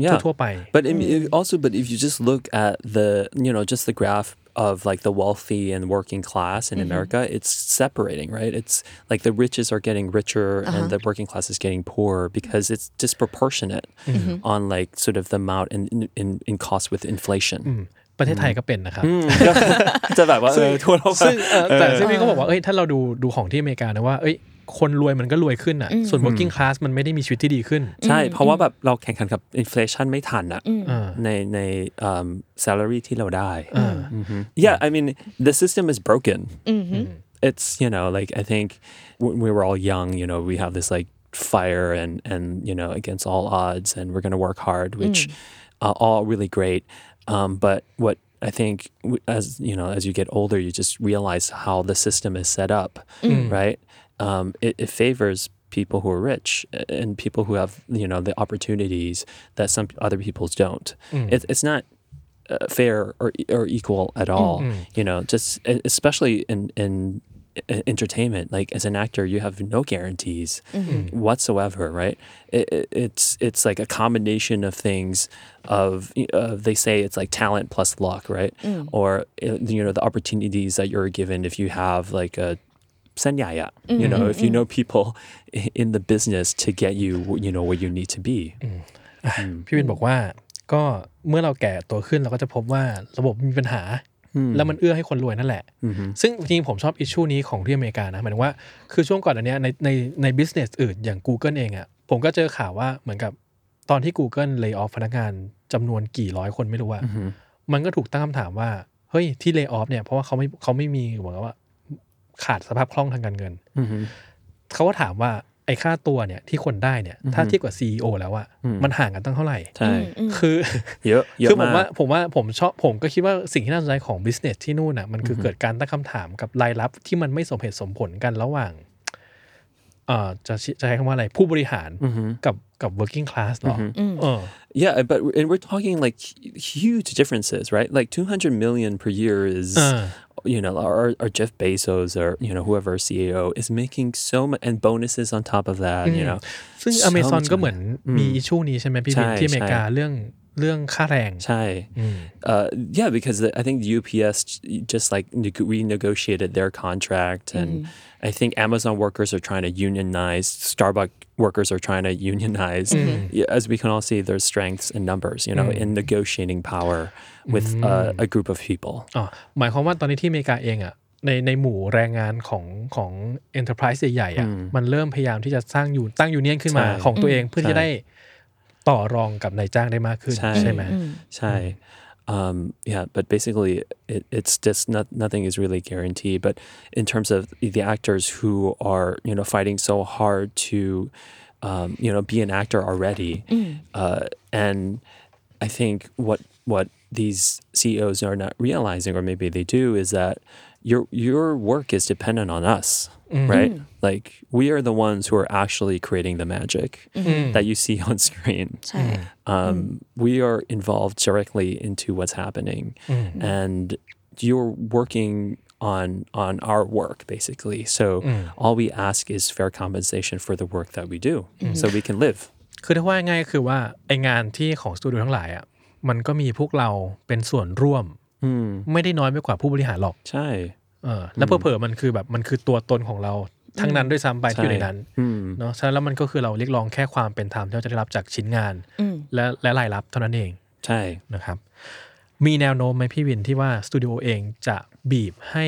Speaker 3: Yeah.
Speaker 1: ทั่วๆไป
Speaker 3: But I mean, if- also, but if you just look at the, you know, just the graph of like the wealthy and working class in America, it's separating, right? It's like the riches are getting richer and the working class is getting poorer because it's disproportionate on like sort of the amount in in, in, in cost with inflation.
Speaker 1: ประเทศไทยก็เป็นนะครับ
Speaker 3: So that was-
Speaker 1: ซึ่งเอ่อแต่ซึ่งพี่ก็บอกว่าเอ้ยถ้าเราดูดูของที่อเมริกานะว่าเอ้ยคนรวยมันก็รวยขึ้นอ่ะส่วน working class มันไม่ได้มีชีวิตที่ดีขึ้น
Speaker 3: ใช่เพราะว่าแบบเราแข่งขันกับอินฟลชันไม่ทันอะในในเอิ่ม salary ที่เราได้ yeah I mean the system is broken Mm-hmm. it's you know like I think when we were all young you know we have this like fire and and you know against all odds and we're gonna work hard which are all really great um, but what I think w- as you know, as you get older, you just realize how the system is set up, right? Um, it, it favors people who are rich a- and people who have you know the opportunities that some other people's don't. It, it's not uh, fair or e- or equal at all. You know, just e- especially in in e- entertainment like as an actor you have no guarantees whatsoever right it, it, it's it's like a combination of things of uh, they say it's like talent plus luck right or uh, you know the opportunities that you're given if you have like a sanyaya you know if you know people i- in the business to get you you know where you need to be
Speaker 1: พี่วินบอกว่าก็เมื่อเราแก่ตัวขึ้นเราก็จะพบว่าระบบมีปัญหา แล้วมันเอื้อให้คนรวยนั่นแหละ
Speaker 3: Mm-hmm.
Speaker 1: ซึ่งจริงๆผมชอบอิชชูนี้ของที่อเมริกานะหมายถึงว่าคือช่วงก่อนอันเนี้ยในในในบิสเนสอื่นอย่าง Google เองอะ่ะผมก็เจอข่าวว่าเหมือนกับตอนที่ Google เล y off พนักงานจำนวนกี่ร้อยคนไม่รู้ว่า มันก็ถูกตั้งคำถามว่า เฮ้ยที่เล y off เนี่ยเพราะว่าเขาไม่เขาไม่มีเหมือนกับว่า ขาดสภาพคล่องทางการเงิน
Speaker 3: Mm-hmm.
Speaker 1: เขาก็ถามว่าไอ้ค่าตัวเนี่ยที่คนได้เนี่ยถ้าเทียบกับ CEO แล้วอะมันห่างกันตั้งเท่าไหร่
Speaker 3: time
Speaker 1: คือ
Speaker 3: เยอะเยอะ
Speaker 1: คือผมว่าม
Speaker 3: าก
Speaker 1: ผมว่าผมชอบผมก็คิดว่าสิ่งที่น่าสนใจของ business ที่นู่นน่ะมันคือเกิดการตั้งคำถามกับรายรับที่มันไม่สมเหตุสมผลกันระหว่างเอ่อจะใช้จะใช้คำว่าอะไรผู้บริหารกับกับ working class เหรอเออ
Speaker 3: yeah uh, but and we're talking like hu- huge differences right like 200 million per year is
Speaker 1: Uh.
Speaker 3: you know, or, or Jeff Bezos or, you know, whoever CEO is making so much, and bonuses on top of that,
Speaker 1: Mm.
Speaker 3: you know.
Speaker 1: ซึ่ง
Speaker 3: so
Speaker 1: Amazon
Speaker 3: much
Speaker 1: ก็เหมือน
Speaker 3: money.
Speaker 1: มี
Speaker 3: Mm.
Speaker 1: อิชูนี้ใช่ไหมพี่
Speaker 3: ใช่
Speaker 1: บินที่อเมริกา
Speaker 3: ใช่
Speaker 1: เรื่องเรื่องค่าแรง
Speaker 3: Chai.
Speaker 1: Mm.
Speaker 3: Uh, yeah, because the, I think UPS j- just like neg- renegotiated their contract,
Speaker 1: Mm.
Speaker 3: and I think Amazon workers are trying to unionize. Starbucks workers are trying to unionize.
Speaker 1: Mm-hmm.
Speaker 3: Yeah, as we can all see, there's strengths in numbers, you know,
Speaker 1: Mm.
Speaker 3: in negotiating power with uh, a group of people.
Speaker 1: อ๋อหมายความว่าตอนนี้ที่อเมริกาเองอ่ะในในหมู่แรงงานของของ enterprise ใหญ่ๆอ่ะมันเริ่มพยายามที่จะสร้างอยู่ตั้งยูเนียนขึ้นมา
Speaker 3: ใช่
Speaker 1: ของตัวเองเพื่อ
Speaker 3: ใช่
Speaker 1: ที่จะได้ต่อรองกับนายจ้างได้มากขึ้น
Speaker 3: Chai.
Speaker 1: ใช่ไหม
Speaker 3: Chai. Um, yeah, but basically, it, it's just not, nothing is really guaranteed. But in terms of the actors who are, you know, fighting so hard to, um, you know, be an actor already, uh, and I think what what these CEOs are not realizing, or maybe they do, is that your your work is dependent on us, right? Like we are the ones who are actually creating the magic that you see on screen.
Speaker 2: ใช่
Speaker 3: Um, We are involved directly into what's happening, and you're working on on our work basically. So all we ask is fair compensation for the work that we do, so we can live.
Speaker 1: คือถ้าว่าง่ายก็คือว่าไองานที่ของสตูดิโอทั้งหลายอ่ะมันก็มีพวกเราเป็นส่วนร่วม ไม่ได้น้อยไปกว่าผู้บริหารหรอก
Speaker 3: Chai.
Speaker 1: เออแล้วเผลอๆมันคือแบบมันคือตัวตนของเราทั้งนั้นด้วยซ้ำไปที่อยู่ในนั้นเนาะฉะนั้นแล้วมันก็คือเราเรียกร้องแค่ความเป็นธรรมที่เราจะได้รับจากชิ้นงาน และและรายรับเท่านั้นเอง
Speaker 3: Chai.
Speaker 1: นะครับมีแนวโน้มไหมพี่วินที่ว่าสตูดิโอเองจะบีบให้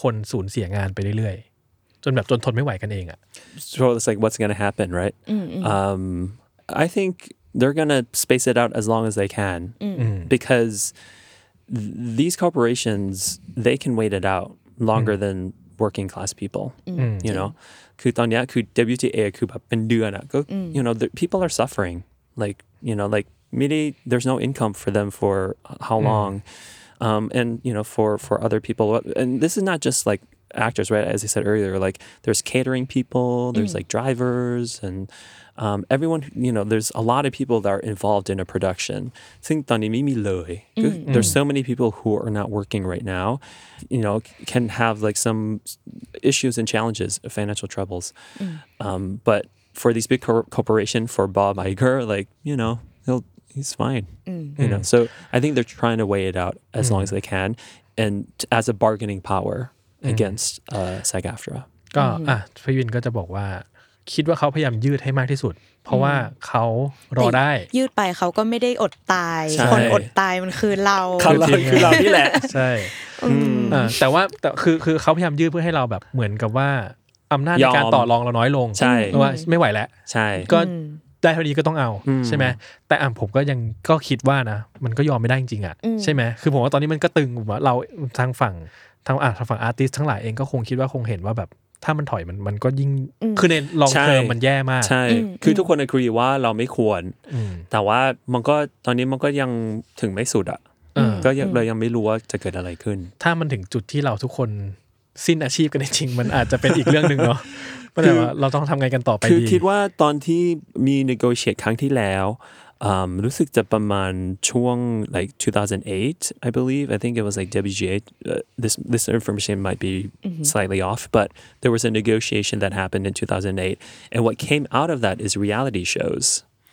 Speaker 1: คนสูญเสียงานไปเรื่อยๆ จนแบบจนทนไม่ไหวกันเองอะ
Speaker 3: so it's like what's going to happen, right? Um, I think they're going to space it out as long as they can because th- these corporations they can wait it out longer than working class people. You know, คือตอนเนี้ยคือ WTA คือแบบเป็นเดือนอะก็ you know the, people are suffering like you know like maybe there's no income for them for how long um, and you know for for other people and this is not just like actors right as i said earlier like there's catering people there's like drivers and um, everyone who- you know there's a lot of people that are involved in a production Think there's so many people who are not working right now you know c- can have like some issues and challenges financial troubles um, but for these big cor- corporation for bob Iger, like you know he'll he's fine you know so i think they're trying to weigh it out as long as they can and t- as a bargaining power against uh sag aftra
Speaker 1: ก็อ่ะพี่วินก็จะบอกว่า คิดว่าเขาพยายามยืดให้มากที่สุด เพราะว่าเขารอได้
Speaker 2: ยืดไปเขาก็ไม่ได้อดตาย
Speaker 3: ใช่
Speaker 2: คนอดตายมันคือเรา
Speaker 3: Oh.
Speaker 1: ใช่
Speaker 3: Mm.
Speaker 1: อ่าแต่ว่าแต่คือคือเขาพยายามยืดเพื่อให้เราแบบเหมือนกับว่าอำนาจในการ
Speaker 3: ยอม
Speaker 1: ต่อรองเราน้อยลง
Speaker 3: ใช่
Speaker 1: เพราะว่าไม่ไหวแล้ว
Speaker 3: Chai.
Speaker 1: ก็ได้เท่านี้ก็ต้องเอาใช่ไหมแต่อ่ะผมก็ยังก็คิดว่านะ มันก็ยอมไม่ได้จริงๆอ่ะใช่ไหมคือผมว่าตอนนี้มันก็ตึงผมว่าเราทางฝั่งทางอ่ะทางฝั่งอาร์ติสทั้งหลายเองก็คงคิดว่าคงเห็นว่าแบบถ้ามันถอยมันมันก็ยิ่งคือในลอง
Speaker 3: ใช่
Speaker 1: เทอมมันแย่มาก
Speaker 3: ใช่ คือทุกคน agree ว่าเราไม่ควร แต่ว่ามันก็ตอนนี้มันก็ยังถึงไม่สุดอ่ะ ก็ยังเรายังไม่รู้ว่าจะเกิดอะไรขึ้น
Speaker 1: ถ้ามันถึงจุดที่เราทุกคนสิ้นอาชีพกันจริงๆมันอาจจะเป็นอีกเรื่องหนึ่ง เนาะก็แต่ว่าเราต้องทำไงกันต่อไป
Speaker 3: คือ
Speaker 1: ดี
Speaker 3: คิดว่าตอนที่มี negotiate ครั้งที่แล้วอืมรู้สึกจะประมาณช่วง like 2008 I believe I think it was like WGA uh, this this information might be
Speaker 1: Mm-hmm.
Speaker 3: slightly off but there was a negotiation that happened in 2008 and what came out of that is reality shows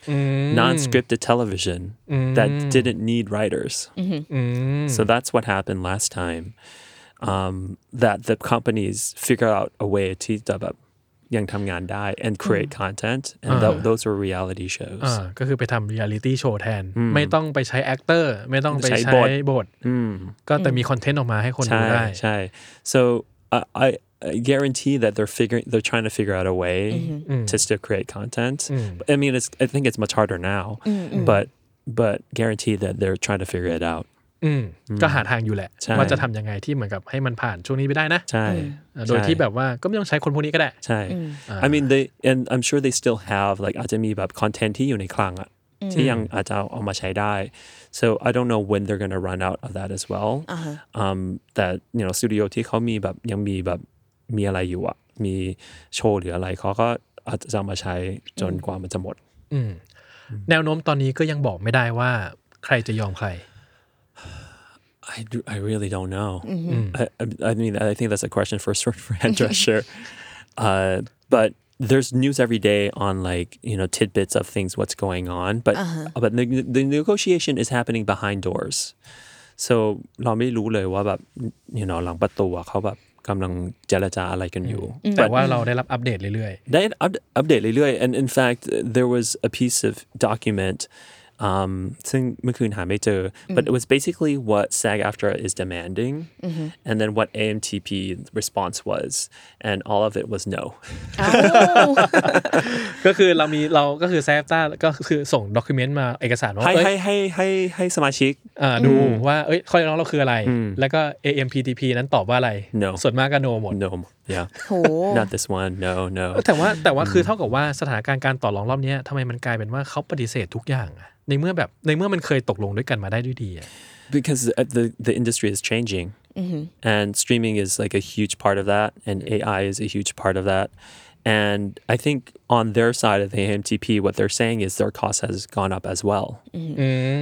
Speaker 1: Mm.
Speaker 3: non-scripted television that didn't need writers
Speaker 1: อืม
Speaker 3: so that's what happened last time um, that the companies figure out a way to จะแบบยังทำงานได้ and create content and tho- those were reality shows
Speaker 1: อ่าก็คือไปทำเรียลิตี้โชว์แทน ไม่ต้องไปใช้แอคเตอร์ไม่ต้องไป
Speaker 3: ใช้
Speaker 1: ใช้
Speaker 3: บ
Speaker 1: บ
Speaker 3: ท
Speaker 1: ท ก็แต่มีคอนเทนต์ออกมาให้คนดู
Speaker 3: ใช่
Speaker 1: ได้
Speaker 3: ใช่ so I, I I guarantee that they're figuring they're trying to figure out a way to still create content I mean it's I think it's much harder now but but guarantee that they're trying to figure it out
Speaker 1: อืมก็หาทางอยู่แหละ
Speaker 3: ใช่
Speaker 1: ว่าจะทำยังไงที่เหมือนกับให้มันผ่านช่วงนี้ไปได้นะ
Speaker 3: ใช่
Speaker 1: โดย
Speaker 3: ใช่
Speaker 1: ที่แบบว่าก็ไม่ต้องใช้คนพวกนี้ก็ได้
Speaker 3: ใช่ I mean they and I'm sure they still have like อาจจะมีแบบ content ที่อยู่ในคลังอะที่ยังอาจจะเอาเอามาใช้ได้ so I don't know when they're gonna run out of that as well um แต่ you know สตูดิโอที่เขามีแบบยังมีแบบมีอะไรอยู่อะมีโชว์หรืออะไรเขาก็อาจจะเอามาใช้จนกว่ามันจะหมด
Speaker 1: แนวโน้มตอนนี้ก็ยังบอกไม่ได้ว่าใครจะยอมใคร
Speaker 3: I, do- I really don't know. I, I, I mean, I think that's a question for for dresser. uh, but there's news every day on like you know tidbits of things what's going on. But uh, but the, the negotiation is happening behind doors. so เราไม่รู้เลยว่าแบบ you know หลังประตูอะเขาแบบกำลังเจรจาอะไรกันอยู่
Speaker 1: แต่ว่าเราได้รับอัปเดตเรื่อย
Speaker 3: ได้อัปอัปเดตเรื่อยๆ and in fact there was a piece of document um, ซึ่งเมื่อคืนหาไม่เจอ but it was basically what SAG AFTRA is demanding and then what AMTP response was and all of it was no
Speaker 1: ๆ ก็คือเรามีเราก็คือแซฟต้าก็คือส่งด็อกิเมนต์มาเอกสารมา
Speaker 3: ให้
Speaker 1: ว่าเอ้ย
Speaker 3: ให้ให้ให้ให้สมาชิก
Speaker 1: อ่าดูว่าเอ้ยข้อเรียกร้องเราคืออะไร แล้วก็ AMPTP นั้นตอบว่าอะไร
Speaker 3: No
Speaker 1: ส่วนมากก็โนหมด
Speaker 3: no yeah
Speaker 2: โห
Speaker 3: not this one no no
Speaker 1: แต่ว่าแต่ว่าคือเท่ากับว่าสถานการณ์การต่อรองรอบเนี้ยทำไมมันกลายเป็นว่าเขาปฏิเสธทุกอย่างอะในเมื่อแบบในเมื่อมันเคยตกลงด้วยกันมาได้ด้วยดีอะ
Speaker 3: because uh, the the industry is changing and streaming is like a huge part of that and AI is a huge part of that and I think on their side of the AMTP what they're saying is their cost has gone up as well
Speaker 1: อื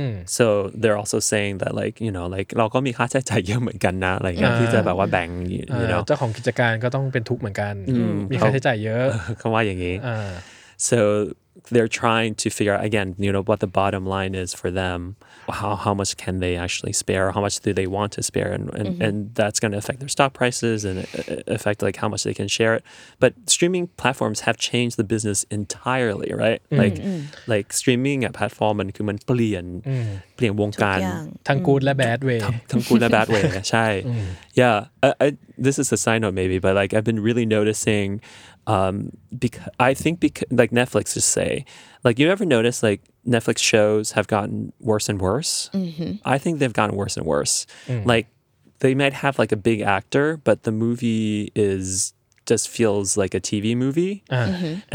Speaker 1: ม
Speaker 3: so they're also saying that like you know like เราก็มีค่าใช้จ่ายเยอะเหมือนกันนะ like
Speaker 1: อ่า
Speaker 3: ที่จะแบบว่าแบ่ง you,
Speaker 1: อ่า
Speaker 3: you know
Speaker 1: เจ้าของกิจการก็ต้องเป็นทุกข์เหมือนกัน มีค่าใช้จ่ายเยอะ
Speaker 3: คำว่าอย่างนี้
Speaker 1: อ่า
Speaker 3: So they're trying to figure out again, you know, what the bottom line is for them. How how much can they actually spare? How much do they want to spare? And and, and that's going to affect their stock prices and uh, affect like how much they can share it. But streaming platforms have changed the business entirely, right? Like like streaming at platform and
Speaker 2: ทุกอย่าง
Speaker 3: มันคือมันเปลี่ยนเปลี่ยนวงการ
Speaker 1: ทั้งกูดและแบดเว
Speaker 3: ทั้ง good และ bad way อะใช่ yeah I, I, this is a side note maybe but like I've been really noticing um because I think because like Netflix just say like you ever notice like Netflix shows have gotten worse and worse I think they've gotten worse and worse like they might have like a big actor but the movie is just feels like a TV movie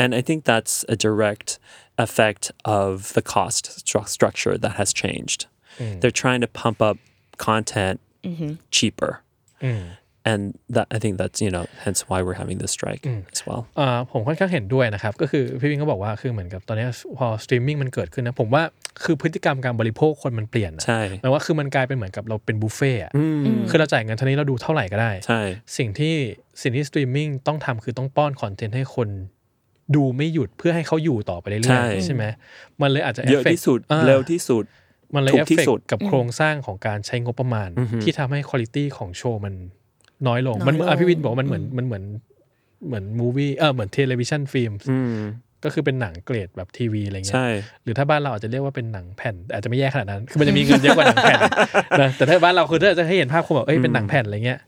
Speaker 3: and I think that's a direct effect of the cost stru- structure that has changed. They're trying to pump up content cheaper. And that I think that's, you know, hence why we're having this strike as well.
Speaker 1: อ่าผมค่อนข้างเห็นด้วยนะครับ ก็คือพี่วิงก็บอกว่าคือเหมือนกับตอนเนี้ยพอสตรีมมิ่งมันเกิดขึ้นนะ ผมว่าคือพฤติกรรมการบริโภคคนมันเปลี่ยนนะ
Speaker 3: ใช่
Speaker 1: หมายว่าคือมันกลายเป็นเหมือนกับเราเป็นบุฟเฟ่ต์อะคือเราจ่ายเงินเท่านี้เราดูเท่าไหร่ก็ได้
Speaker 3: ใช่
Speaker 1: สิ่งที่สิ่งที่สตรีมมิ่งต้องทำคือต้องป้อนคอนเทนต์ให้คนดูไม่หยุดเพื่อให้เขาอยู่ต่อไปเรื่
Speaker 3: ใช่
Speaker 1: อยๆใช่ไหมมันเลยอาจจะ
Speaker 3: เยอะ
Speaker 1: affect
Speaker 3: ที่สุด
Speaker 1: อ่า
Speaker 3: เร็วที่สุด
Speaker 1: มันเลย
Speaker 3: ถู
Speaker 1: เอฟ
Speaker 3: กที่
Speaker 1: เฟก
Speaker 3: สุด
Speaker 1: กับโครงสร้างของการใช้งบประมาณ ที่ทำให้คุณภาพของโชว์มันน้อยลง มันเหมือน
Speaker 2: น้อยลง
Speaker 1: อ่ะพี่วินบอกว่ามันเหมือนมันเหมือนเหมือนมูวี่เออเหมือนเทเลวิชันฟิล์มก็คือเป็นหนังเกรดแบบทีวีอะไรเงี้ย
Speaker 3: ใช่
Speaker 1: หรือถ้าบ้านเราอาจจะเรียกว่าเป็นหนังแผ่นแต่อาจจะไม่แย่ขนาดนั้น คือมันจะมีเงินเยอะกว่าหนังแผ่นนะแต่ถ้าบ้านเราคือถ้าจะให้เห็นภาพคงแบบเอ้ยเป็นหนังแผ่นอะไรเงี้ย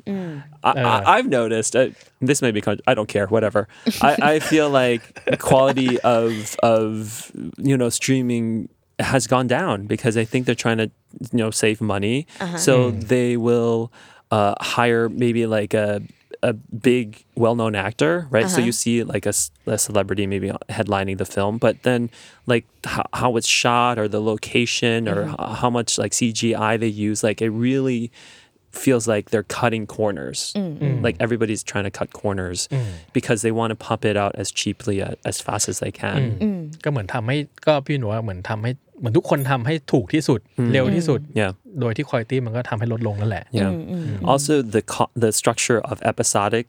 Speaker 3: I, I, I've noticed. Uh, this may be. Con- I don't care. Whatever. I, I feel like quality of of you know streaming has gone down because I think they're trying to you know save money. So they will uh, hire maybe like a a big well-known actor, right? So you see like a, s- a celebrity maybe headlining the film, but then like how, how it's shot or the location or h- how much like CGI they use, like it really feels like they're cutting corners. Like everybody's trying to cut corners because they want to pump it out as cheaply a- as fast as they can.
Speaker 1: ก็เหมือนทำให้ก็พี่หนูว่าเหมือนทำให้เหมือนทุกคนทำให้ถูกที่สุดเร็วที่สุด
Speaker 3: Yeah.
Speaker 1: โดยที่คุณภาพมันก็ทำให้ลดลงนั่นแหละ
Speaker 3: Yeah. Also, the co- the structure of episodic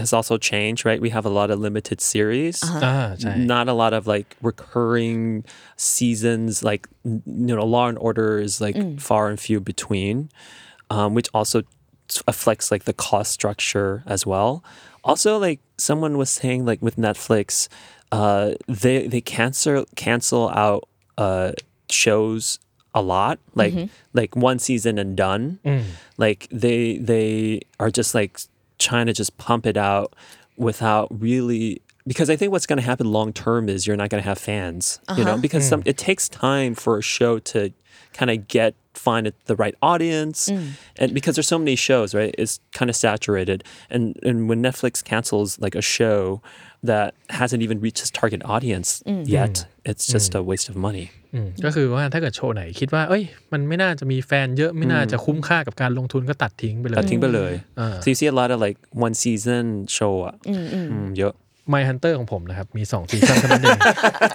Speaker 3: has also changed, right? We have a lot of limited series.
Speaker 1: อ่าใช่
Speaker 3: Not a lot of like recurring seasons, like n- you know, Law and Order is like far and few between, um, which also s- affects like the cost structure as well. Also, like someone was saying, like with Netflix, uh, they they cancel cancel out uh, shows a lot, like like one season and done. Like they they are just like trying to just pump it out without really because I think what's going to happen long term is you're not going to have fans, you know, because some it takes time for a show to kind of get find it- the right audience, and because there's so many shows, right? It's kind of saturated, and and when Netflix cancels like a show that hasn't even reached its target audience yet, it's just a waste of money.
Speaker 1: อืมก็คือว่าถ้าเกิดโชว์ไหนคิดว่า เอ้ย มันไม่น่าจะมีแฟนเยอะไม่น่าจะคุ้มค่ากับการลงทุนก็ตัดทิ้งไปเลย
Speaker 3: So you see a lot of like one season show up. Mm, yeah.
Speaker 1: My Hunter ของผมนะครับ มี2ซีซั่นเท่านั้นเอง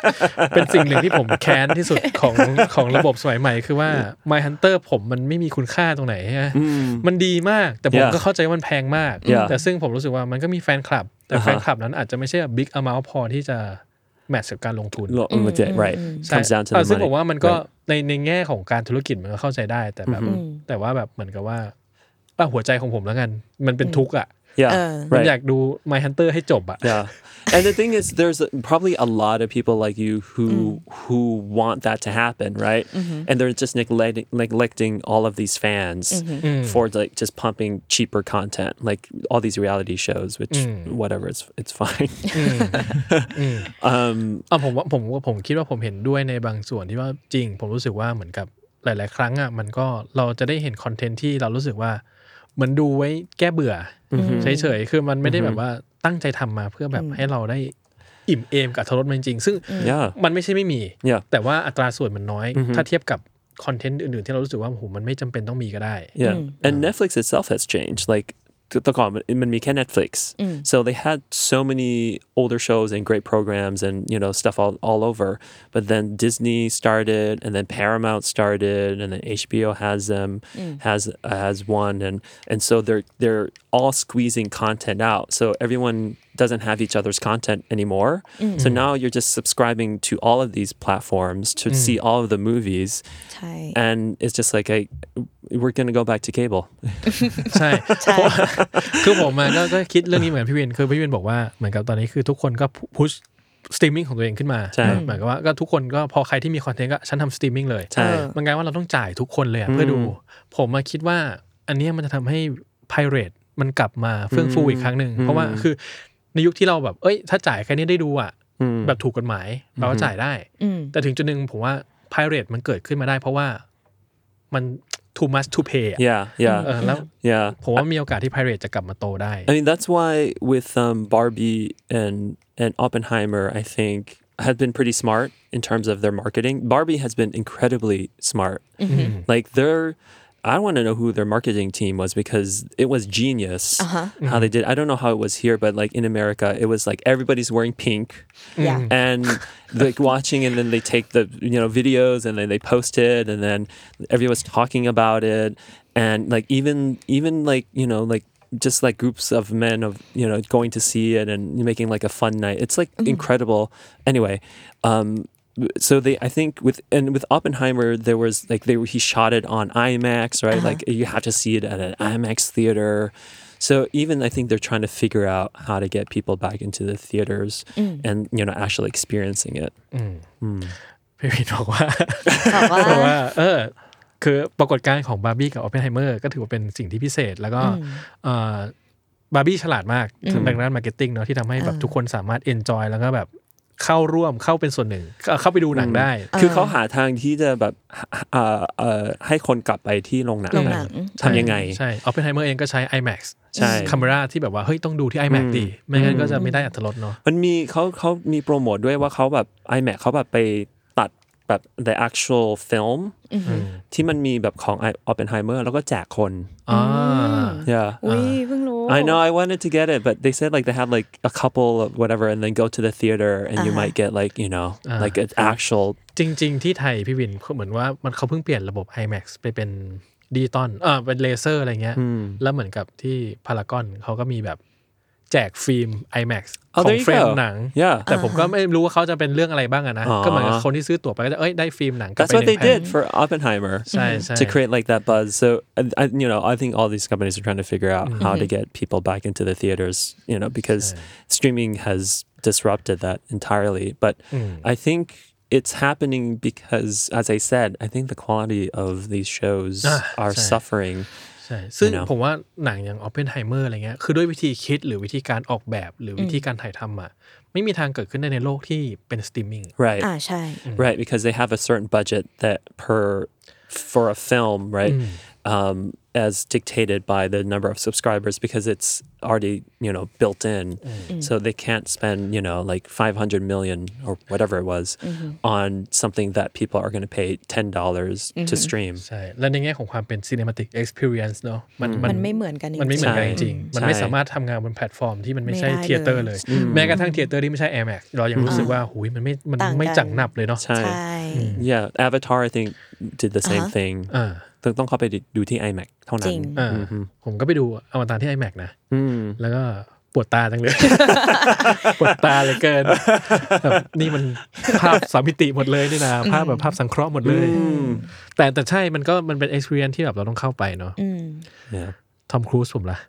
Speaker 1: เป็นสิ่งหนึ่งที่ผมแค้นที่สุดของของระบบสมัยใหม่ คือว่า My Hunter ผมมันไม่มีคุณค่าตรงไหนฮะมันดีมากแต่ผม
Speaker 3: Yeah.
Speaker 1: ก็เข้าใจว่ามันแพงมาก
Speaker 3: Yeah.
Speaker 1: แต่ซึ่งผมรู้สึกว่ามันก็มีแฟนคลับ แต่
Speaker 3: อ่าฮะ
Speaker 1: แฟนคลับนั้นอาจจะไม่ใช่ big amount พอที่จะแมทช์กับการลงทุน
Speaker 3: Lo- legit, right?
Speaker 1: ใช่
Speaker 3: Comes down to
Speaker 1: เอ
Speaker 3: the
Speaker 1: อซึ่ง
Speaker 3: money.
Speaker 1: ผมว่ามันก็
Speaker 3: Right.
Speaker 1: ในในแง่ของการธุรกิจมันก็เข้าใจได้ แต่แบบแต่ว่าแบบเหมือนกับว่าอ่ะหัวใจของผมแล้วกัน มันเป็นทุกข์อ่ะ
Speaker 3: Yeah,
Speaker 1: มัน
Speaker 3: right.
Speaker 1: อยากดู My Hunter ให้จบอ่ะ
Speaker 3: Yeah. And the thing is, there's probably a lot of people like you who who want that to happen, right? And they're just neglecting neglecting all of these fans for like just pumping cheaper content, like all these reality shows, which whatever, it's it's fine.
Speaker 1: อ่ะผมว่าผมว่าผมคิดว่าผมเห็นด้วยในบางส่วนที่ว่าจริง ผมรู้สึกว่าเหมือนกับหลาย ๆ ครั้งอ่ะมันก็เราจะได้เห็นคอนเทนต์ที่เรารู้สึกว่าเหมือนดูไว้แก้เบื่ออเฉย ๆ คือมันไม่ได้แบบว่าตั้งใจทำมาเพื่อแบบให้เราได้อิ่มเอมกับทรสมันจริงๆซึ่ง
Speaker 3: yeah,
Speaker 1: มันไม่ใช่ไม่มี
Speaker 3: yeah,
Speaker 1: แต่ว่าอัตราส่วนมันน้อย ถ้าเทียบกับคอนเทนต์อื่น ๆ ที่เรารู้สึกว่าโอ้โหมันไม่จำเป็นต้องมีก็ได้
Speaker 3: yeah. And Netflix itself has changed, like. to- to call it, When we can Netflix, so they had so many older shows and great programs and you know stuff all, all over. But then Disney started, and then Paramount started, and then HBO has them has uh, has one, and and so they're they're all squeezing content out. So everyone doesn't have each other's content anymore. So now you're just subscribing to all of these platforms to see all of the movies,
Speaker 2: ใช่
Speaker 3: and it's just like I, we're gonna go back to cable.
Speaker 1: ใช่
Speaker 2: ใช่
Speaker 1: คือผมอะก็ก็คิดเรื่องนี้เหมือนพี่เวยนคือพี่เวยนบอกว่าเหมือนกับตอนนี้คือทุกคนก็พุชสตรีมมิ่งของตัวเองขึ้นมา
Speaker 3: ใช่
Speaker 1: เหมือนกับว่าก็ทุกคนก็พอใครที่มีคอนเทนต์ก็ฉันทำสตรีมมิ่งเลย
Speaker 3: ใช่
Speaker 2: เออ
Speaker 1: มันกลายว่าเราต้องจ่ายทุกคนเลยอะเพื่อดู ผมมาคิดว่าอันเนี้ยมันจะทำให้ Pirate มันกลับมาเฟื่องฟูอีกครั้งหนึ่ง เพราะว่าคือในยุคที่เราแบบ เอ้ย ถ้าจ่ายแค่นี้ได้ดูอ่ะ แบบถูกกฎหมายเราก็จ่ายได้
Speaker 2: อืม
Speaker 1: แต่ถึงจุดหนึ่งผมว่า Pirate มันเกิดขึ้นมาได้ เพราะว่ามัน too much to pay อะ
Speaker 3: Yeah, yeah,
Speaker 1: เออแล้ว
Speaker 3: yeah.
Speaker 1: ผมว่ามีโอกาสที่ Pirate จะกลับมาโตได้
Speaker 3: I mean, that's why with um, Barbie and and Oppenheimer, I think have been pretty smart in terms of their marketing. Barbie has been incredibly smart. Like they're. I want to know who their marketing team was because it was genius how they did. I don't know how it was here, but like in America, it was like everybody's wearing pink
Speaker 2: อย่า
Speaker 3: and like watching and then they take the you know videos and then they post it and then everyone's talking about it and like even even like you know like just like groups of men of you know going to see it and making like a fun night it's like incredible anyway um so they i think with and with oppenheimer there was like they were he shot it on imax right like you have to see it at an imax theater so even I think they're trying to figure out how to get people back into the theaters and you know actually experiencing it.
Speaker 1: พี่วินบอกว่า
Speaker 2: บอกว่า
Speaker 1: บอกว่า เออ คือปรากฏการณ์ของบาร์บี้กับออปเพนไฮเมอร์ก็ถือว่าเป็นสิ่งที่พิเศษ แล้วก็เอ่อบาร์บี้ฉลาดมากทางด้านมาร์เก็ตติ้งเนาะที่ทำให้แบบทุกคนสามารถเอนจอยแล้วก็แบบเข้าร่วมเข้าเป็นส่วนหนึ่งเอ่อเข้าไปดูหนังได้
Speaker 3: คือเขาหาทางที่จะแบบเอ่อเอ่อให้คนกลับไปที่โรงหนัง
Speaker 2: โรงหนัง
Speaker 3: ทำยังไง
Speaker 1: ใช่ออปเพนไฮเมอร์เองก็ใช้ IMAX
Speaker 3: ใช่
Speaker 1: คาเมราที่แบบว่า เฮ้ย ต้องดูที่ IMAX ดี ไม่งั้นก็จะไม่ได้อัตรสเนาะ
Speaker 3: มันมีเขาเขามีโปรโมทด้วยว่าเขาแบบ iMac เขาแบบไปตัดแบบ the actual film ที่มันมีแบบของ Oppenheimer แล้วก็แจกคน
Speaker 1: อ่า
Speaker 3: yeah
Speaker 2: อุ้ยเพิ่งรู้
Speaker 3: I know I wanted to get it, but they said like they had like a couple of whatever, and then go to the theater, and you might get like you know like an actual
Speaker 1: จริง ๆ ที่ไทยพี่วินเหมือนว่ามันเขาเพิ่งเปลี่ยนระบบ IMAX ไปเป็นดิจิตอลอ่าเป็นเลเซอร์อะไรเงี้ย แล้วเหมือนกับที่พารากอนเขาก็มีแบบแจกฟิล์ม IMAX ข
Speaker 3: Oh,
Speaker 1: อ
Speaker 3: there
Speaker 1: ง
Speaker 3: you
Speaker 1: เฟรม
Speaker 3: go.
Speaker 1: หนัง
Speaker 3: Yeah.
Speaker 1: แต่ผมก็ไม่รู้ว่าเขาจะเป็นเรื่องอะไรบ้างอะนะ
Speaker 3: อ๋อ
Speaker 1: ก็เหมือนกับคนที่ซื้อตั๋วไปก็จะเอ้ยได้ฟิล์มหนังกลับ
Speaker 3: That's
Speaker 1: ไปหนึ่ง
Speaker 3: what they
Speaker 1: แผ่น
Speaker 3: did for Oppenheimer
Speaker 1: ใช่ใช่
Speaker 3: to create like that buzz. So I, I, you know, I think all these companies are trying to figure out how to get people back into the theaters. You know, because streaming has disrupted that entirely. But I think it's happening because, as I said, I think the quality of these shows
Speaker 1: Ah,
Speaker 3: are
Speaker 1: sorry.
Speaker 3: suffering.
Speaker 1: ใช่ ซึ่ง
Speaker 3: You know?
Speaker 1: ผมว่าหนังอย่าง Oppenheimer อะไรเงี้ย คือด้วยวิธีคิดหรือวิธีการออกแบบหรือวิธีการถ่ายทำอะไม่มีทางเกิดขึ้นได้ในโลกที่เป็นสตรีมมิ่ง
Speaker 3: Right.
Speaker 2: อ่าใช่
Speaker 3: right because they have a certain budget that per for a film right um, as dictated by the number of subscribers because it's already you know built in. So they can't spend you know like 500 million or whatever it was
Speaker 2: Mm-hmm.
Speaker 3: on something that people are going to pay ten dollars
Speaker 2: Mm-hmm.
Speaker 3: to stream.
Speaker 1: ใช่ และในแง่ของความเป็น cinematic experience เนอะมันมัน
Speaker 2: มันไม่เหมือนกันจริงๆ
Speaker 1: มันไม่เหมือนกันจริงๆ
Speaker 3: ใช่
Speaker 1: มันไม่สามารถทำงานบนแพลตฟอร์มที่มันไม่ใช่
Speaker 2: ไม่ได้
Speaker 1: เทเตอร์
Speaker 2: เล
Speaker 1: เลย ย แม้กระทั่งเทเตอร์ที่ไม่ใช่ Air Max เรายังรู้สึกว่าหุยมันไม่มัน
Speaker 2: ต่างกัน
Speaker 1: ไม่จังหนับเลยเนาะ
Speaker 3: ใช่
Speaker 2: ใช่
Speaker 3: Yeah, Avatar I think did the same thing.
Speaker 1: อ่า
Speaker 3: ต้องต้องเข้าไปดูที่ iMac เท่านั้
Speaker 2: Uh-huh. จ
Speaker 3: น
Speaker 2: ริง
Speaker 1: อ่าผมก็ไปดูอวตารที่ iMac นะ
Speaker 3: อืม
Speaker 1: แล้วก็ปวดตาจังเลย ปวดตาเหลยเกินแบบนี่มันภาพสามมิติหมดเลยนี่นะภาพแบบภาพสังเคราะห์หมดเลย แต่แต่ใช่มันก็มันเป็น experience ที่แบบเราต้องเข้าไปเนาะ
Speaker 3: Yeah.
Speaker 1: ทอมครูซผมละ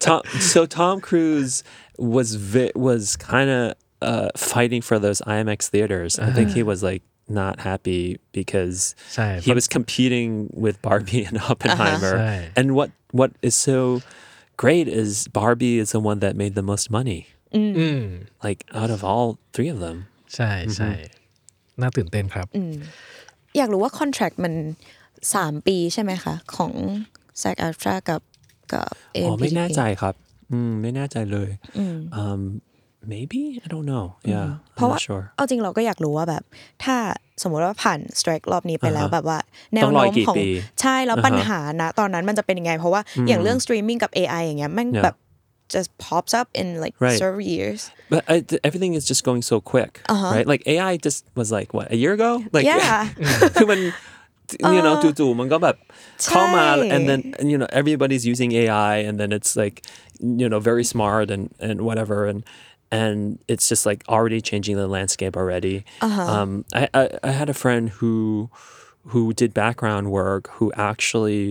Speaker 3: Tom, so Tom Cruise was vi- was kind of uh, fighting for those IMAX theaters. I think he was like not happy because
Speaker 1: Sorry,
Speaker 3: he
Speaker 1: but-
Speaker 3: was competing with Barbie and Oppenheimer.
Speaker 1: Sorry.
Speaker 3: And what what is so great is Barbie is the one that made the most money,
Speaker 1: อืม
Speaker 3: like out of all three of them.
Speaker 1: ใช่ใช่น่าตื่นเต้นครับ
Speaker 2: อยากรู้ว่าคอนแท c t มัน 3 ปีใช่ไหมคะ ของแซกอัลตรากับกับเอ็
Speaker 3: อ๋อไม่แน่ใจครับอืมไม่แน่ใจเลย um maybe I don't know yeah
Speaker 2: เพ
Speaker 3: I'm
Speaker 2: ราะว่า
Speaker 3: not sure
Speaker 2: เอาจริงเราก็อยากรู้ว่าแบบ ถ้าสมมติว่าผ่านส r i ร e รอบนี้ไปแล้ว
Speaker 3: อ่าฮะ
Speaker 2: แบบว่า แนว
Speaker 3: ต้องรอ
Speaker 2: โน้
Speaker 3: อี
Speaker 2: ม
Speaker 3: กกี่
Speaker 2: ของ
Speaker 3: ปี
Speaker 2: ใช่แล้ว
Speaker 3: อ่าฮะ
Speaker 2: ปัญหานะตอนนั้นมันจะเป็นยังไง เพราะว่าอย่างเรื่องสตรีมมิ่งกับ AI อย่างเงี้ยแมัน
Speaker 3: Yeah.
Speaker 2: แบบ just pops up in like
Speaker 3: Right.
Speaker 2: several years
Speaker 3: but I, th- everything is just going so quick right like AI just was like what a year ago like
Speaker 2: Yeah.
Speaker 3: คือมัน you know จู่ๆมันก็แบบเข้ามา
Speaker 2: ใช่
Speaker 3: and then and, you know everybody's using AI and then it's like you know very smart and and whatever and and it's just like already changing the landscape already um I, I I had a friend who who did background work who actually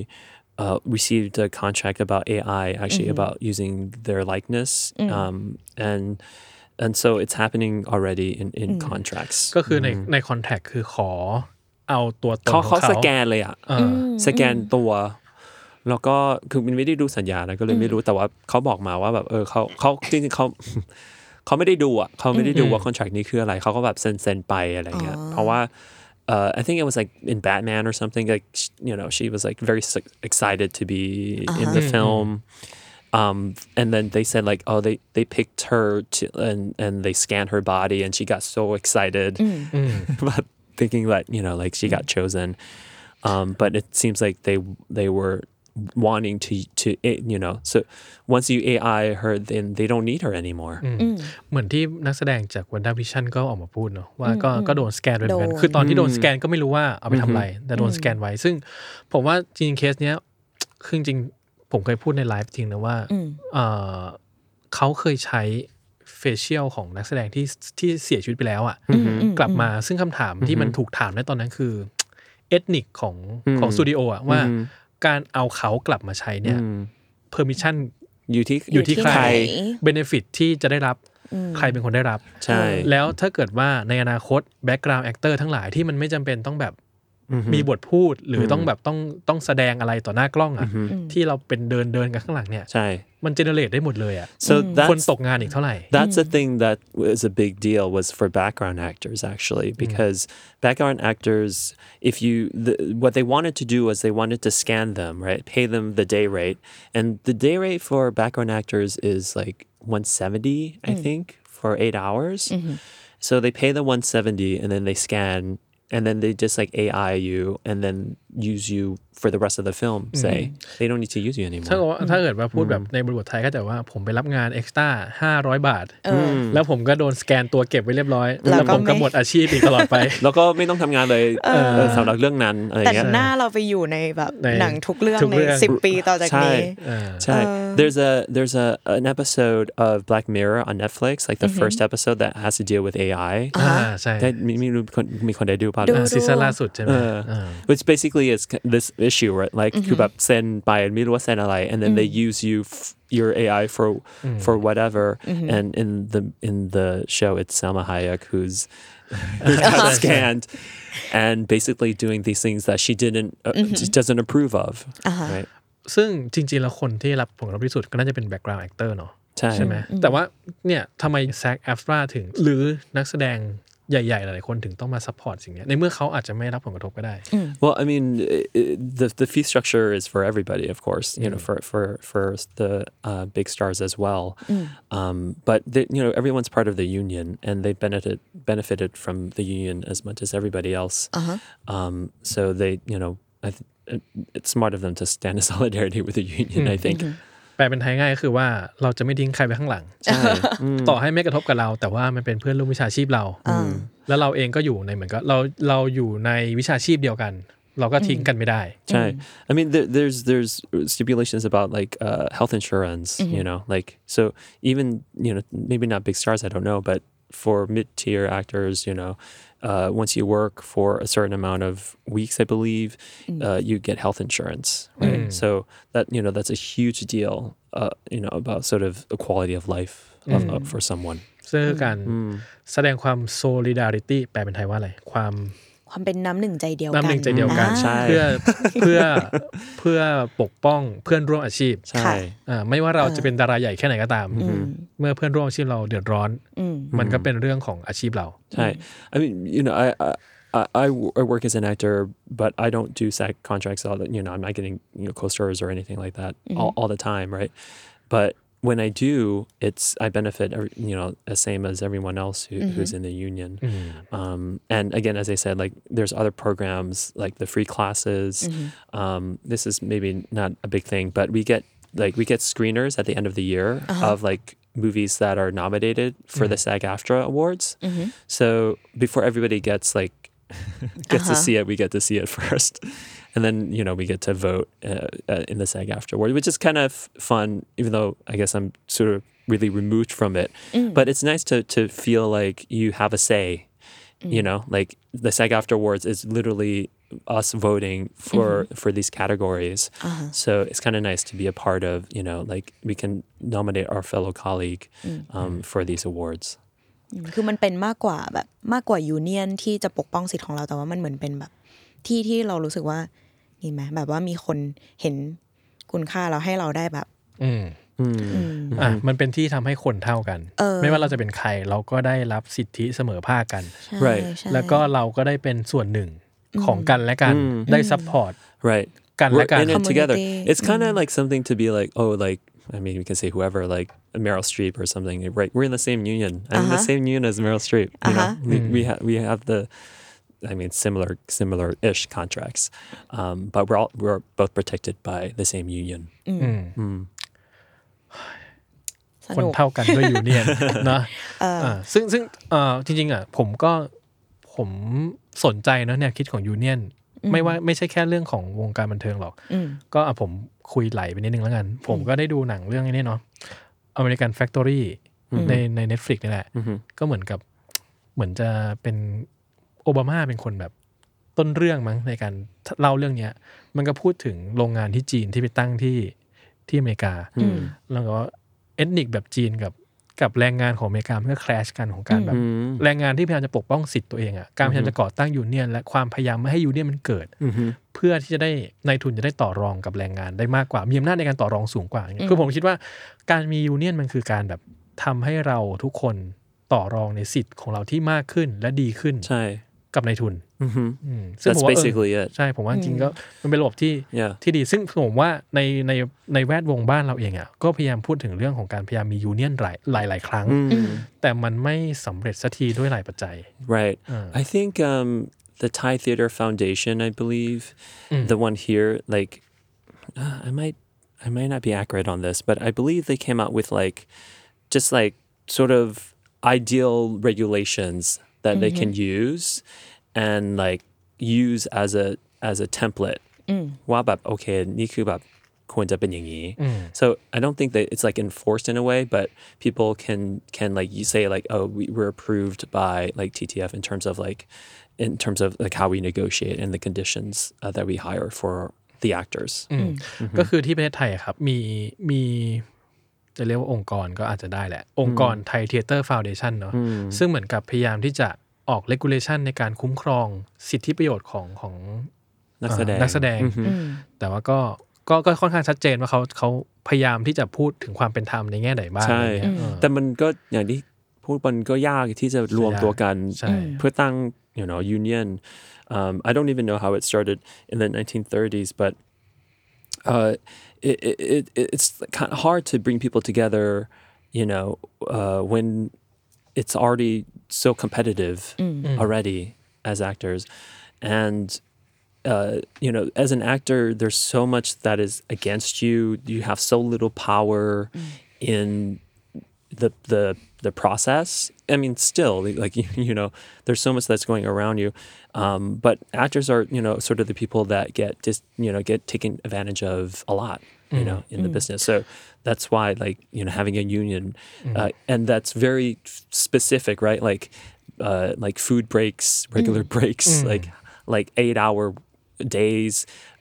Speaker 3: uh, received a contract about AI, actually about using their likeness, um, and and so it's happening already in, in contracts.
Speaker 1: ก็คือในในคอนแทคคือขอเอาตัวตน
Speaker 3: เขา
Speaker 1: ข
Speaker 3: เขา
Speaker 1: องเขา
Speaker 3: สแกนเลยอ่ะสแกนตัว แล้วก็คือมันไม่ได้ดูสัญญานะก็เลยไม่รู้แต่ว่าเขาบอกมาว่าแบบเออเขาเขาจริงๆเขา เขาไม่ได้ดูอ่ะเขาไม่ได้ดูว่าคอนแท c t นี้คืออะไรเขาก็แบบเซ็นเซ็นไปอะไรเงี้ยเพราะว่าเอ่อ I think it was like in Batman or something like sh- you know she was like very s- excited to be in the film um and then they said like oh they they picked her to and and they scanned her body and she got so excited about thinking that you know like she got chosen um, but it seems like they they were wanting to to eh, you know so once you AI her then they don't need her anymore
Speaker 1: เหมือนที่นักแสดงจากวันด้าวิชั่นก็ออกมาพูดเนอะว่าก็ก็โดนสแกนไปเหมือนกัน
Speaker 2: โดน
Speaker 1: คือตอนที่โดนสแกนก็ไม่รู้ว่าเอาไปทำอะไร แต่โดนสแกนไว้ ซึ่งผมว่าจริงๆเคสเนี้ยคือจริงๆผมเคยพูดในไลฟ์จริงนะว่าเอ่อเขาเคยใช้เฟเชียลของนักแสดงที่ที่เสียชีวิตไปแล้วอ่ะกลับมาซึ่งคำถามที่มันถูกถามในตอนนั้นคือเอทนิกของของสตูดิโออ่ะว่าการเอาเขากลับมาใช้เนี่ยเพอร์มิชัน
Speaker 3: อยู่ที่
Speaker 1: อยู่ที่ใคร
Speaker 2: ไหน
Speaker 1: เบนฟิตที่จะได้รับใครเป็นคนได้รับ
Speaker 3: ใช่
Speaker 1: แล้วถ้าเกิดว่าในอนาคตแบ็กกราวน์แอคเตอร์ทั้งหลายที่มันไม่จำเป็นต้องแบบมีบทพูดหรือต้องแบบต้องต้องแสดงอะไรต่อหน้ากล้องอ่ะที่เราเป็นเดินเดินกันข้างหลังเนี่ย
Speaker 3: ใช่
Speaker 1: มันเจเนเรตได้หมดเลยอ่ะ
Speaker 3: so
Speaker 1: คน
Speaker 3: that's
Speaker 1: ตกงานอีกเท่าไหร่
Speaker 3: that's the thing that was a big deal was for background actors actually because background actors if you the, what they wanted to do was they wanted to scan them right pay them the day rate and the day rate for background actors is like 170 i think for eight hours so they pay the 170 and then they scan and then they just like ai you and then use you for the rest of the film say they don't need to use you
Speaker 1: ถ้า
Speaker 3: anymore
Speaker 1: ถ้าเกิดว่าพูดแบบในบริบทไทยก็แต่ว่าผมไปรับงานเอ็กซ์ต้าห้าร้อยบาท แล้วผมก็โดนสแกนตัวเก็บไว้เรียบร้อย
Speaker 2: แล้
Speaker 1: แล้ว ว
Speaker 2: ก็
Speaker 1: ผมก็
Speaker 2: ไม่
Speaker 1: หมดอาชีพอีกตลอดไป
Speaker 3: แล้วก็ไม่ต้องทำงานเลยเออสำหรับเรื่องนั้นอะไรอย่างเงี้ย
Speaker 2: แต่หน้าเราไปอยู่ในแบบ
Speaker 1: ใน
Speaker 2: หนังทุกเรื่อง
Speaker 1: ทุก
Speaker 2: ใน
Speaker 1: เรื่อง
Speaker 2: 10 ปีต่อจากนี้
Speaker 3: ใช่ใช่ there's a there's a an episode of Black Mirror on Netflix like the first episode that has to deal with AI
Speaker 1: อ่าใช่
Speaker 3: ได้-มี-มี-มีคน-มีคนได้ดูป่ะ?
Speaker 2: ดู
Speaker 1: ซีซั่นล่าสุดใช่ไหม
Speaker 3: Uh, which basically is this issue right like mm send by and middle send and then they use you f- your AI for for whatever and in the in the show it's Selma Hayek who's who got scanned and basically doing these things that she didn't uh, just doesn't approve of right
Speaker 1: ซึ่งจริงๆ แล้วคนที่รับผลกระทบที่สุดก็น่าจะเป็นแบ็กกราวน์แอคเตอร์เนาะ
Speaker 3: ใช่
Speaker 1: ใช่ไหมแต่ว่าเนี่ยทำไมแซกแอฟราถึง หรือนักแสดง ใหญ่ๆ หลายๆ คนถึงต้องมาซัพพอร์ตสิ่งเนี้ยในเมื่อเขาอาจจะไม่รับผลกระทบก็ได้
Speaker 3: Well, I mean, i- i- the the fee structure is for everybody, of course. You know, for for for the uh, big stars as well. Um, but they, you know, everyone's part of the union, and they benefit benefited from the union as much as everybody else. Um, so they, you know, I th- it- it's smart of them to stand in solidarity with the union. I think.
Speaker 1: แปลเป็นไทยง่ายก็คือว่าเราจะไม่ทิ้งใครไว้ข้างหลัง
Speaker 3: Aye.
Speaker 1: ต่อให้ไม่กระทบกับเรา แต่ว่ามันเป็นเพื่อนร่วมวิชาชีพเรา แล้วเราเองก็อยู่ในเหมือนก็เราเราอยู่ในวิชาชีพเดียวกัน เราก็ทิ้งกันไม่ได้
Speaker 3: Chai. I mean, there, there's there's stipulations about like uh, health insurance. You know, like so even you know maybe not big stars. I don't know, but for mid tier actors, you know, uh, once you work for a certain amount of weeks, I believe, uh, you get health insurance. Right. So that you know that's a huge deal. Uh, you know about sort of the quality of life of, of- for someone.
Speaker 1: ซึ่งการแสดงความ solidarity แปลเป็นไทยว่าอะไร ความ
Speaker 2: ความเป็นน้ำหนึ่งใจเดียวกัน
Speaker 1: น้ำหนึ่งใจเดียวกัน
Speaker 2: อ่า
Speaker 3: ใช่
Speaker 1: เพื่อเพื่อ เพื่อปกป้องเพื่อนร่วมอาชีพ
Speaker 3: Chai.
Speaker 1: อ่าไม่ว่าเราจะเป็นดาราใหญ่แค่ไหนก็ตาม เมื่อเพื่อนร่วมอาชีพเราเดือดร้อน มันก็เป็นเรื่องของอาชีพเรา
Speaker 3: Hi. I mean, you know, I- I, I, I, w- I work as an actor, but I don't do SAG contracts. All the, you know, I'm not getting you know co-stars or anything like that all, all the time, right? But when I do, it's I benefit, every- you know, the same as everyone else who, who's in the union. Um, and again, as I said, like there's other programs like the free classes. Um, this is maybe not a big thing, but we get like we get screeners at the end of the year of like movies that are nominated for the SAG-AFTRA awards. So before everybody gets like gets to see it, we get to see it first, and then you know we get to vote uh, uh, in the SAG afterward, which is kind of fun. Even though I guess I'm sort of really removed from it, but it's nice to to feel like you have a say. You know, like the SAG after awards is literally us voting for for these categories. So it's kind of nice to be a part of. You know, like we can nominate our fellow colleague um, for these awards.
Speaker 2: คือมันเป็นมากกว่าแบบมากกว่ายูเนียนที่จะปกป้องสิทธิ์ของเราแต่ว่ามันเหมือนเป็นแบบ ที่ที่เรารู้สึกว่านี่ไหมแบบว่ามีคนเห็นคุณค่าเราให้เราได้แบบ
Speaker 1: อืมอ่ะมันเป็นที่ทำให้คนเท่ากัน ไม่ว่าเราจะเป็นใครเราก็ได้รับสิทธิเสมอภาคกัน
Speaker 3: Right.
Speaker 2: ใช่
Speaker 1: แล้วก็เราก็ได้เป็นส่วนหนึ่งของกันและกันได้ซัพพอร์ต
Speaker 3: Right.
Speaker 1: Kan
Speaker 3: We're
Speaker 1: lekan.
Speaker 3: in it together.
Speaker 2: Community.
Speaker 3: It's kind of like something to be like, oh, like, I mean, we can say whoever, like Meryl Streep or something, right? We're in the same union. I'm in the same union as Meryl Streep. You know, we, we, ha- we have the, I mean, similar, similar ish contracts, um, but we're all, we're both protected by the same union.
Speaker 2: ส
Speaker 1: คน
Speaker 2: นุก
Speaker 1: เท่ากันด้วยยูเนี ยน นะาซึ่งซึ่งเอ่อจริงๆอ่ะผมก็ผมสนใจนะแนวคิดของยูเนียนไม่ว่าไม่ใช่แค่เรื่องของวงการบันเทิงหรอก ก็อ่ะผมคุยไหลไปนิดนึงแล้วกัน ผมก็ได้ดูหนังเรื่องนี้เนาะอเมริกันแฟคทอรี่ในใน Netflix นี่แหละ ก็เหมือนกับเหมือนจะเป็นโอบามาเป็นคนแบบต้นเรื่องมั้งในการเล่าเรื่องเนี้ย มันก็พูดถึงโรงงานที่จีนที่ไปตั้งที่ที่อเมริกา แล้วก็เอทนิกแบบจีนกับกับแรงงานของอเมริกามันก็แคลชกันของการแบบ
Speaker 3: Mm-hmm.
Speaker 1: แรงงานที่พยายามจะปกป้องสิทธิ์ตัวเองอะ่ะการพยายามจะก่อตั้งยูเนียนและความพยายามไม่ให้ยูเนียนมันเกิด เพื่อที่จะได้นายทุนจะได้ต่อรองกับแรงงานได้มากกว่า มีอำนาจในการต่อรองสูงกว่าอย่างเงี้ยคือผมคิดว่าการมียูเนียนมันคือการแบบทำให้เราทุกคนต่อรองในสิทธิ์ของเราที่มากขึ้นและดีขึ้น
Speaker 3: Chai.
Speaker 1: กับนายทุน
Speaker 3: hmm
Speaker 1: อืมซึ่ง
Speaker 3: That's
Speaker 1: ผมว่าเออ
Speaker 3: basically it.
Speaker 1: ใช่ ผมว่าจริงๆก็มันเป็นระบบที่
Speaker 3: Yeah.
Speaker 1: ที่ดีซึ่งผมว่าในในในแวดวงบ้านเราเองอ่ะก็พยายามพูดถึงเรื่องของการพยายามมียูเนียนหลายหลายหลายครั้ง แต่มันไม่สำเร็จสักทีด้วยหลายปัจจัย
Speaker 3: Right. I think um, the Thai Theater Foundation, I believe, the one here, like, uh, I might, I might not be accurate on this, but I believe they came out with like, just like sort of ideal regulations that they can use, and like use as a as a template. ว่าแบบโอเคนี่คือแบบควรจะเป็นอย่างนี้ so I don't think that it's like enforced in a way, but people can can like you say like oh we were approved by like TTF in terms of like in terms of like how we negotiate and the conditions uh, that we hire for the actors.
Speaker 1: Mm. ก็คือที่ประเทศไทยอะครับ มีมีจะเรียกว่าองค์กรก็อาจจะได้แหละ องค์กรไทยเทเตอร์ฟาวเดชันเนาะซึ่งเหมือนกับพยายามที่จะออกเลกูเลชันในการคุ้มครองสิทธิประโยชน์ของของ
Speaker 3: นักแสดง
Speaker 1: อ่านักแสดง แต่ว่าก็ก็ก็ค่อนข้างชัดเจนว่าเขาเขาพยายามที่จะพูดถึงความเป็นธรรมในแง่ไหนบ้าง
Speaker 3: ใช่
Speaker 1: อะไรเงี้ยเออ
Speaker 3: แต่มันก็อย่างที่ พวกมันก็ยากที่จะรวมตัวกัน
Speaker 1: ใช่
Speaker 3: เพื่อตั้ง you know union um, I don't even know how it started in the 1930s but uh, it, it, it, it's kind of hard to bring people together you know uh, when it's already so competitive
Speaker 1: Mm.
Speaker 3: already as actors and uh, you know as an actor there's so much that is against you you have so little power
Speaker 1: Mm.
Speaker 3: in the the the process. I mean, still, like you, you know, there's so much that's going around you. Um, but actors are, you know, sort of the people that get just, you know, get taken advantage of a lot, you know, in the business. So that's why, like, you know, having a union, uh, and that's very specific, right? Like, uh, like food breaks, regular breaks, like like eight hour days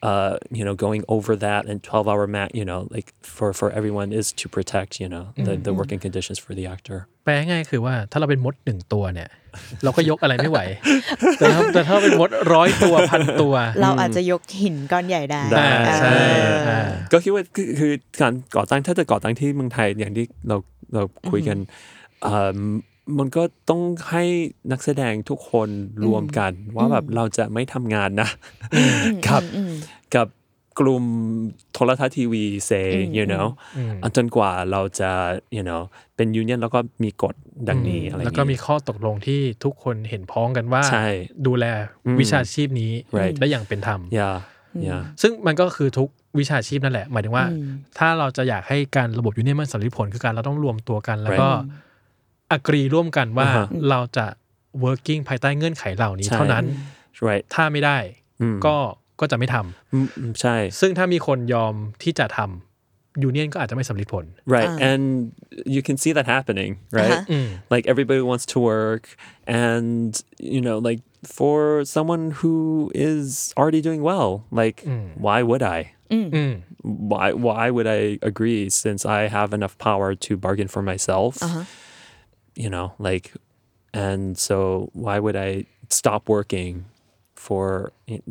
Speaker 3: uh you know going over that and 12 hour mat you know like for for everyone is to protect you know the, the working conditions for the actor
Speaker 1: แปลง่ายๆคือว่าถ้าเราเป็นมดหนึ่งตัวเนี่ย เราก็ยกอะไรไม่ไหว แต่ถ้าแต่ถ้าเป็นมดร้อยตัวพันตัว
Speaker 2: เราอาจจะยกหินก้อนใหญ่ได้
Speaker 3: ได้
Speaker 2: เออ
Speaker 1: ใช่อ่า
Speaker 3: ก็คิดว่าคือคือการก่อตั้งถ้าจะก่อตั้งที่เมืองไทยอย่างที่เราเราคุยกันเอ่อมันก็ต้องให้นักแสดงทุกคนรวมกัน ว่าแบบเราจะไม่ทำงานนะ กับกับกลุ่มโทรทัศน์ทีวีเซ you know อันจนกว่าเราจะ you know เป็นยูเนียนแล้วก็มีกฎดังนี้อะไรอย่าง
Speaker 1: แล้วก็
Speaker 3: งี้
Speaker 1: มีข้อตกลงที่ทุกคนเห็นพ้องกันว่า
Speaker 3: ใช่
Speaker 1: ดูแลวิชาชีพนี้
Speaker 3: Right
Speaker 1: ได้อย่างเป็นธรรม
Speaker 3: yeah yeah
Speaker 1: ซึ่งมันก็คือทุกวิชาชีพนั่นแหละ หมายถึงว่า ถ้าเราจะอยากให้การระบบยูเนียนมันสำลิดผลคือการเราต้องรวมตัวกัน แล้วก็อักรีร่วมกันว่า
Speaker 3: อ่าฮะ
Speaker 1: เราจะ working ภายใต้เงื่อนไขเหล่านี้
Speaker 3: ใช่
Speaker 1: เท่านั้น
Speaker 3: right
Speaker 1: ถ้าไม่ได้ก็ก็จะไม่ทำ
Speaker 3: อืมอืมใช่
Speaker 1: ซึ่งถ้ามีคนยอมที่จะทำยูเนียนก็อาจจะไม่สำลิดผล
Speaker 3: Right. and you can see that happening, right? Like everybody wants to work. And, you know, like for someone who is already doing well, like, why would I?
Speaker 1: อืม
Speaker 3: Why, why would I agree since I have enough power to bargain for myself? You know, like, and so why would I stop working for,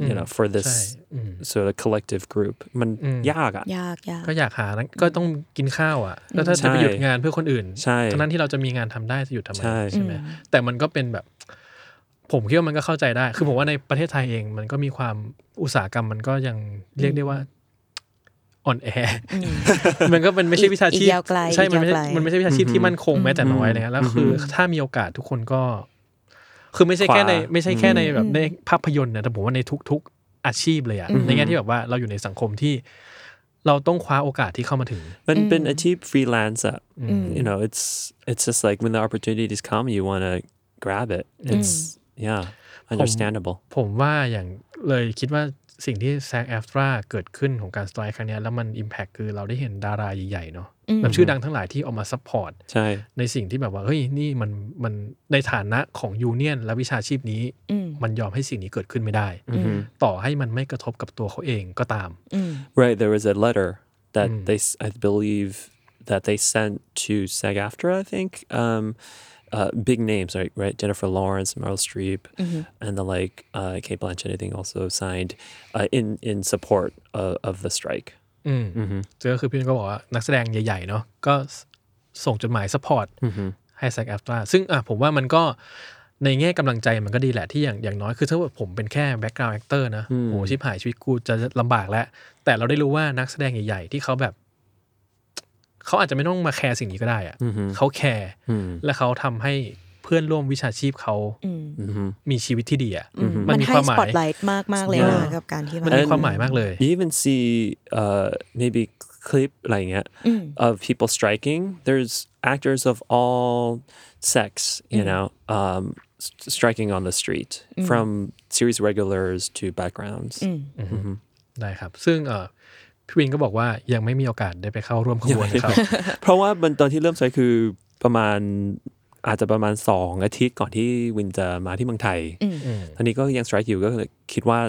Speaker 3: you know, for
Speaker 1: ใช่
Speaker 3: this
Speaker 1: อืม
Speaker 3: sort of collective group? มันยากอะ
Speaker 2: ยากยาก
Speaker 1: ก็อยากหานะก็ต้องกินข้าวอ่ะ แล้วถ้า
Speaker 3: ใช่
Speaker 1: จะไปหยุดงานเพื่อคนอื่น
Speaker 3: ใช่
Speaker 1: ทั้งนั้นที่เราจะมีงานทำได้จะหยุดทำไม
Speaker 3: ใช่
Speaker 1: ใช่ไหมแต่มันก็เป็นแบบ ผมคิดว่ามันก็เข้าใจได้ คือผมว่าในประเทศไทยเอง มันก็มีความอุตสาหกรรมมันก็ยังเรียกได้ว่าอ่อนแออมันก็มันไม่ใช่วิชาชี
Speaker 2: อี
Speaker 1: พ
Speaker 2: กยาวไกล
Speaker 1: ใช่มันไม่
Speaker 2: อีก
Speaker 1: ใช่
Speaker 2: ยาวไกล
Speaker 1: มันไม่ใช่วิชาชีพที่มั่นคงแม้แต่น้อยเลยนะแล้วคือถ้ามีโอกาสทุกคนก็ คือไม่ใช่แค่ใน
Speaker 3: ขวา
Speaker 1: ไม่ใช่แค่ในแบบในภาพยนตร์นะแต่ผมว่าในทุก ๆอาชีพเลยอะในแง่ที่แบบว่าเราอยู่ในสังคมที่ เราต้องคว้าโอกาสที่เข้ามาถึง
Speaker 3: มันเป็นอาชีพ freelance อะ you know it's it's just like when the opportunities come you want to grab it it's yeah understandable
Speaker 1: ผมว่าอย่างเลยคิดว่าสิ่งที่แซงแอฟตราเกิดขึ้นของการสไตร์ครั้งเนี้ยแล้วมัน Impact คือเราได้เห็นดาราใหญ่ๆเนาะแบบชื่อดังทั้งหลายที่ออกมาซัพพอร์ต
Speaker 3: ใช่
Speaker 1: ในสิ่งที่แบบว่า เฮ้ย นี่มันมันในฐานะของยูเนียนและวิชาชีพนี้ มันยอมให้สิ่งนี้เกิดขึ้นไม่ได้ ต่อให้มันไม่กระทบกับตัวเขาเองก็ตาม
Speaker 3: right there was a letter that they s- I believe that they sent to SAG-AFTRA I think um uh, big names right right Jennifer Lawrence Meryl Streep and the like uh, Kate Blanchett I think also signed uh, in in support of, of the strike
Speaker 1: อืมซึ่งก็คือพี่นุ้ยก็บอกว่านักแสดงใหญ่ ๆ เนาะก็สส่งจดหมายสปอร์ตให้แซกแอฟตราซึ่งอ่ะผมว่ามันก็ในแง่กำลังใจมันก็ดีแหละที่อย่างอย่างน้อยคือถ้าว่าผมเป็นแค่แบ็กกราวด์แอคเตอร์นะโหชิบหายชีวิตกูจะลำบากแล้ว แต่เราได้รู้ว่านักแสดงใหญ่ ๆ ที่เขาแบบ เขาอาจจะไม่ต้องมาแคร์สิ่งนี้ก็ได้อะเขาแคร์และเขาทำให้เพื่อนร่วมวิชาชีพเขามีชีวิตที่ดีอะ
Speaker 2: มันให้
Speaker 1: ความห
Speaker 2: ส
Speaker 1: มา
Speaker 2: ปอต
Speaker 1: ย
Speaker 2: ไลท์มากมากๆเลยนะกับการที่
Speaker 1: มันมีความหมายมากเลย
Speaker 3: You even see uh, maybe clip like that of people striking. There's actors of all sex, you know, um, s- striking on the street from series regulars to backgrounds.
Speaker 1: ได้ครับ ซึ่งเอ่อพี่วินก็บอกว่ายังไม่มีโอกาสได้ไปเข้าร่วมขบวนครับ
Speaker 3: เพราะว่ามันตอนที่เริ่มใช้คือประมาณอาจจะประมาณ 2 อาทิตย์ก่อนที่วินจะมาที่เมืองไทย ตอนนี้ก็ยังสไตร์อยู่ก็เลยคิดว่า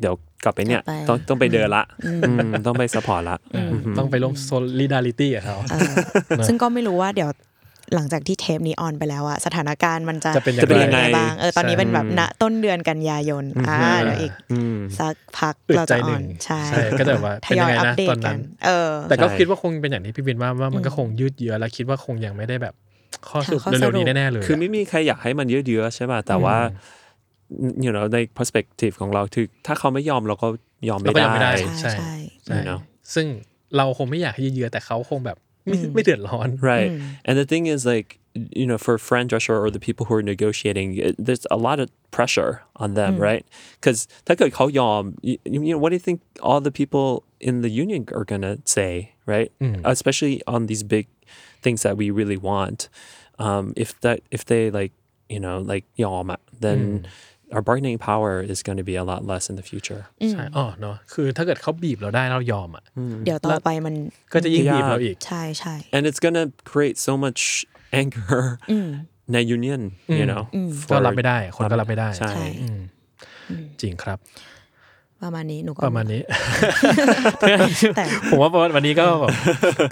Speaker 3: เดี๋ยวกลับไปเนี่ย
Speaker 2: กลับไป
Speaker 3: ต้องต้องไปเดินละอืมต้องไปสปอร์ตละ
Speaker 1: ต้องไปร่วม solidarity กับเขา
Speaker 2: เออซึ่งก็ไม่รู้ว่าเดี๋ยวหลังจากที่เทปนี้ออนไปแล้วอะสถานการณ์มันจะ
Speaker 1: จะเป็น
Speaker 3: จะเป็นยังไง
Speaker 2: บ้างเออตอนนี้เป็นแบบณต้นเดือนกันยายนอ่าเดี๋ยวอีกสักพัก
Speaker 1: อึด
Speaker 2: เรา
Speaker 1: ใจ
Speaker 2: จะอ
Speaker 1: ห
Speaker 2: อ
Speaker 1: นึ่ง
Speaker 2: นใช่
Speaker 1: ก็แต่ว่า
Speaker 2: ท
Speaker 1: เป็น
Speaker 2: ย
Speaker 1: ยั
Speaker 2: องย
Speaker 1: ไง
Speaker 2: อัป
Speaker 1: นะ
Speaker 2: เด
Speaker 1: ต
Speaker 2: ต
Speaker 1: อน
Speaker 2: กั
Speaker 1: นั้น น
Speaker 2: เออ
Speaker 1: แต่ก็
Speaker 3: ใช่
Speaker 1: คิดว่าคงเป็นอย่างที่พี่วินว่าว่ามันก็คงยืดเยื้อและคิดว่าคงยังไม่ได้แบบ ข้อสรุป
Speaker 2: หาข้อสรุป
Speaker 1: เร็วๆนี้แน่ๆเลย
Speaker 3: คือไม่มีใครอยากให้มันยืดเยื้อใช่ป่ะแต่ว่า you know ใน perspective ของเราคือถ้าเขาไม่ยอมเราก็ยอม
Speaker 1: เรา
Speaker 3: ไม่
Speaker 1: ก็
Speaker 3: ได้
Speaker 1: ยังไม่ได้
Speaker 2: ใช่
Speaker 1: ใช่
Speaker 2: ใช่
Speaker 1: ใช่
Speaker 3: You know
Speaker 1: ซึ่งเราคงไม่อยากให้เยอะๆแต่เขาคงแบบไม่ไม่เดือดร้อน
Speaker 3: Right. And the thing is, like, you know, for friend Russia or the people who are negotiating, it, there's a lot of pressure on them, right? Because Taka Kaoyam, you, oh, you know, what do you think all the people in the union are going to say, right? Especially on these big things that we really want. Um, if that, if they like, you know, like Yom, then our bargaining power is going to be a lot less in the future.
Speaker 1: ใช่อ๋อเนาะคือถ้าเกิดเขาบีบเราได้เรายอมอ่ะ
Speaker 2: เดี๋ยวต่อไปมัน
Speaker 1: ก็จะยิ่งบีบเราอีก
Speaker 2: ใช่ใช่
Speaker 3: And it's going to create so much anger. Na union, you know,
Speaker 1: ก็
Speaker 3: for-
Speaker 1: รับไม่ได้ คนก็รับไม่ได้
Speaker 3: ใช่
Speaker 2: ใช่
Speaker 1: จริงครับ
Speaker 2: ประมาณนี้หนูก็
Speaker 1: ประมาณนี้
Speaker 2: แต่
Speaker 1: ผมว่าวันนี้ก็แบบ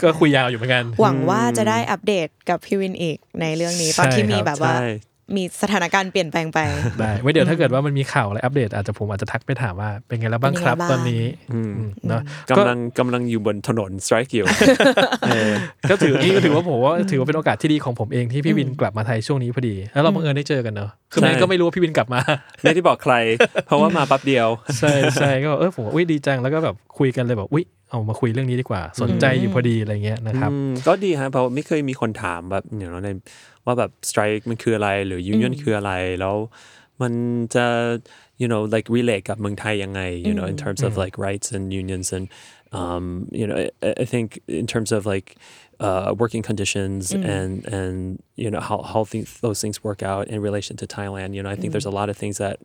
Speaker 1: ก็คุยยาวอยู่เหมือนกัน
Speaker 2: หวังว่าจะได้อัปเดตกับพี่วินอีกในเรื่องนี้ตอนที่มี
Speaker 1: ใช่ครับ
Speaker 2: แบบว่า
Speaker 3: ใช่
Speaker 2: มีสถานการณ์เปลี่ยนแปลงไป
Speaker 1: ได้ไว้เดี๋ยวถ้าเกิดว่ามันมีข่าวอะไรอัปเดตอาจจะผมอาจจะทักไปถามว่าเป็นไงแล้วบ้างครับ
Speaker 2: เป็นไงบ้าง
Speaker 1: ตอนนี้อืมเนาะ
Speaker 3: กำลังกำลังอยู่บนถนน strike อยู่
Speaker 1: ก็ถือนี่ก็ถือว่าผมว่าถือว่าเป็นโอกาสที่ดีของผมเองที่พี่วินกลับมาไทยช่วงนี้พอดี แล้วเราบังเอิญได้เจอกันเนาะคือ
Speaker 3: ใช่
Speaker 1: ไม่ก็ไม่รู้ว่าพี่วินกลับมา
Speaker 3: ไม่ได้บอกใคร เพราะว่ามาแปั๊บเดียว
Speaker 1: ใช่ใช่ก็เออผมว่าอุ้ยดีจังแล้วก็แบบคุยกันเลยแบบอุ้ยเอามาคุยเรื่องนี้ดีกว่า สนใจอยู่พอดีอะไรเงี้ยนะครับ
Speaker 3: อืมก็ดีฮะเพราะไม่เคยมีคนถามแบบอย่างในว่าแบบ strike มันคืออะไรหรือ union คืออะไรแล้วมันจะ you know like relate กับเมืองไทยยังไง you know in terms of like rights and unions and um you know I, I think in terms of like uh, working conditions and and you know how how things, those things work out in relation to Thailand you know I think there's a lot of things that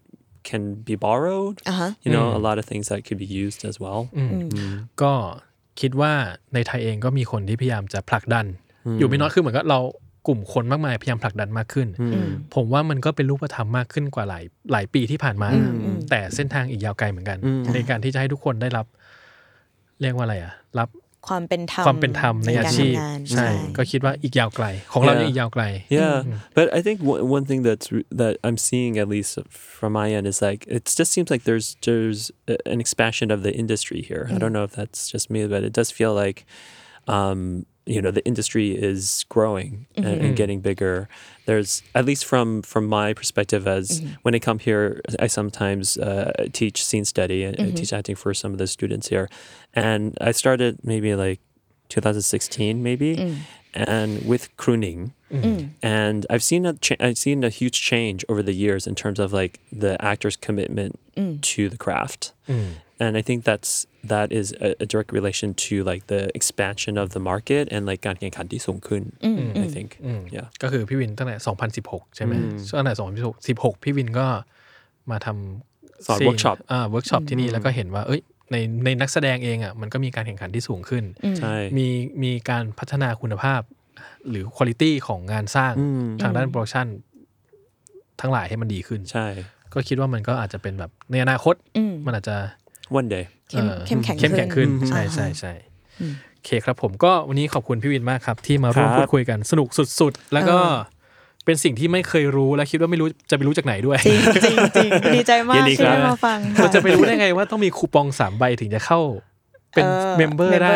Speaker 3: can be borrowed
Speaker 2: Uh-huh.
Speaker 3: you know a lot of things that could be used as well
Speaker 1: ก็คิดว่าในไทยเองก็มีคนที่พยายามจะผลักดัน อยู่ไม่น้อยคือเหมือนกับเรากลุ่มคนมากมายพยายามผลักดันมากขึ้น ผมว่ามันก็เป็นรูปธรรมมากขึ้นกว่าหลายหลายปีที่ผ่านมา แต่เส้นทางอีกยาวไกลเหมือนกัน ในการที่จะให้ทุกคนได้รับ เรียกว่าอะไรอะรับ
Speaker 2: ความเป็นธรรม
Speaker 1: ความเป็นธรรมในอาชีพ
Speaker 2: กรทำงาน
Speaker 1: ใช่ก็คิดว่าอีกยาวไกล ของเรายังอีกยาวไกล
Speaker 3: Yeah, but I think one, one thing that's re- that I'm seeing at least from my end is like it just seems like there's there's a- an expansion of the industry here. I don't know if that's just me, but it does feel like um, you know the industry is growing and, and getting bigger. There's at least from from my perspective as when I come here, I sometimes uh, teach scene study and I teach acting for some of the students here, and I started maybe like 2016 maybe, and with crooning and I've seen a cha- I've seen a huge change over the years in terms of like the actor's commitment to the craft, and I think that's that is a, a direct relation to like the expansion of the market and like การแข่งขันที่สูงขึ้น I think yeah
Speaker 1: ก็คือพี่วินตั้งแต่2016 ใช่ไหมช่วงตั้งแต่2016 พี่วินก็มาทำ
Speaker 3: สอน
Speaker 1: ซี
Speaker 3: workshop
Speaker 1: อ่าเวิร์กช็อปที่นี่แล้วก็เห็นว่าเอ้ยในในนักแสดงเองอ่ะมันก็มีการแข่งขันที่สูงขึ้น
Speaker 3: ใช่
Speaker 1: มีมีการพัฒนาคุณภาพ หรือคุณ i t y ของงานสร้างทางด้านโปรดักชันทั้งหลายให้มันดีขึ้น
Speaker 3: ใช่
Speaker 1: ก็คิดว่ามันก็อาจจะเป็นแบบในอนาคตมันอาจจะ
Speaker 3: one day
Speaker 2: เข้ม
Speaker 1: เอ่อ
Speaker 2: เข้มแข็ง
Speaker 1: เข้มแข็งขึ้น ใช่
Speaker 2: อ่าฮะ
Speaker 1: ใช่ใช่โอเคครับผมก็วันนี้ขอบคุณพี่วินมากครับ ที่มาร่วม
Speaker 3: ครับ
Speaker 1: พูดคุยกันสนุกสุด ๆ แล้วก็เป็นสิ่งที่ไม่เคยรู้และคิดว่าไม่รู้จะไปรู้จากไหนด้วย
Speaker 2: จริงจริงจริงดีใจมา
Speaker 3: ยิ
Speaker 2: ก
Speaker 3: นดี
Speaker 2: ที่
Speaker 3: ครับ
Speaker 2: ได้มาฟังค่
Speaker 1: เราจะไปรู้ได้ไงว่าต้องมีคูปองสามใบถึงจะเข้าเป็นเมมเบอร์ได้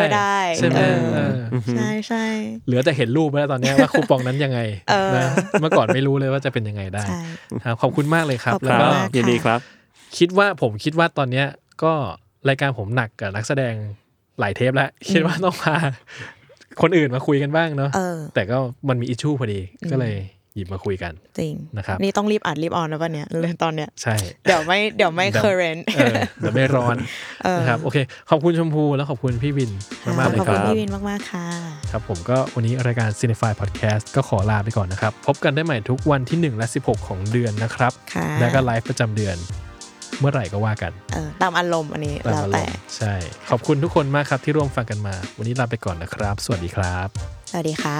Speaker 1: ใช่ไหม
Speaker 2: เออ
Speaker 1: เออ
Speaker 2: ใช่ใช่
Speaker 1: เหลือแต่เห็นรูปแล้วตอนเนี้ยว่าคูปองนั้นยังไง
Speaker 2: เออ
Speaker 1: นะเมื่อก่อนไม่รู้เลยว่าจะเป็นยังไงได้
Speaker 2: ใช่
Speaker 1: ครับขอบคุณมากเลยครับ
Speaker 2: ขอบคุณ
Speaker 1: แล้วก็
Speaker 2: มาก
Speaker 3: ยินดีครับ
Speaker 1: คิดว่าผมคิดว่าตอนเนี้ยก็รายการผมหนักกับนักแสดงหลายเทปแล้วคิดว่าต้องพาคนอื่นมาคุยกันบ้างเนาะ
Speaker 2: เออ
Speaker 1: แต่ก็มันมีอิชชูพอดีก็เลยหยิบมาคุยกัน
Speaker 2: จริง
Speaker 1: นะครับ
Speaker 2: นี่ต้องรีบอัดรีบออนแล้วป่ะเนี่ยเรื่องตอนเนี้ย
Speaker 1: ใช่
Speaker 2: เดี๋ยวไม่เดี๋ยวไม่ current
Speaker 1: เออเดี๋ยวไม่ร้อนนะครับโอเค ขอบคุณชมพูแล้วขอบคุณพี่วิน
Speaker 2: ค่ะ
Speaker 1: มากๆเลย
Speaker 2: ขอบ
Speaker 1: ค
Speaker 2: คุ
Speaker 1: รั
Speaker 2: ณ
Speaker 1: บ
Speaker 2: พี่วินมากๆค่ะ
Speaker 1: ครับผมก็วันนี้รายการ Cinefy Podcast ก็ขอลาไปก่อนนะครับ พบกันได้ใหม่ทุกวันที่ 1 และ 16 ของเดือนนะครับ
Speaker 2: ค่ะ
Speaker 1: และก็ไลฟ์ประจำเดือน เมื่อไหร่ก็ว่ากัน
Speaker 2: เออตามอารมณ์อันนี้
Speaker 1: ตาม
Speaker 2: แล้ว
Speaker 1: อาร
Speaker 2: แต่
Speaker 1: มณ์ใช่ ขอบคุณทุกคนมากครับที่ร่วมฟังกันมา วันนี้ลาไปก่อนนะครับ สวัสดีครับ
Speaker 2: สวัสดีค่ะ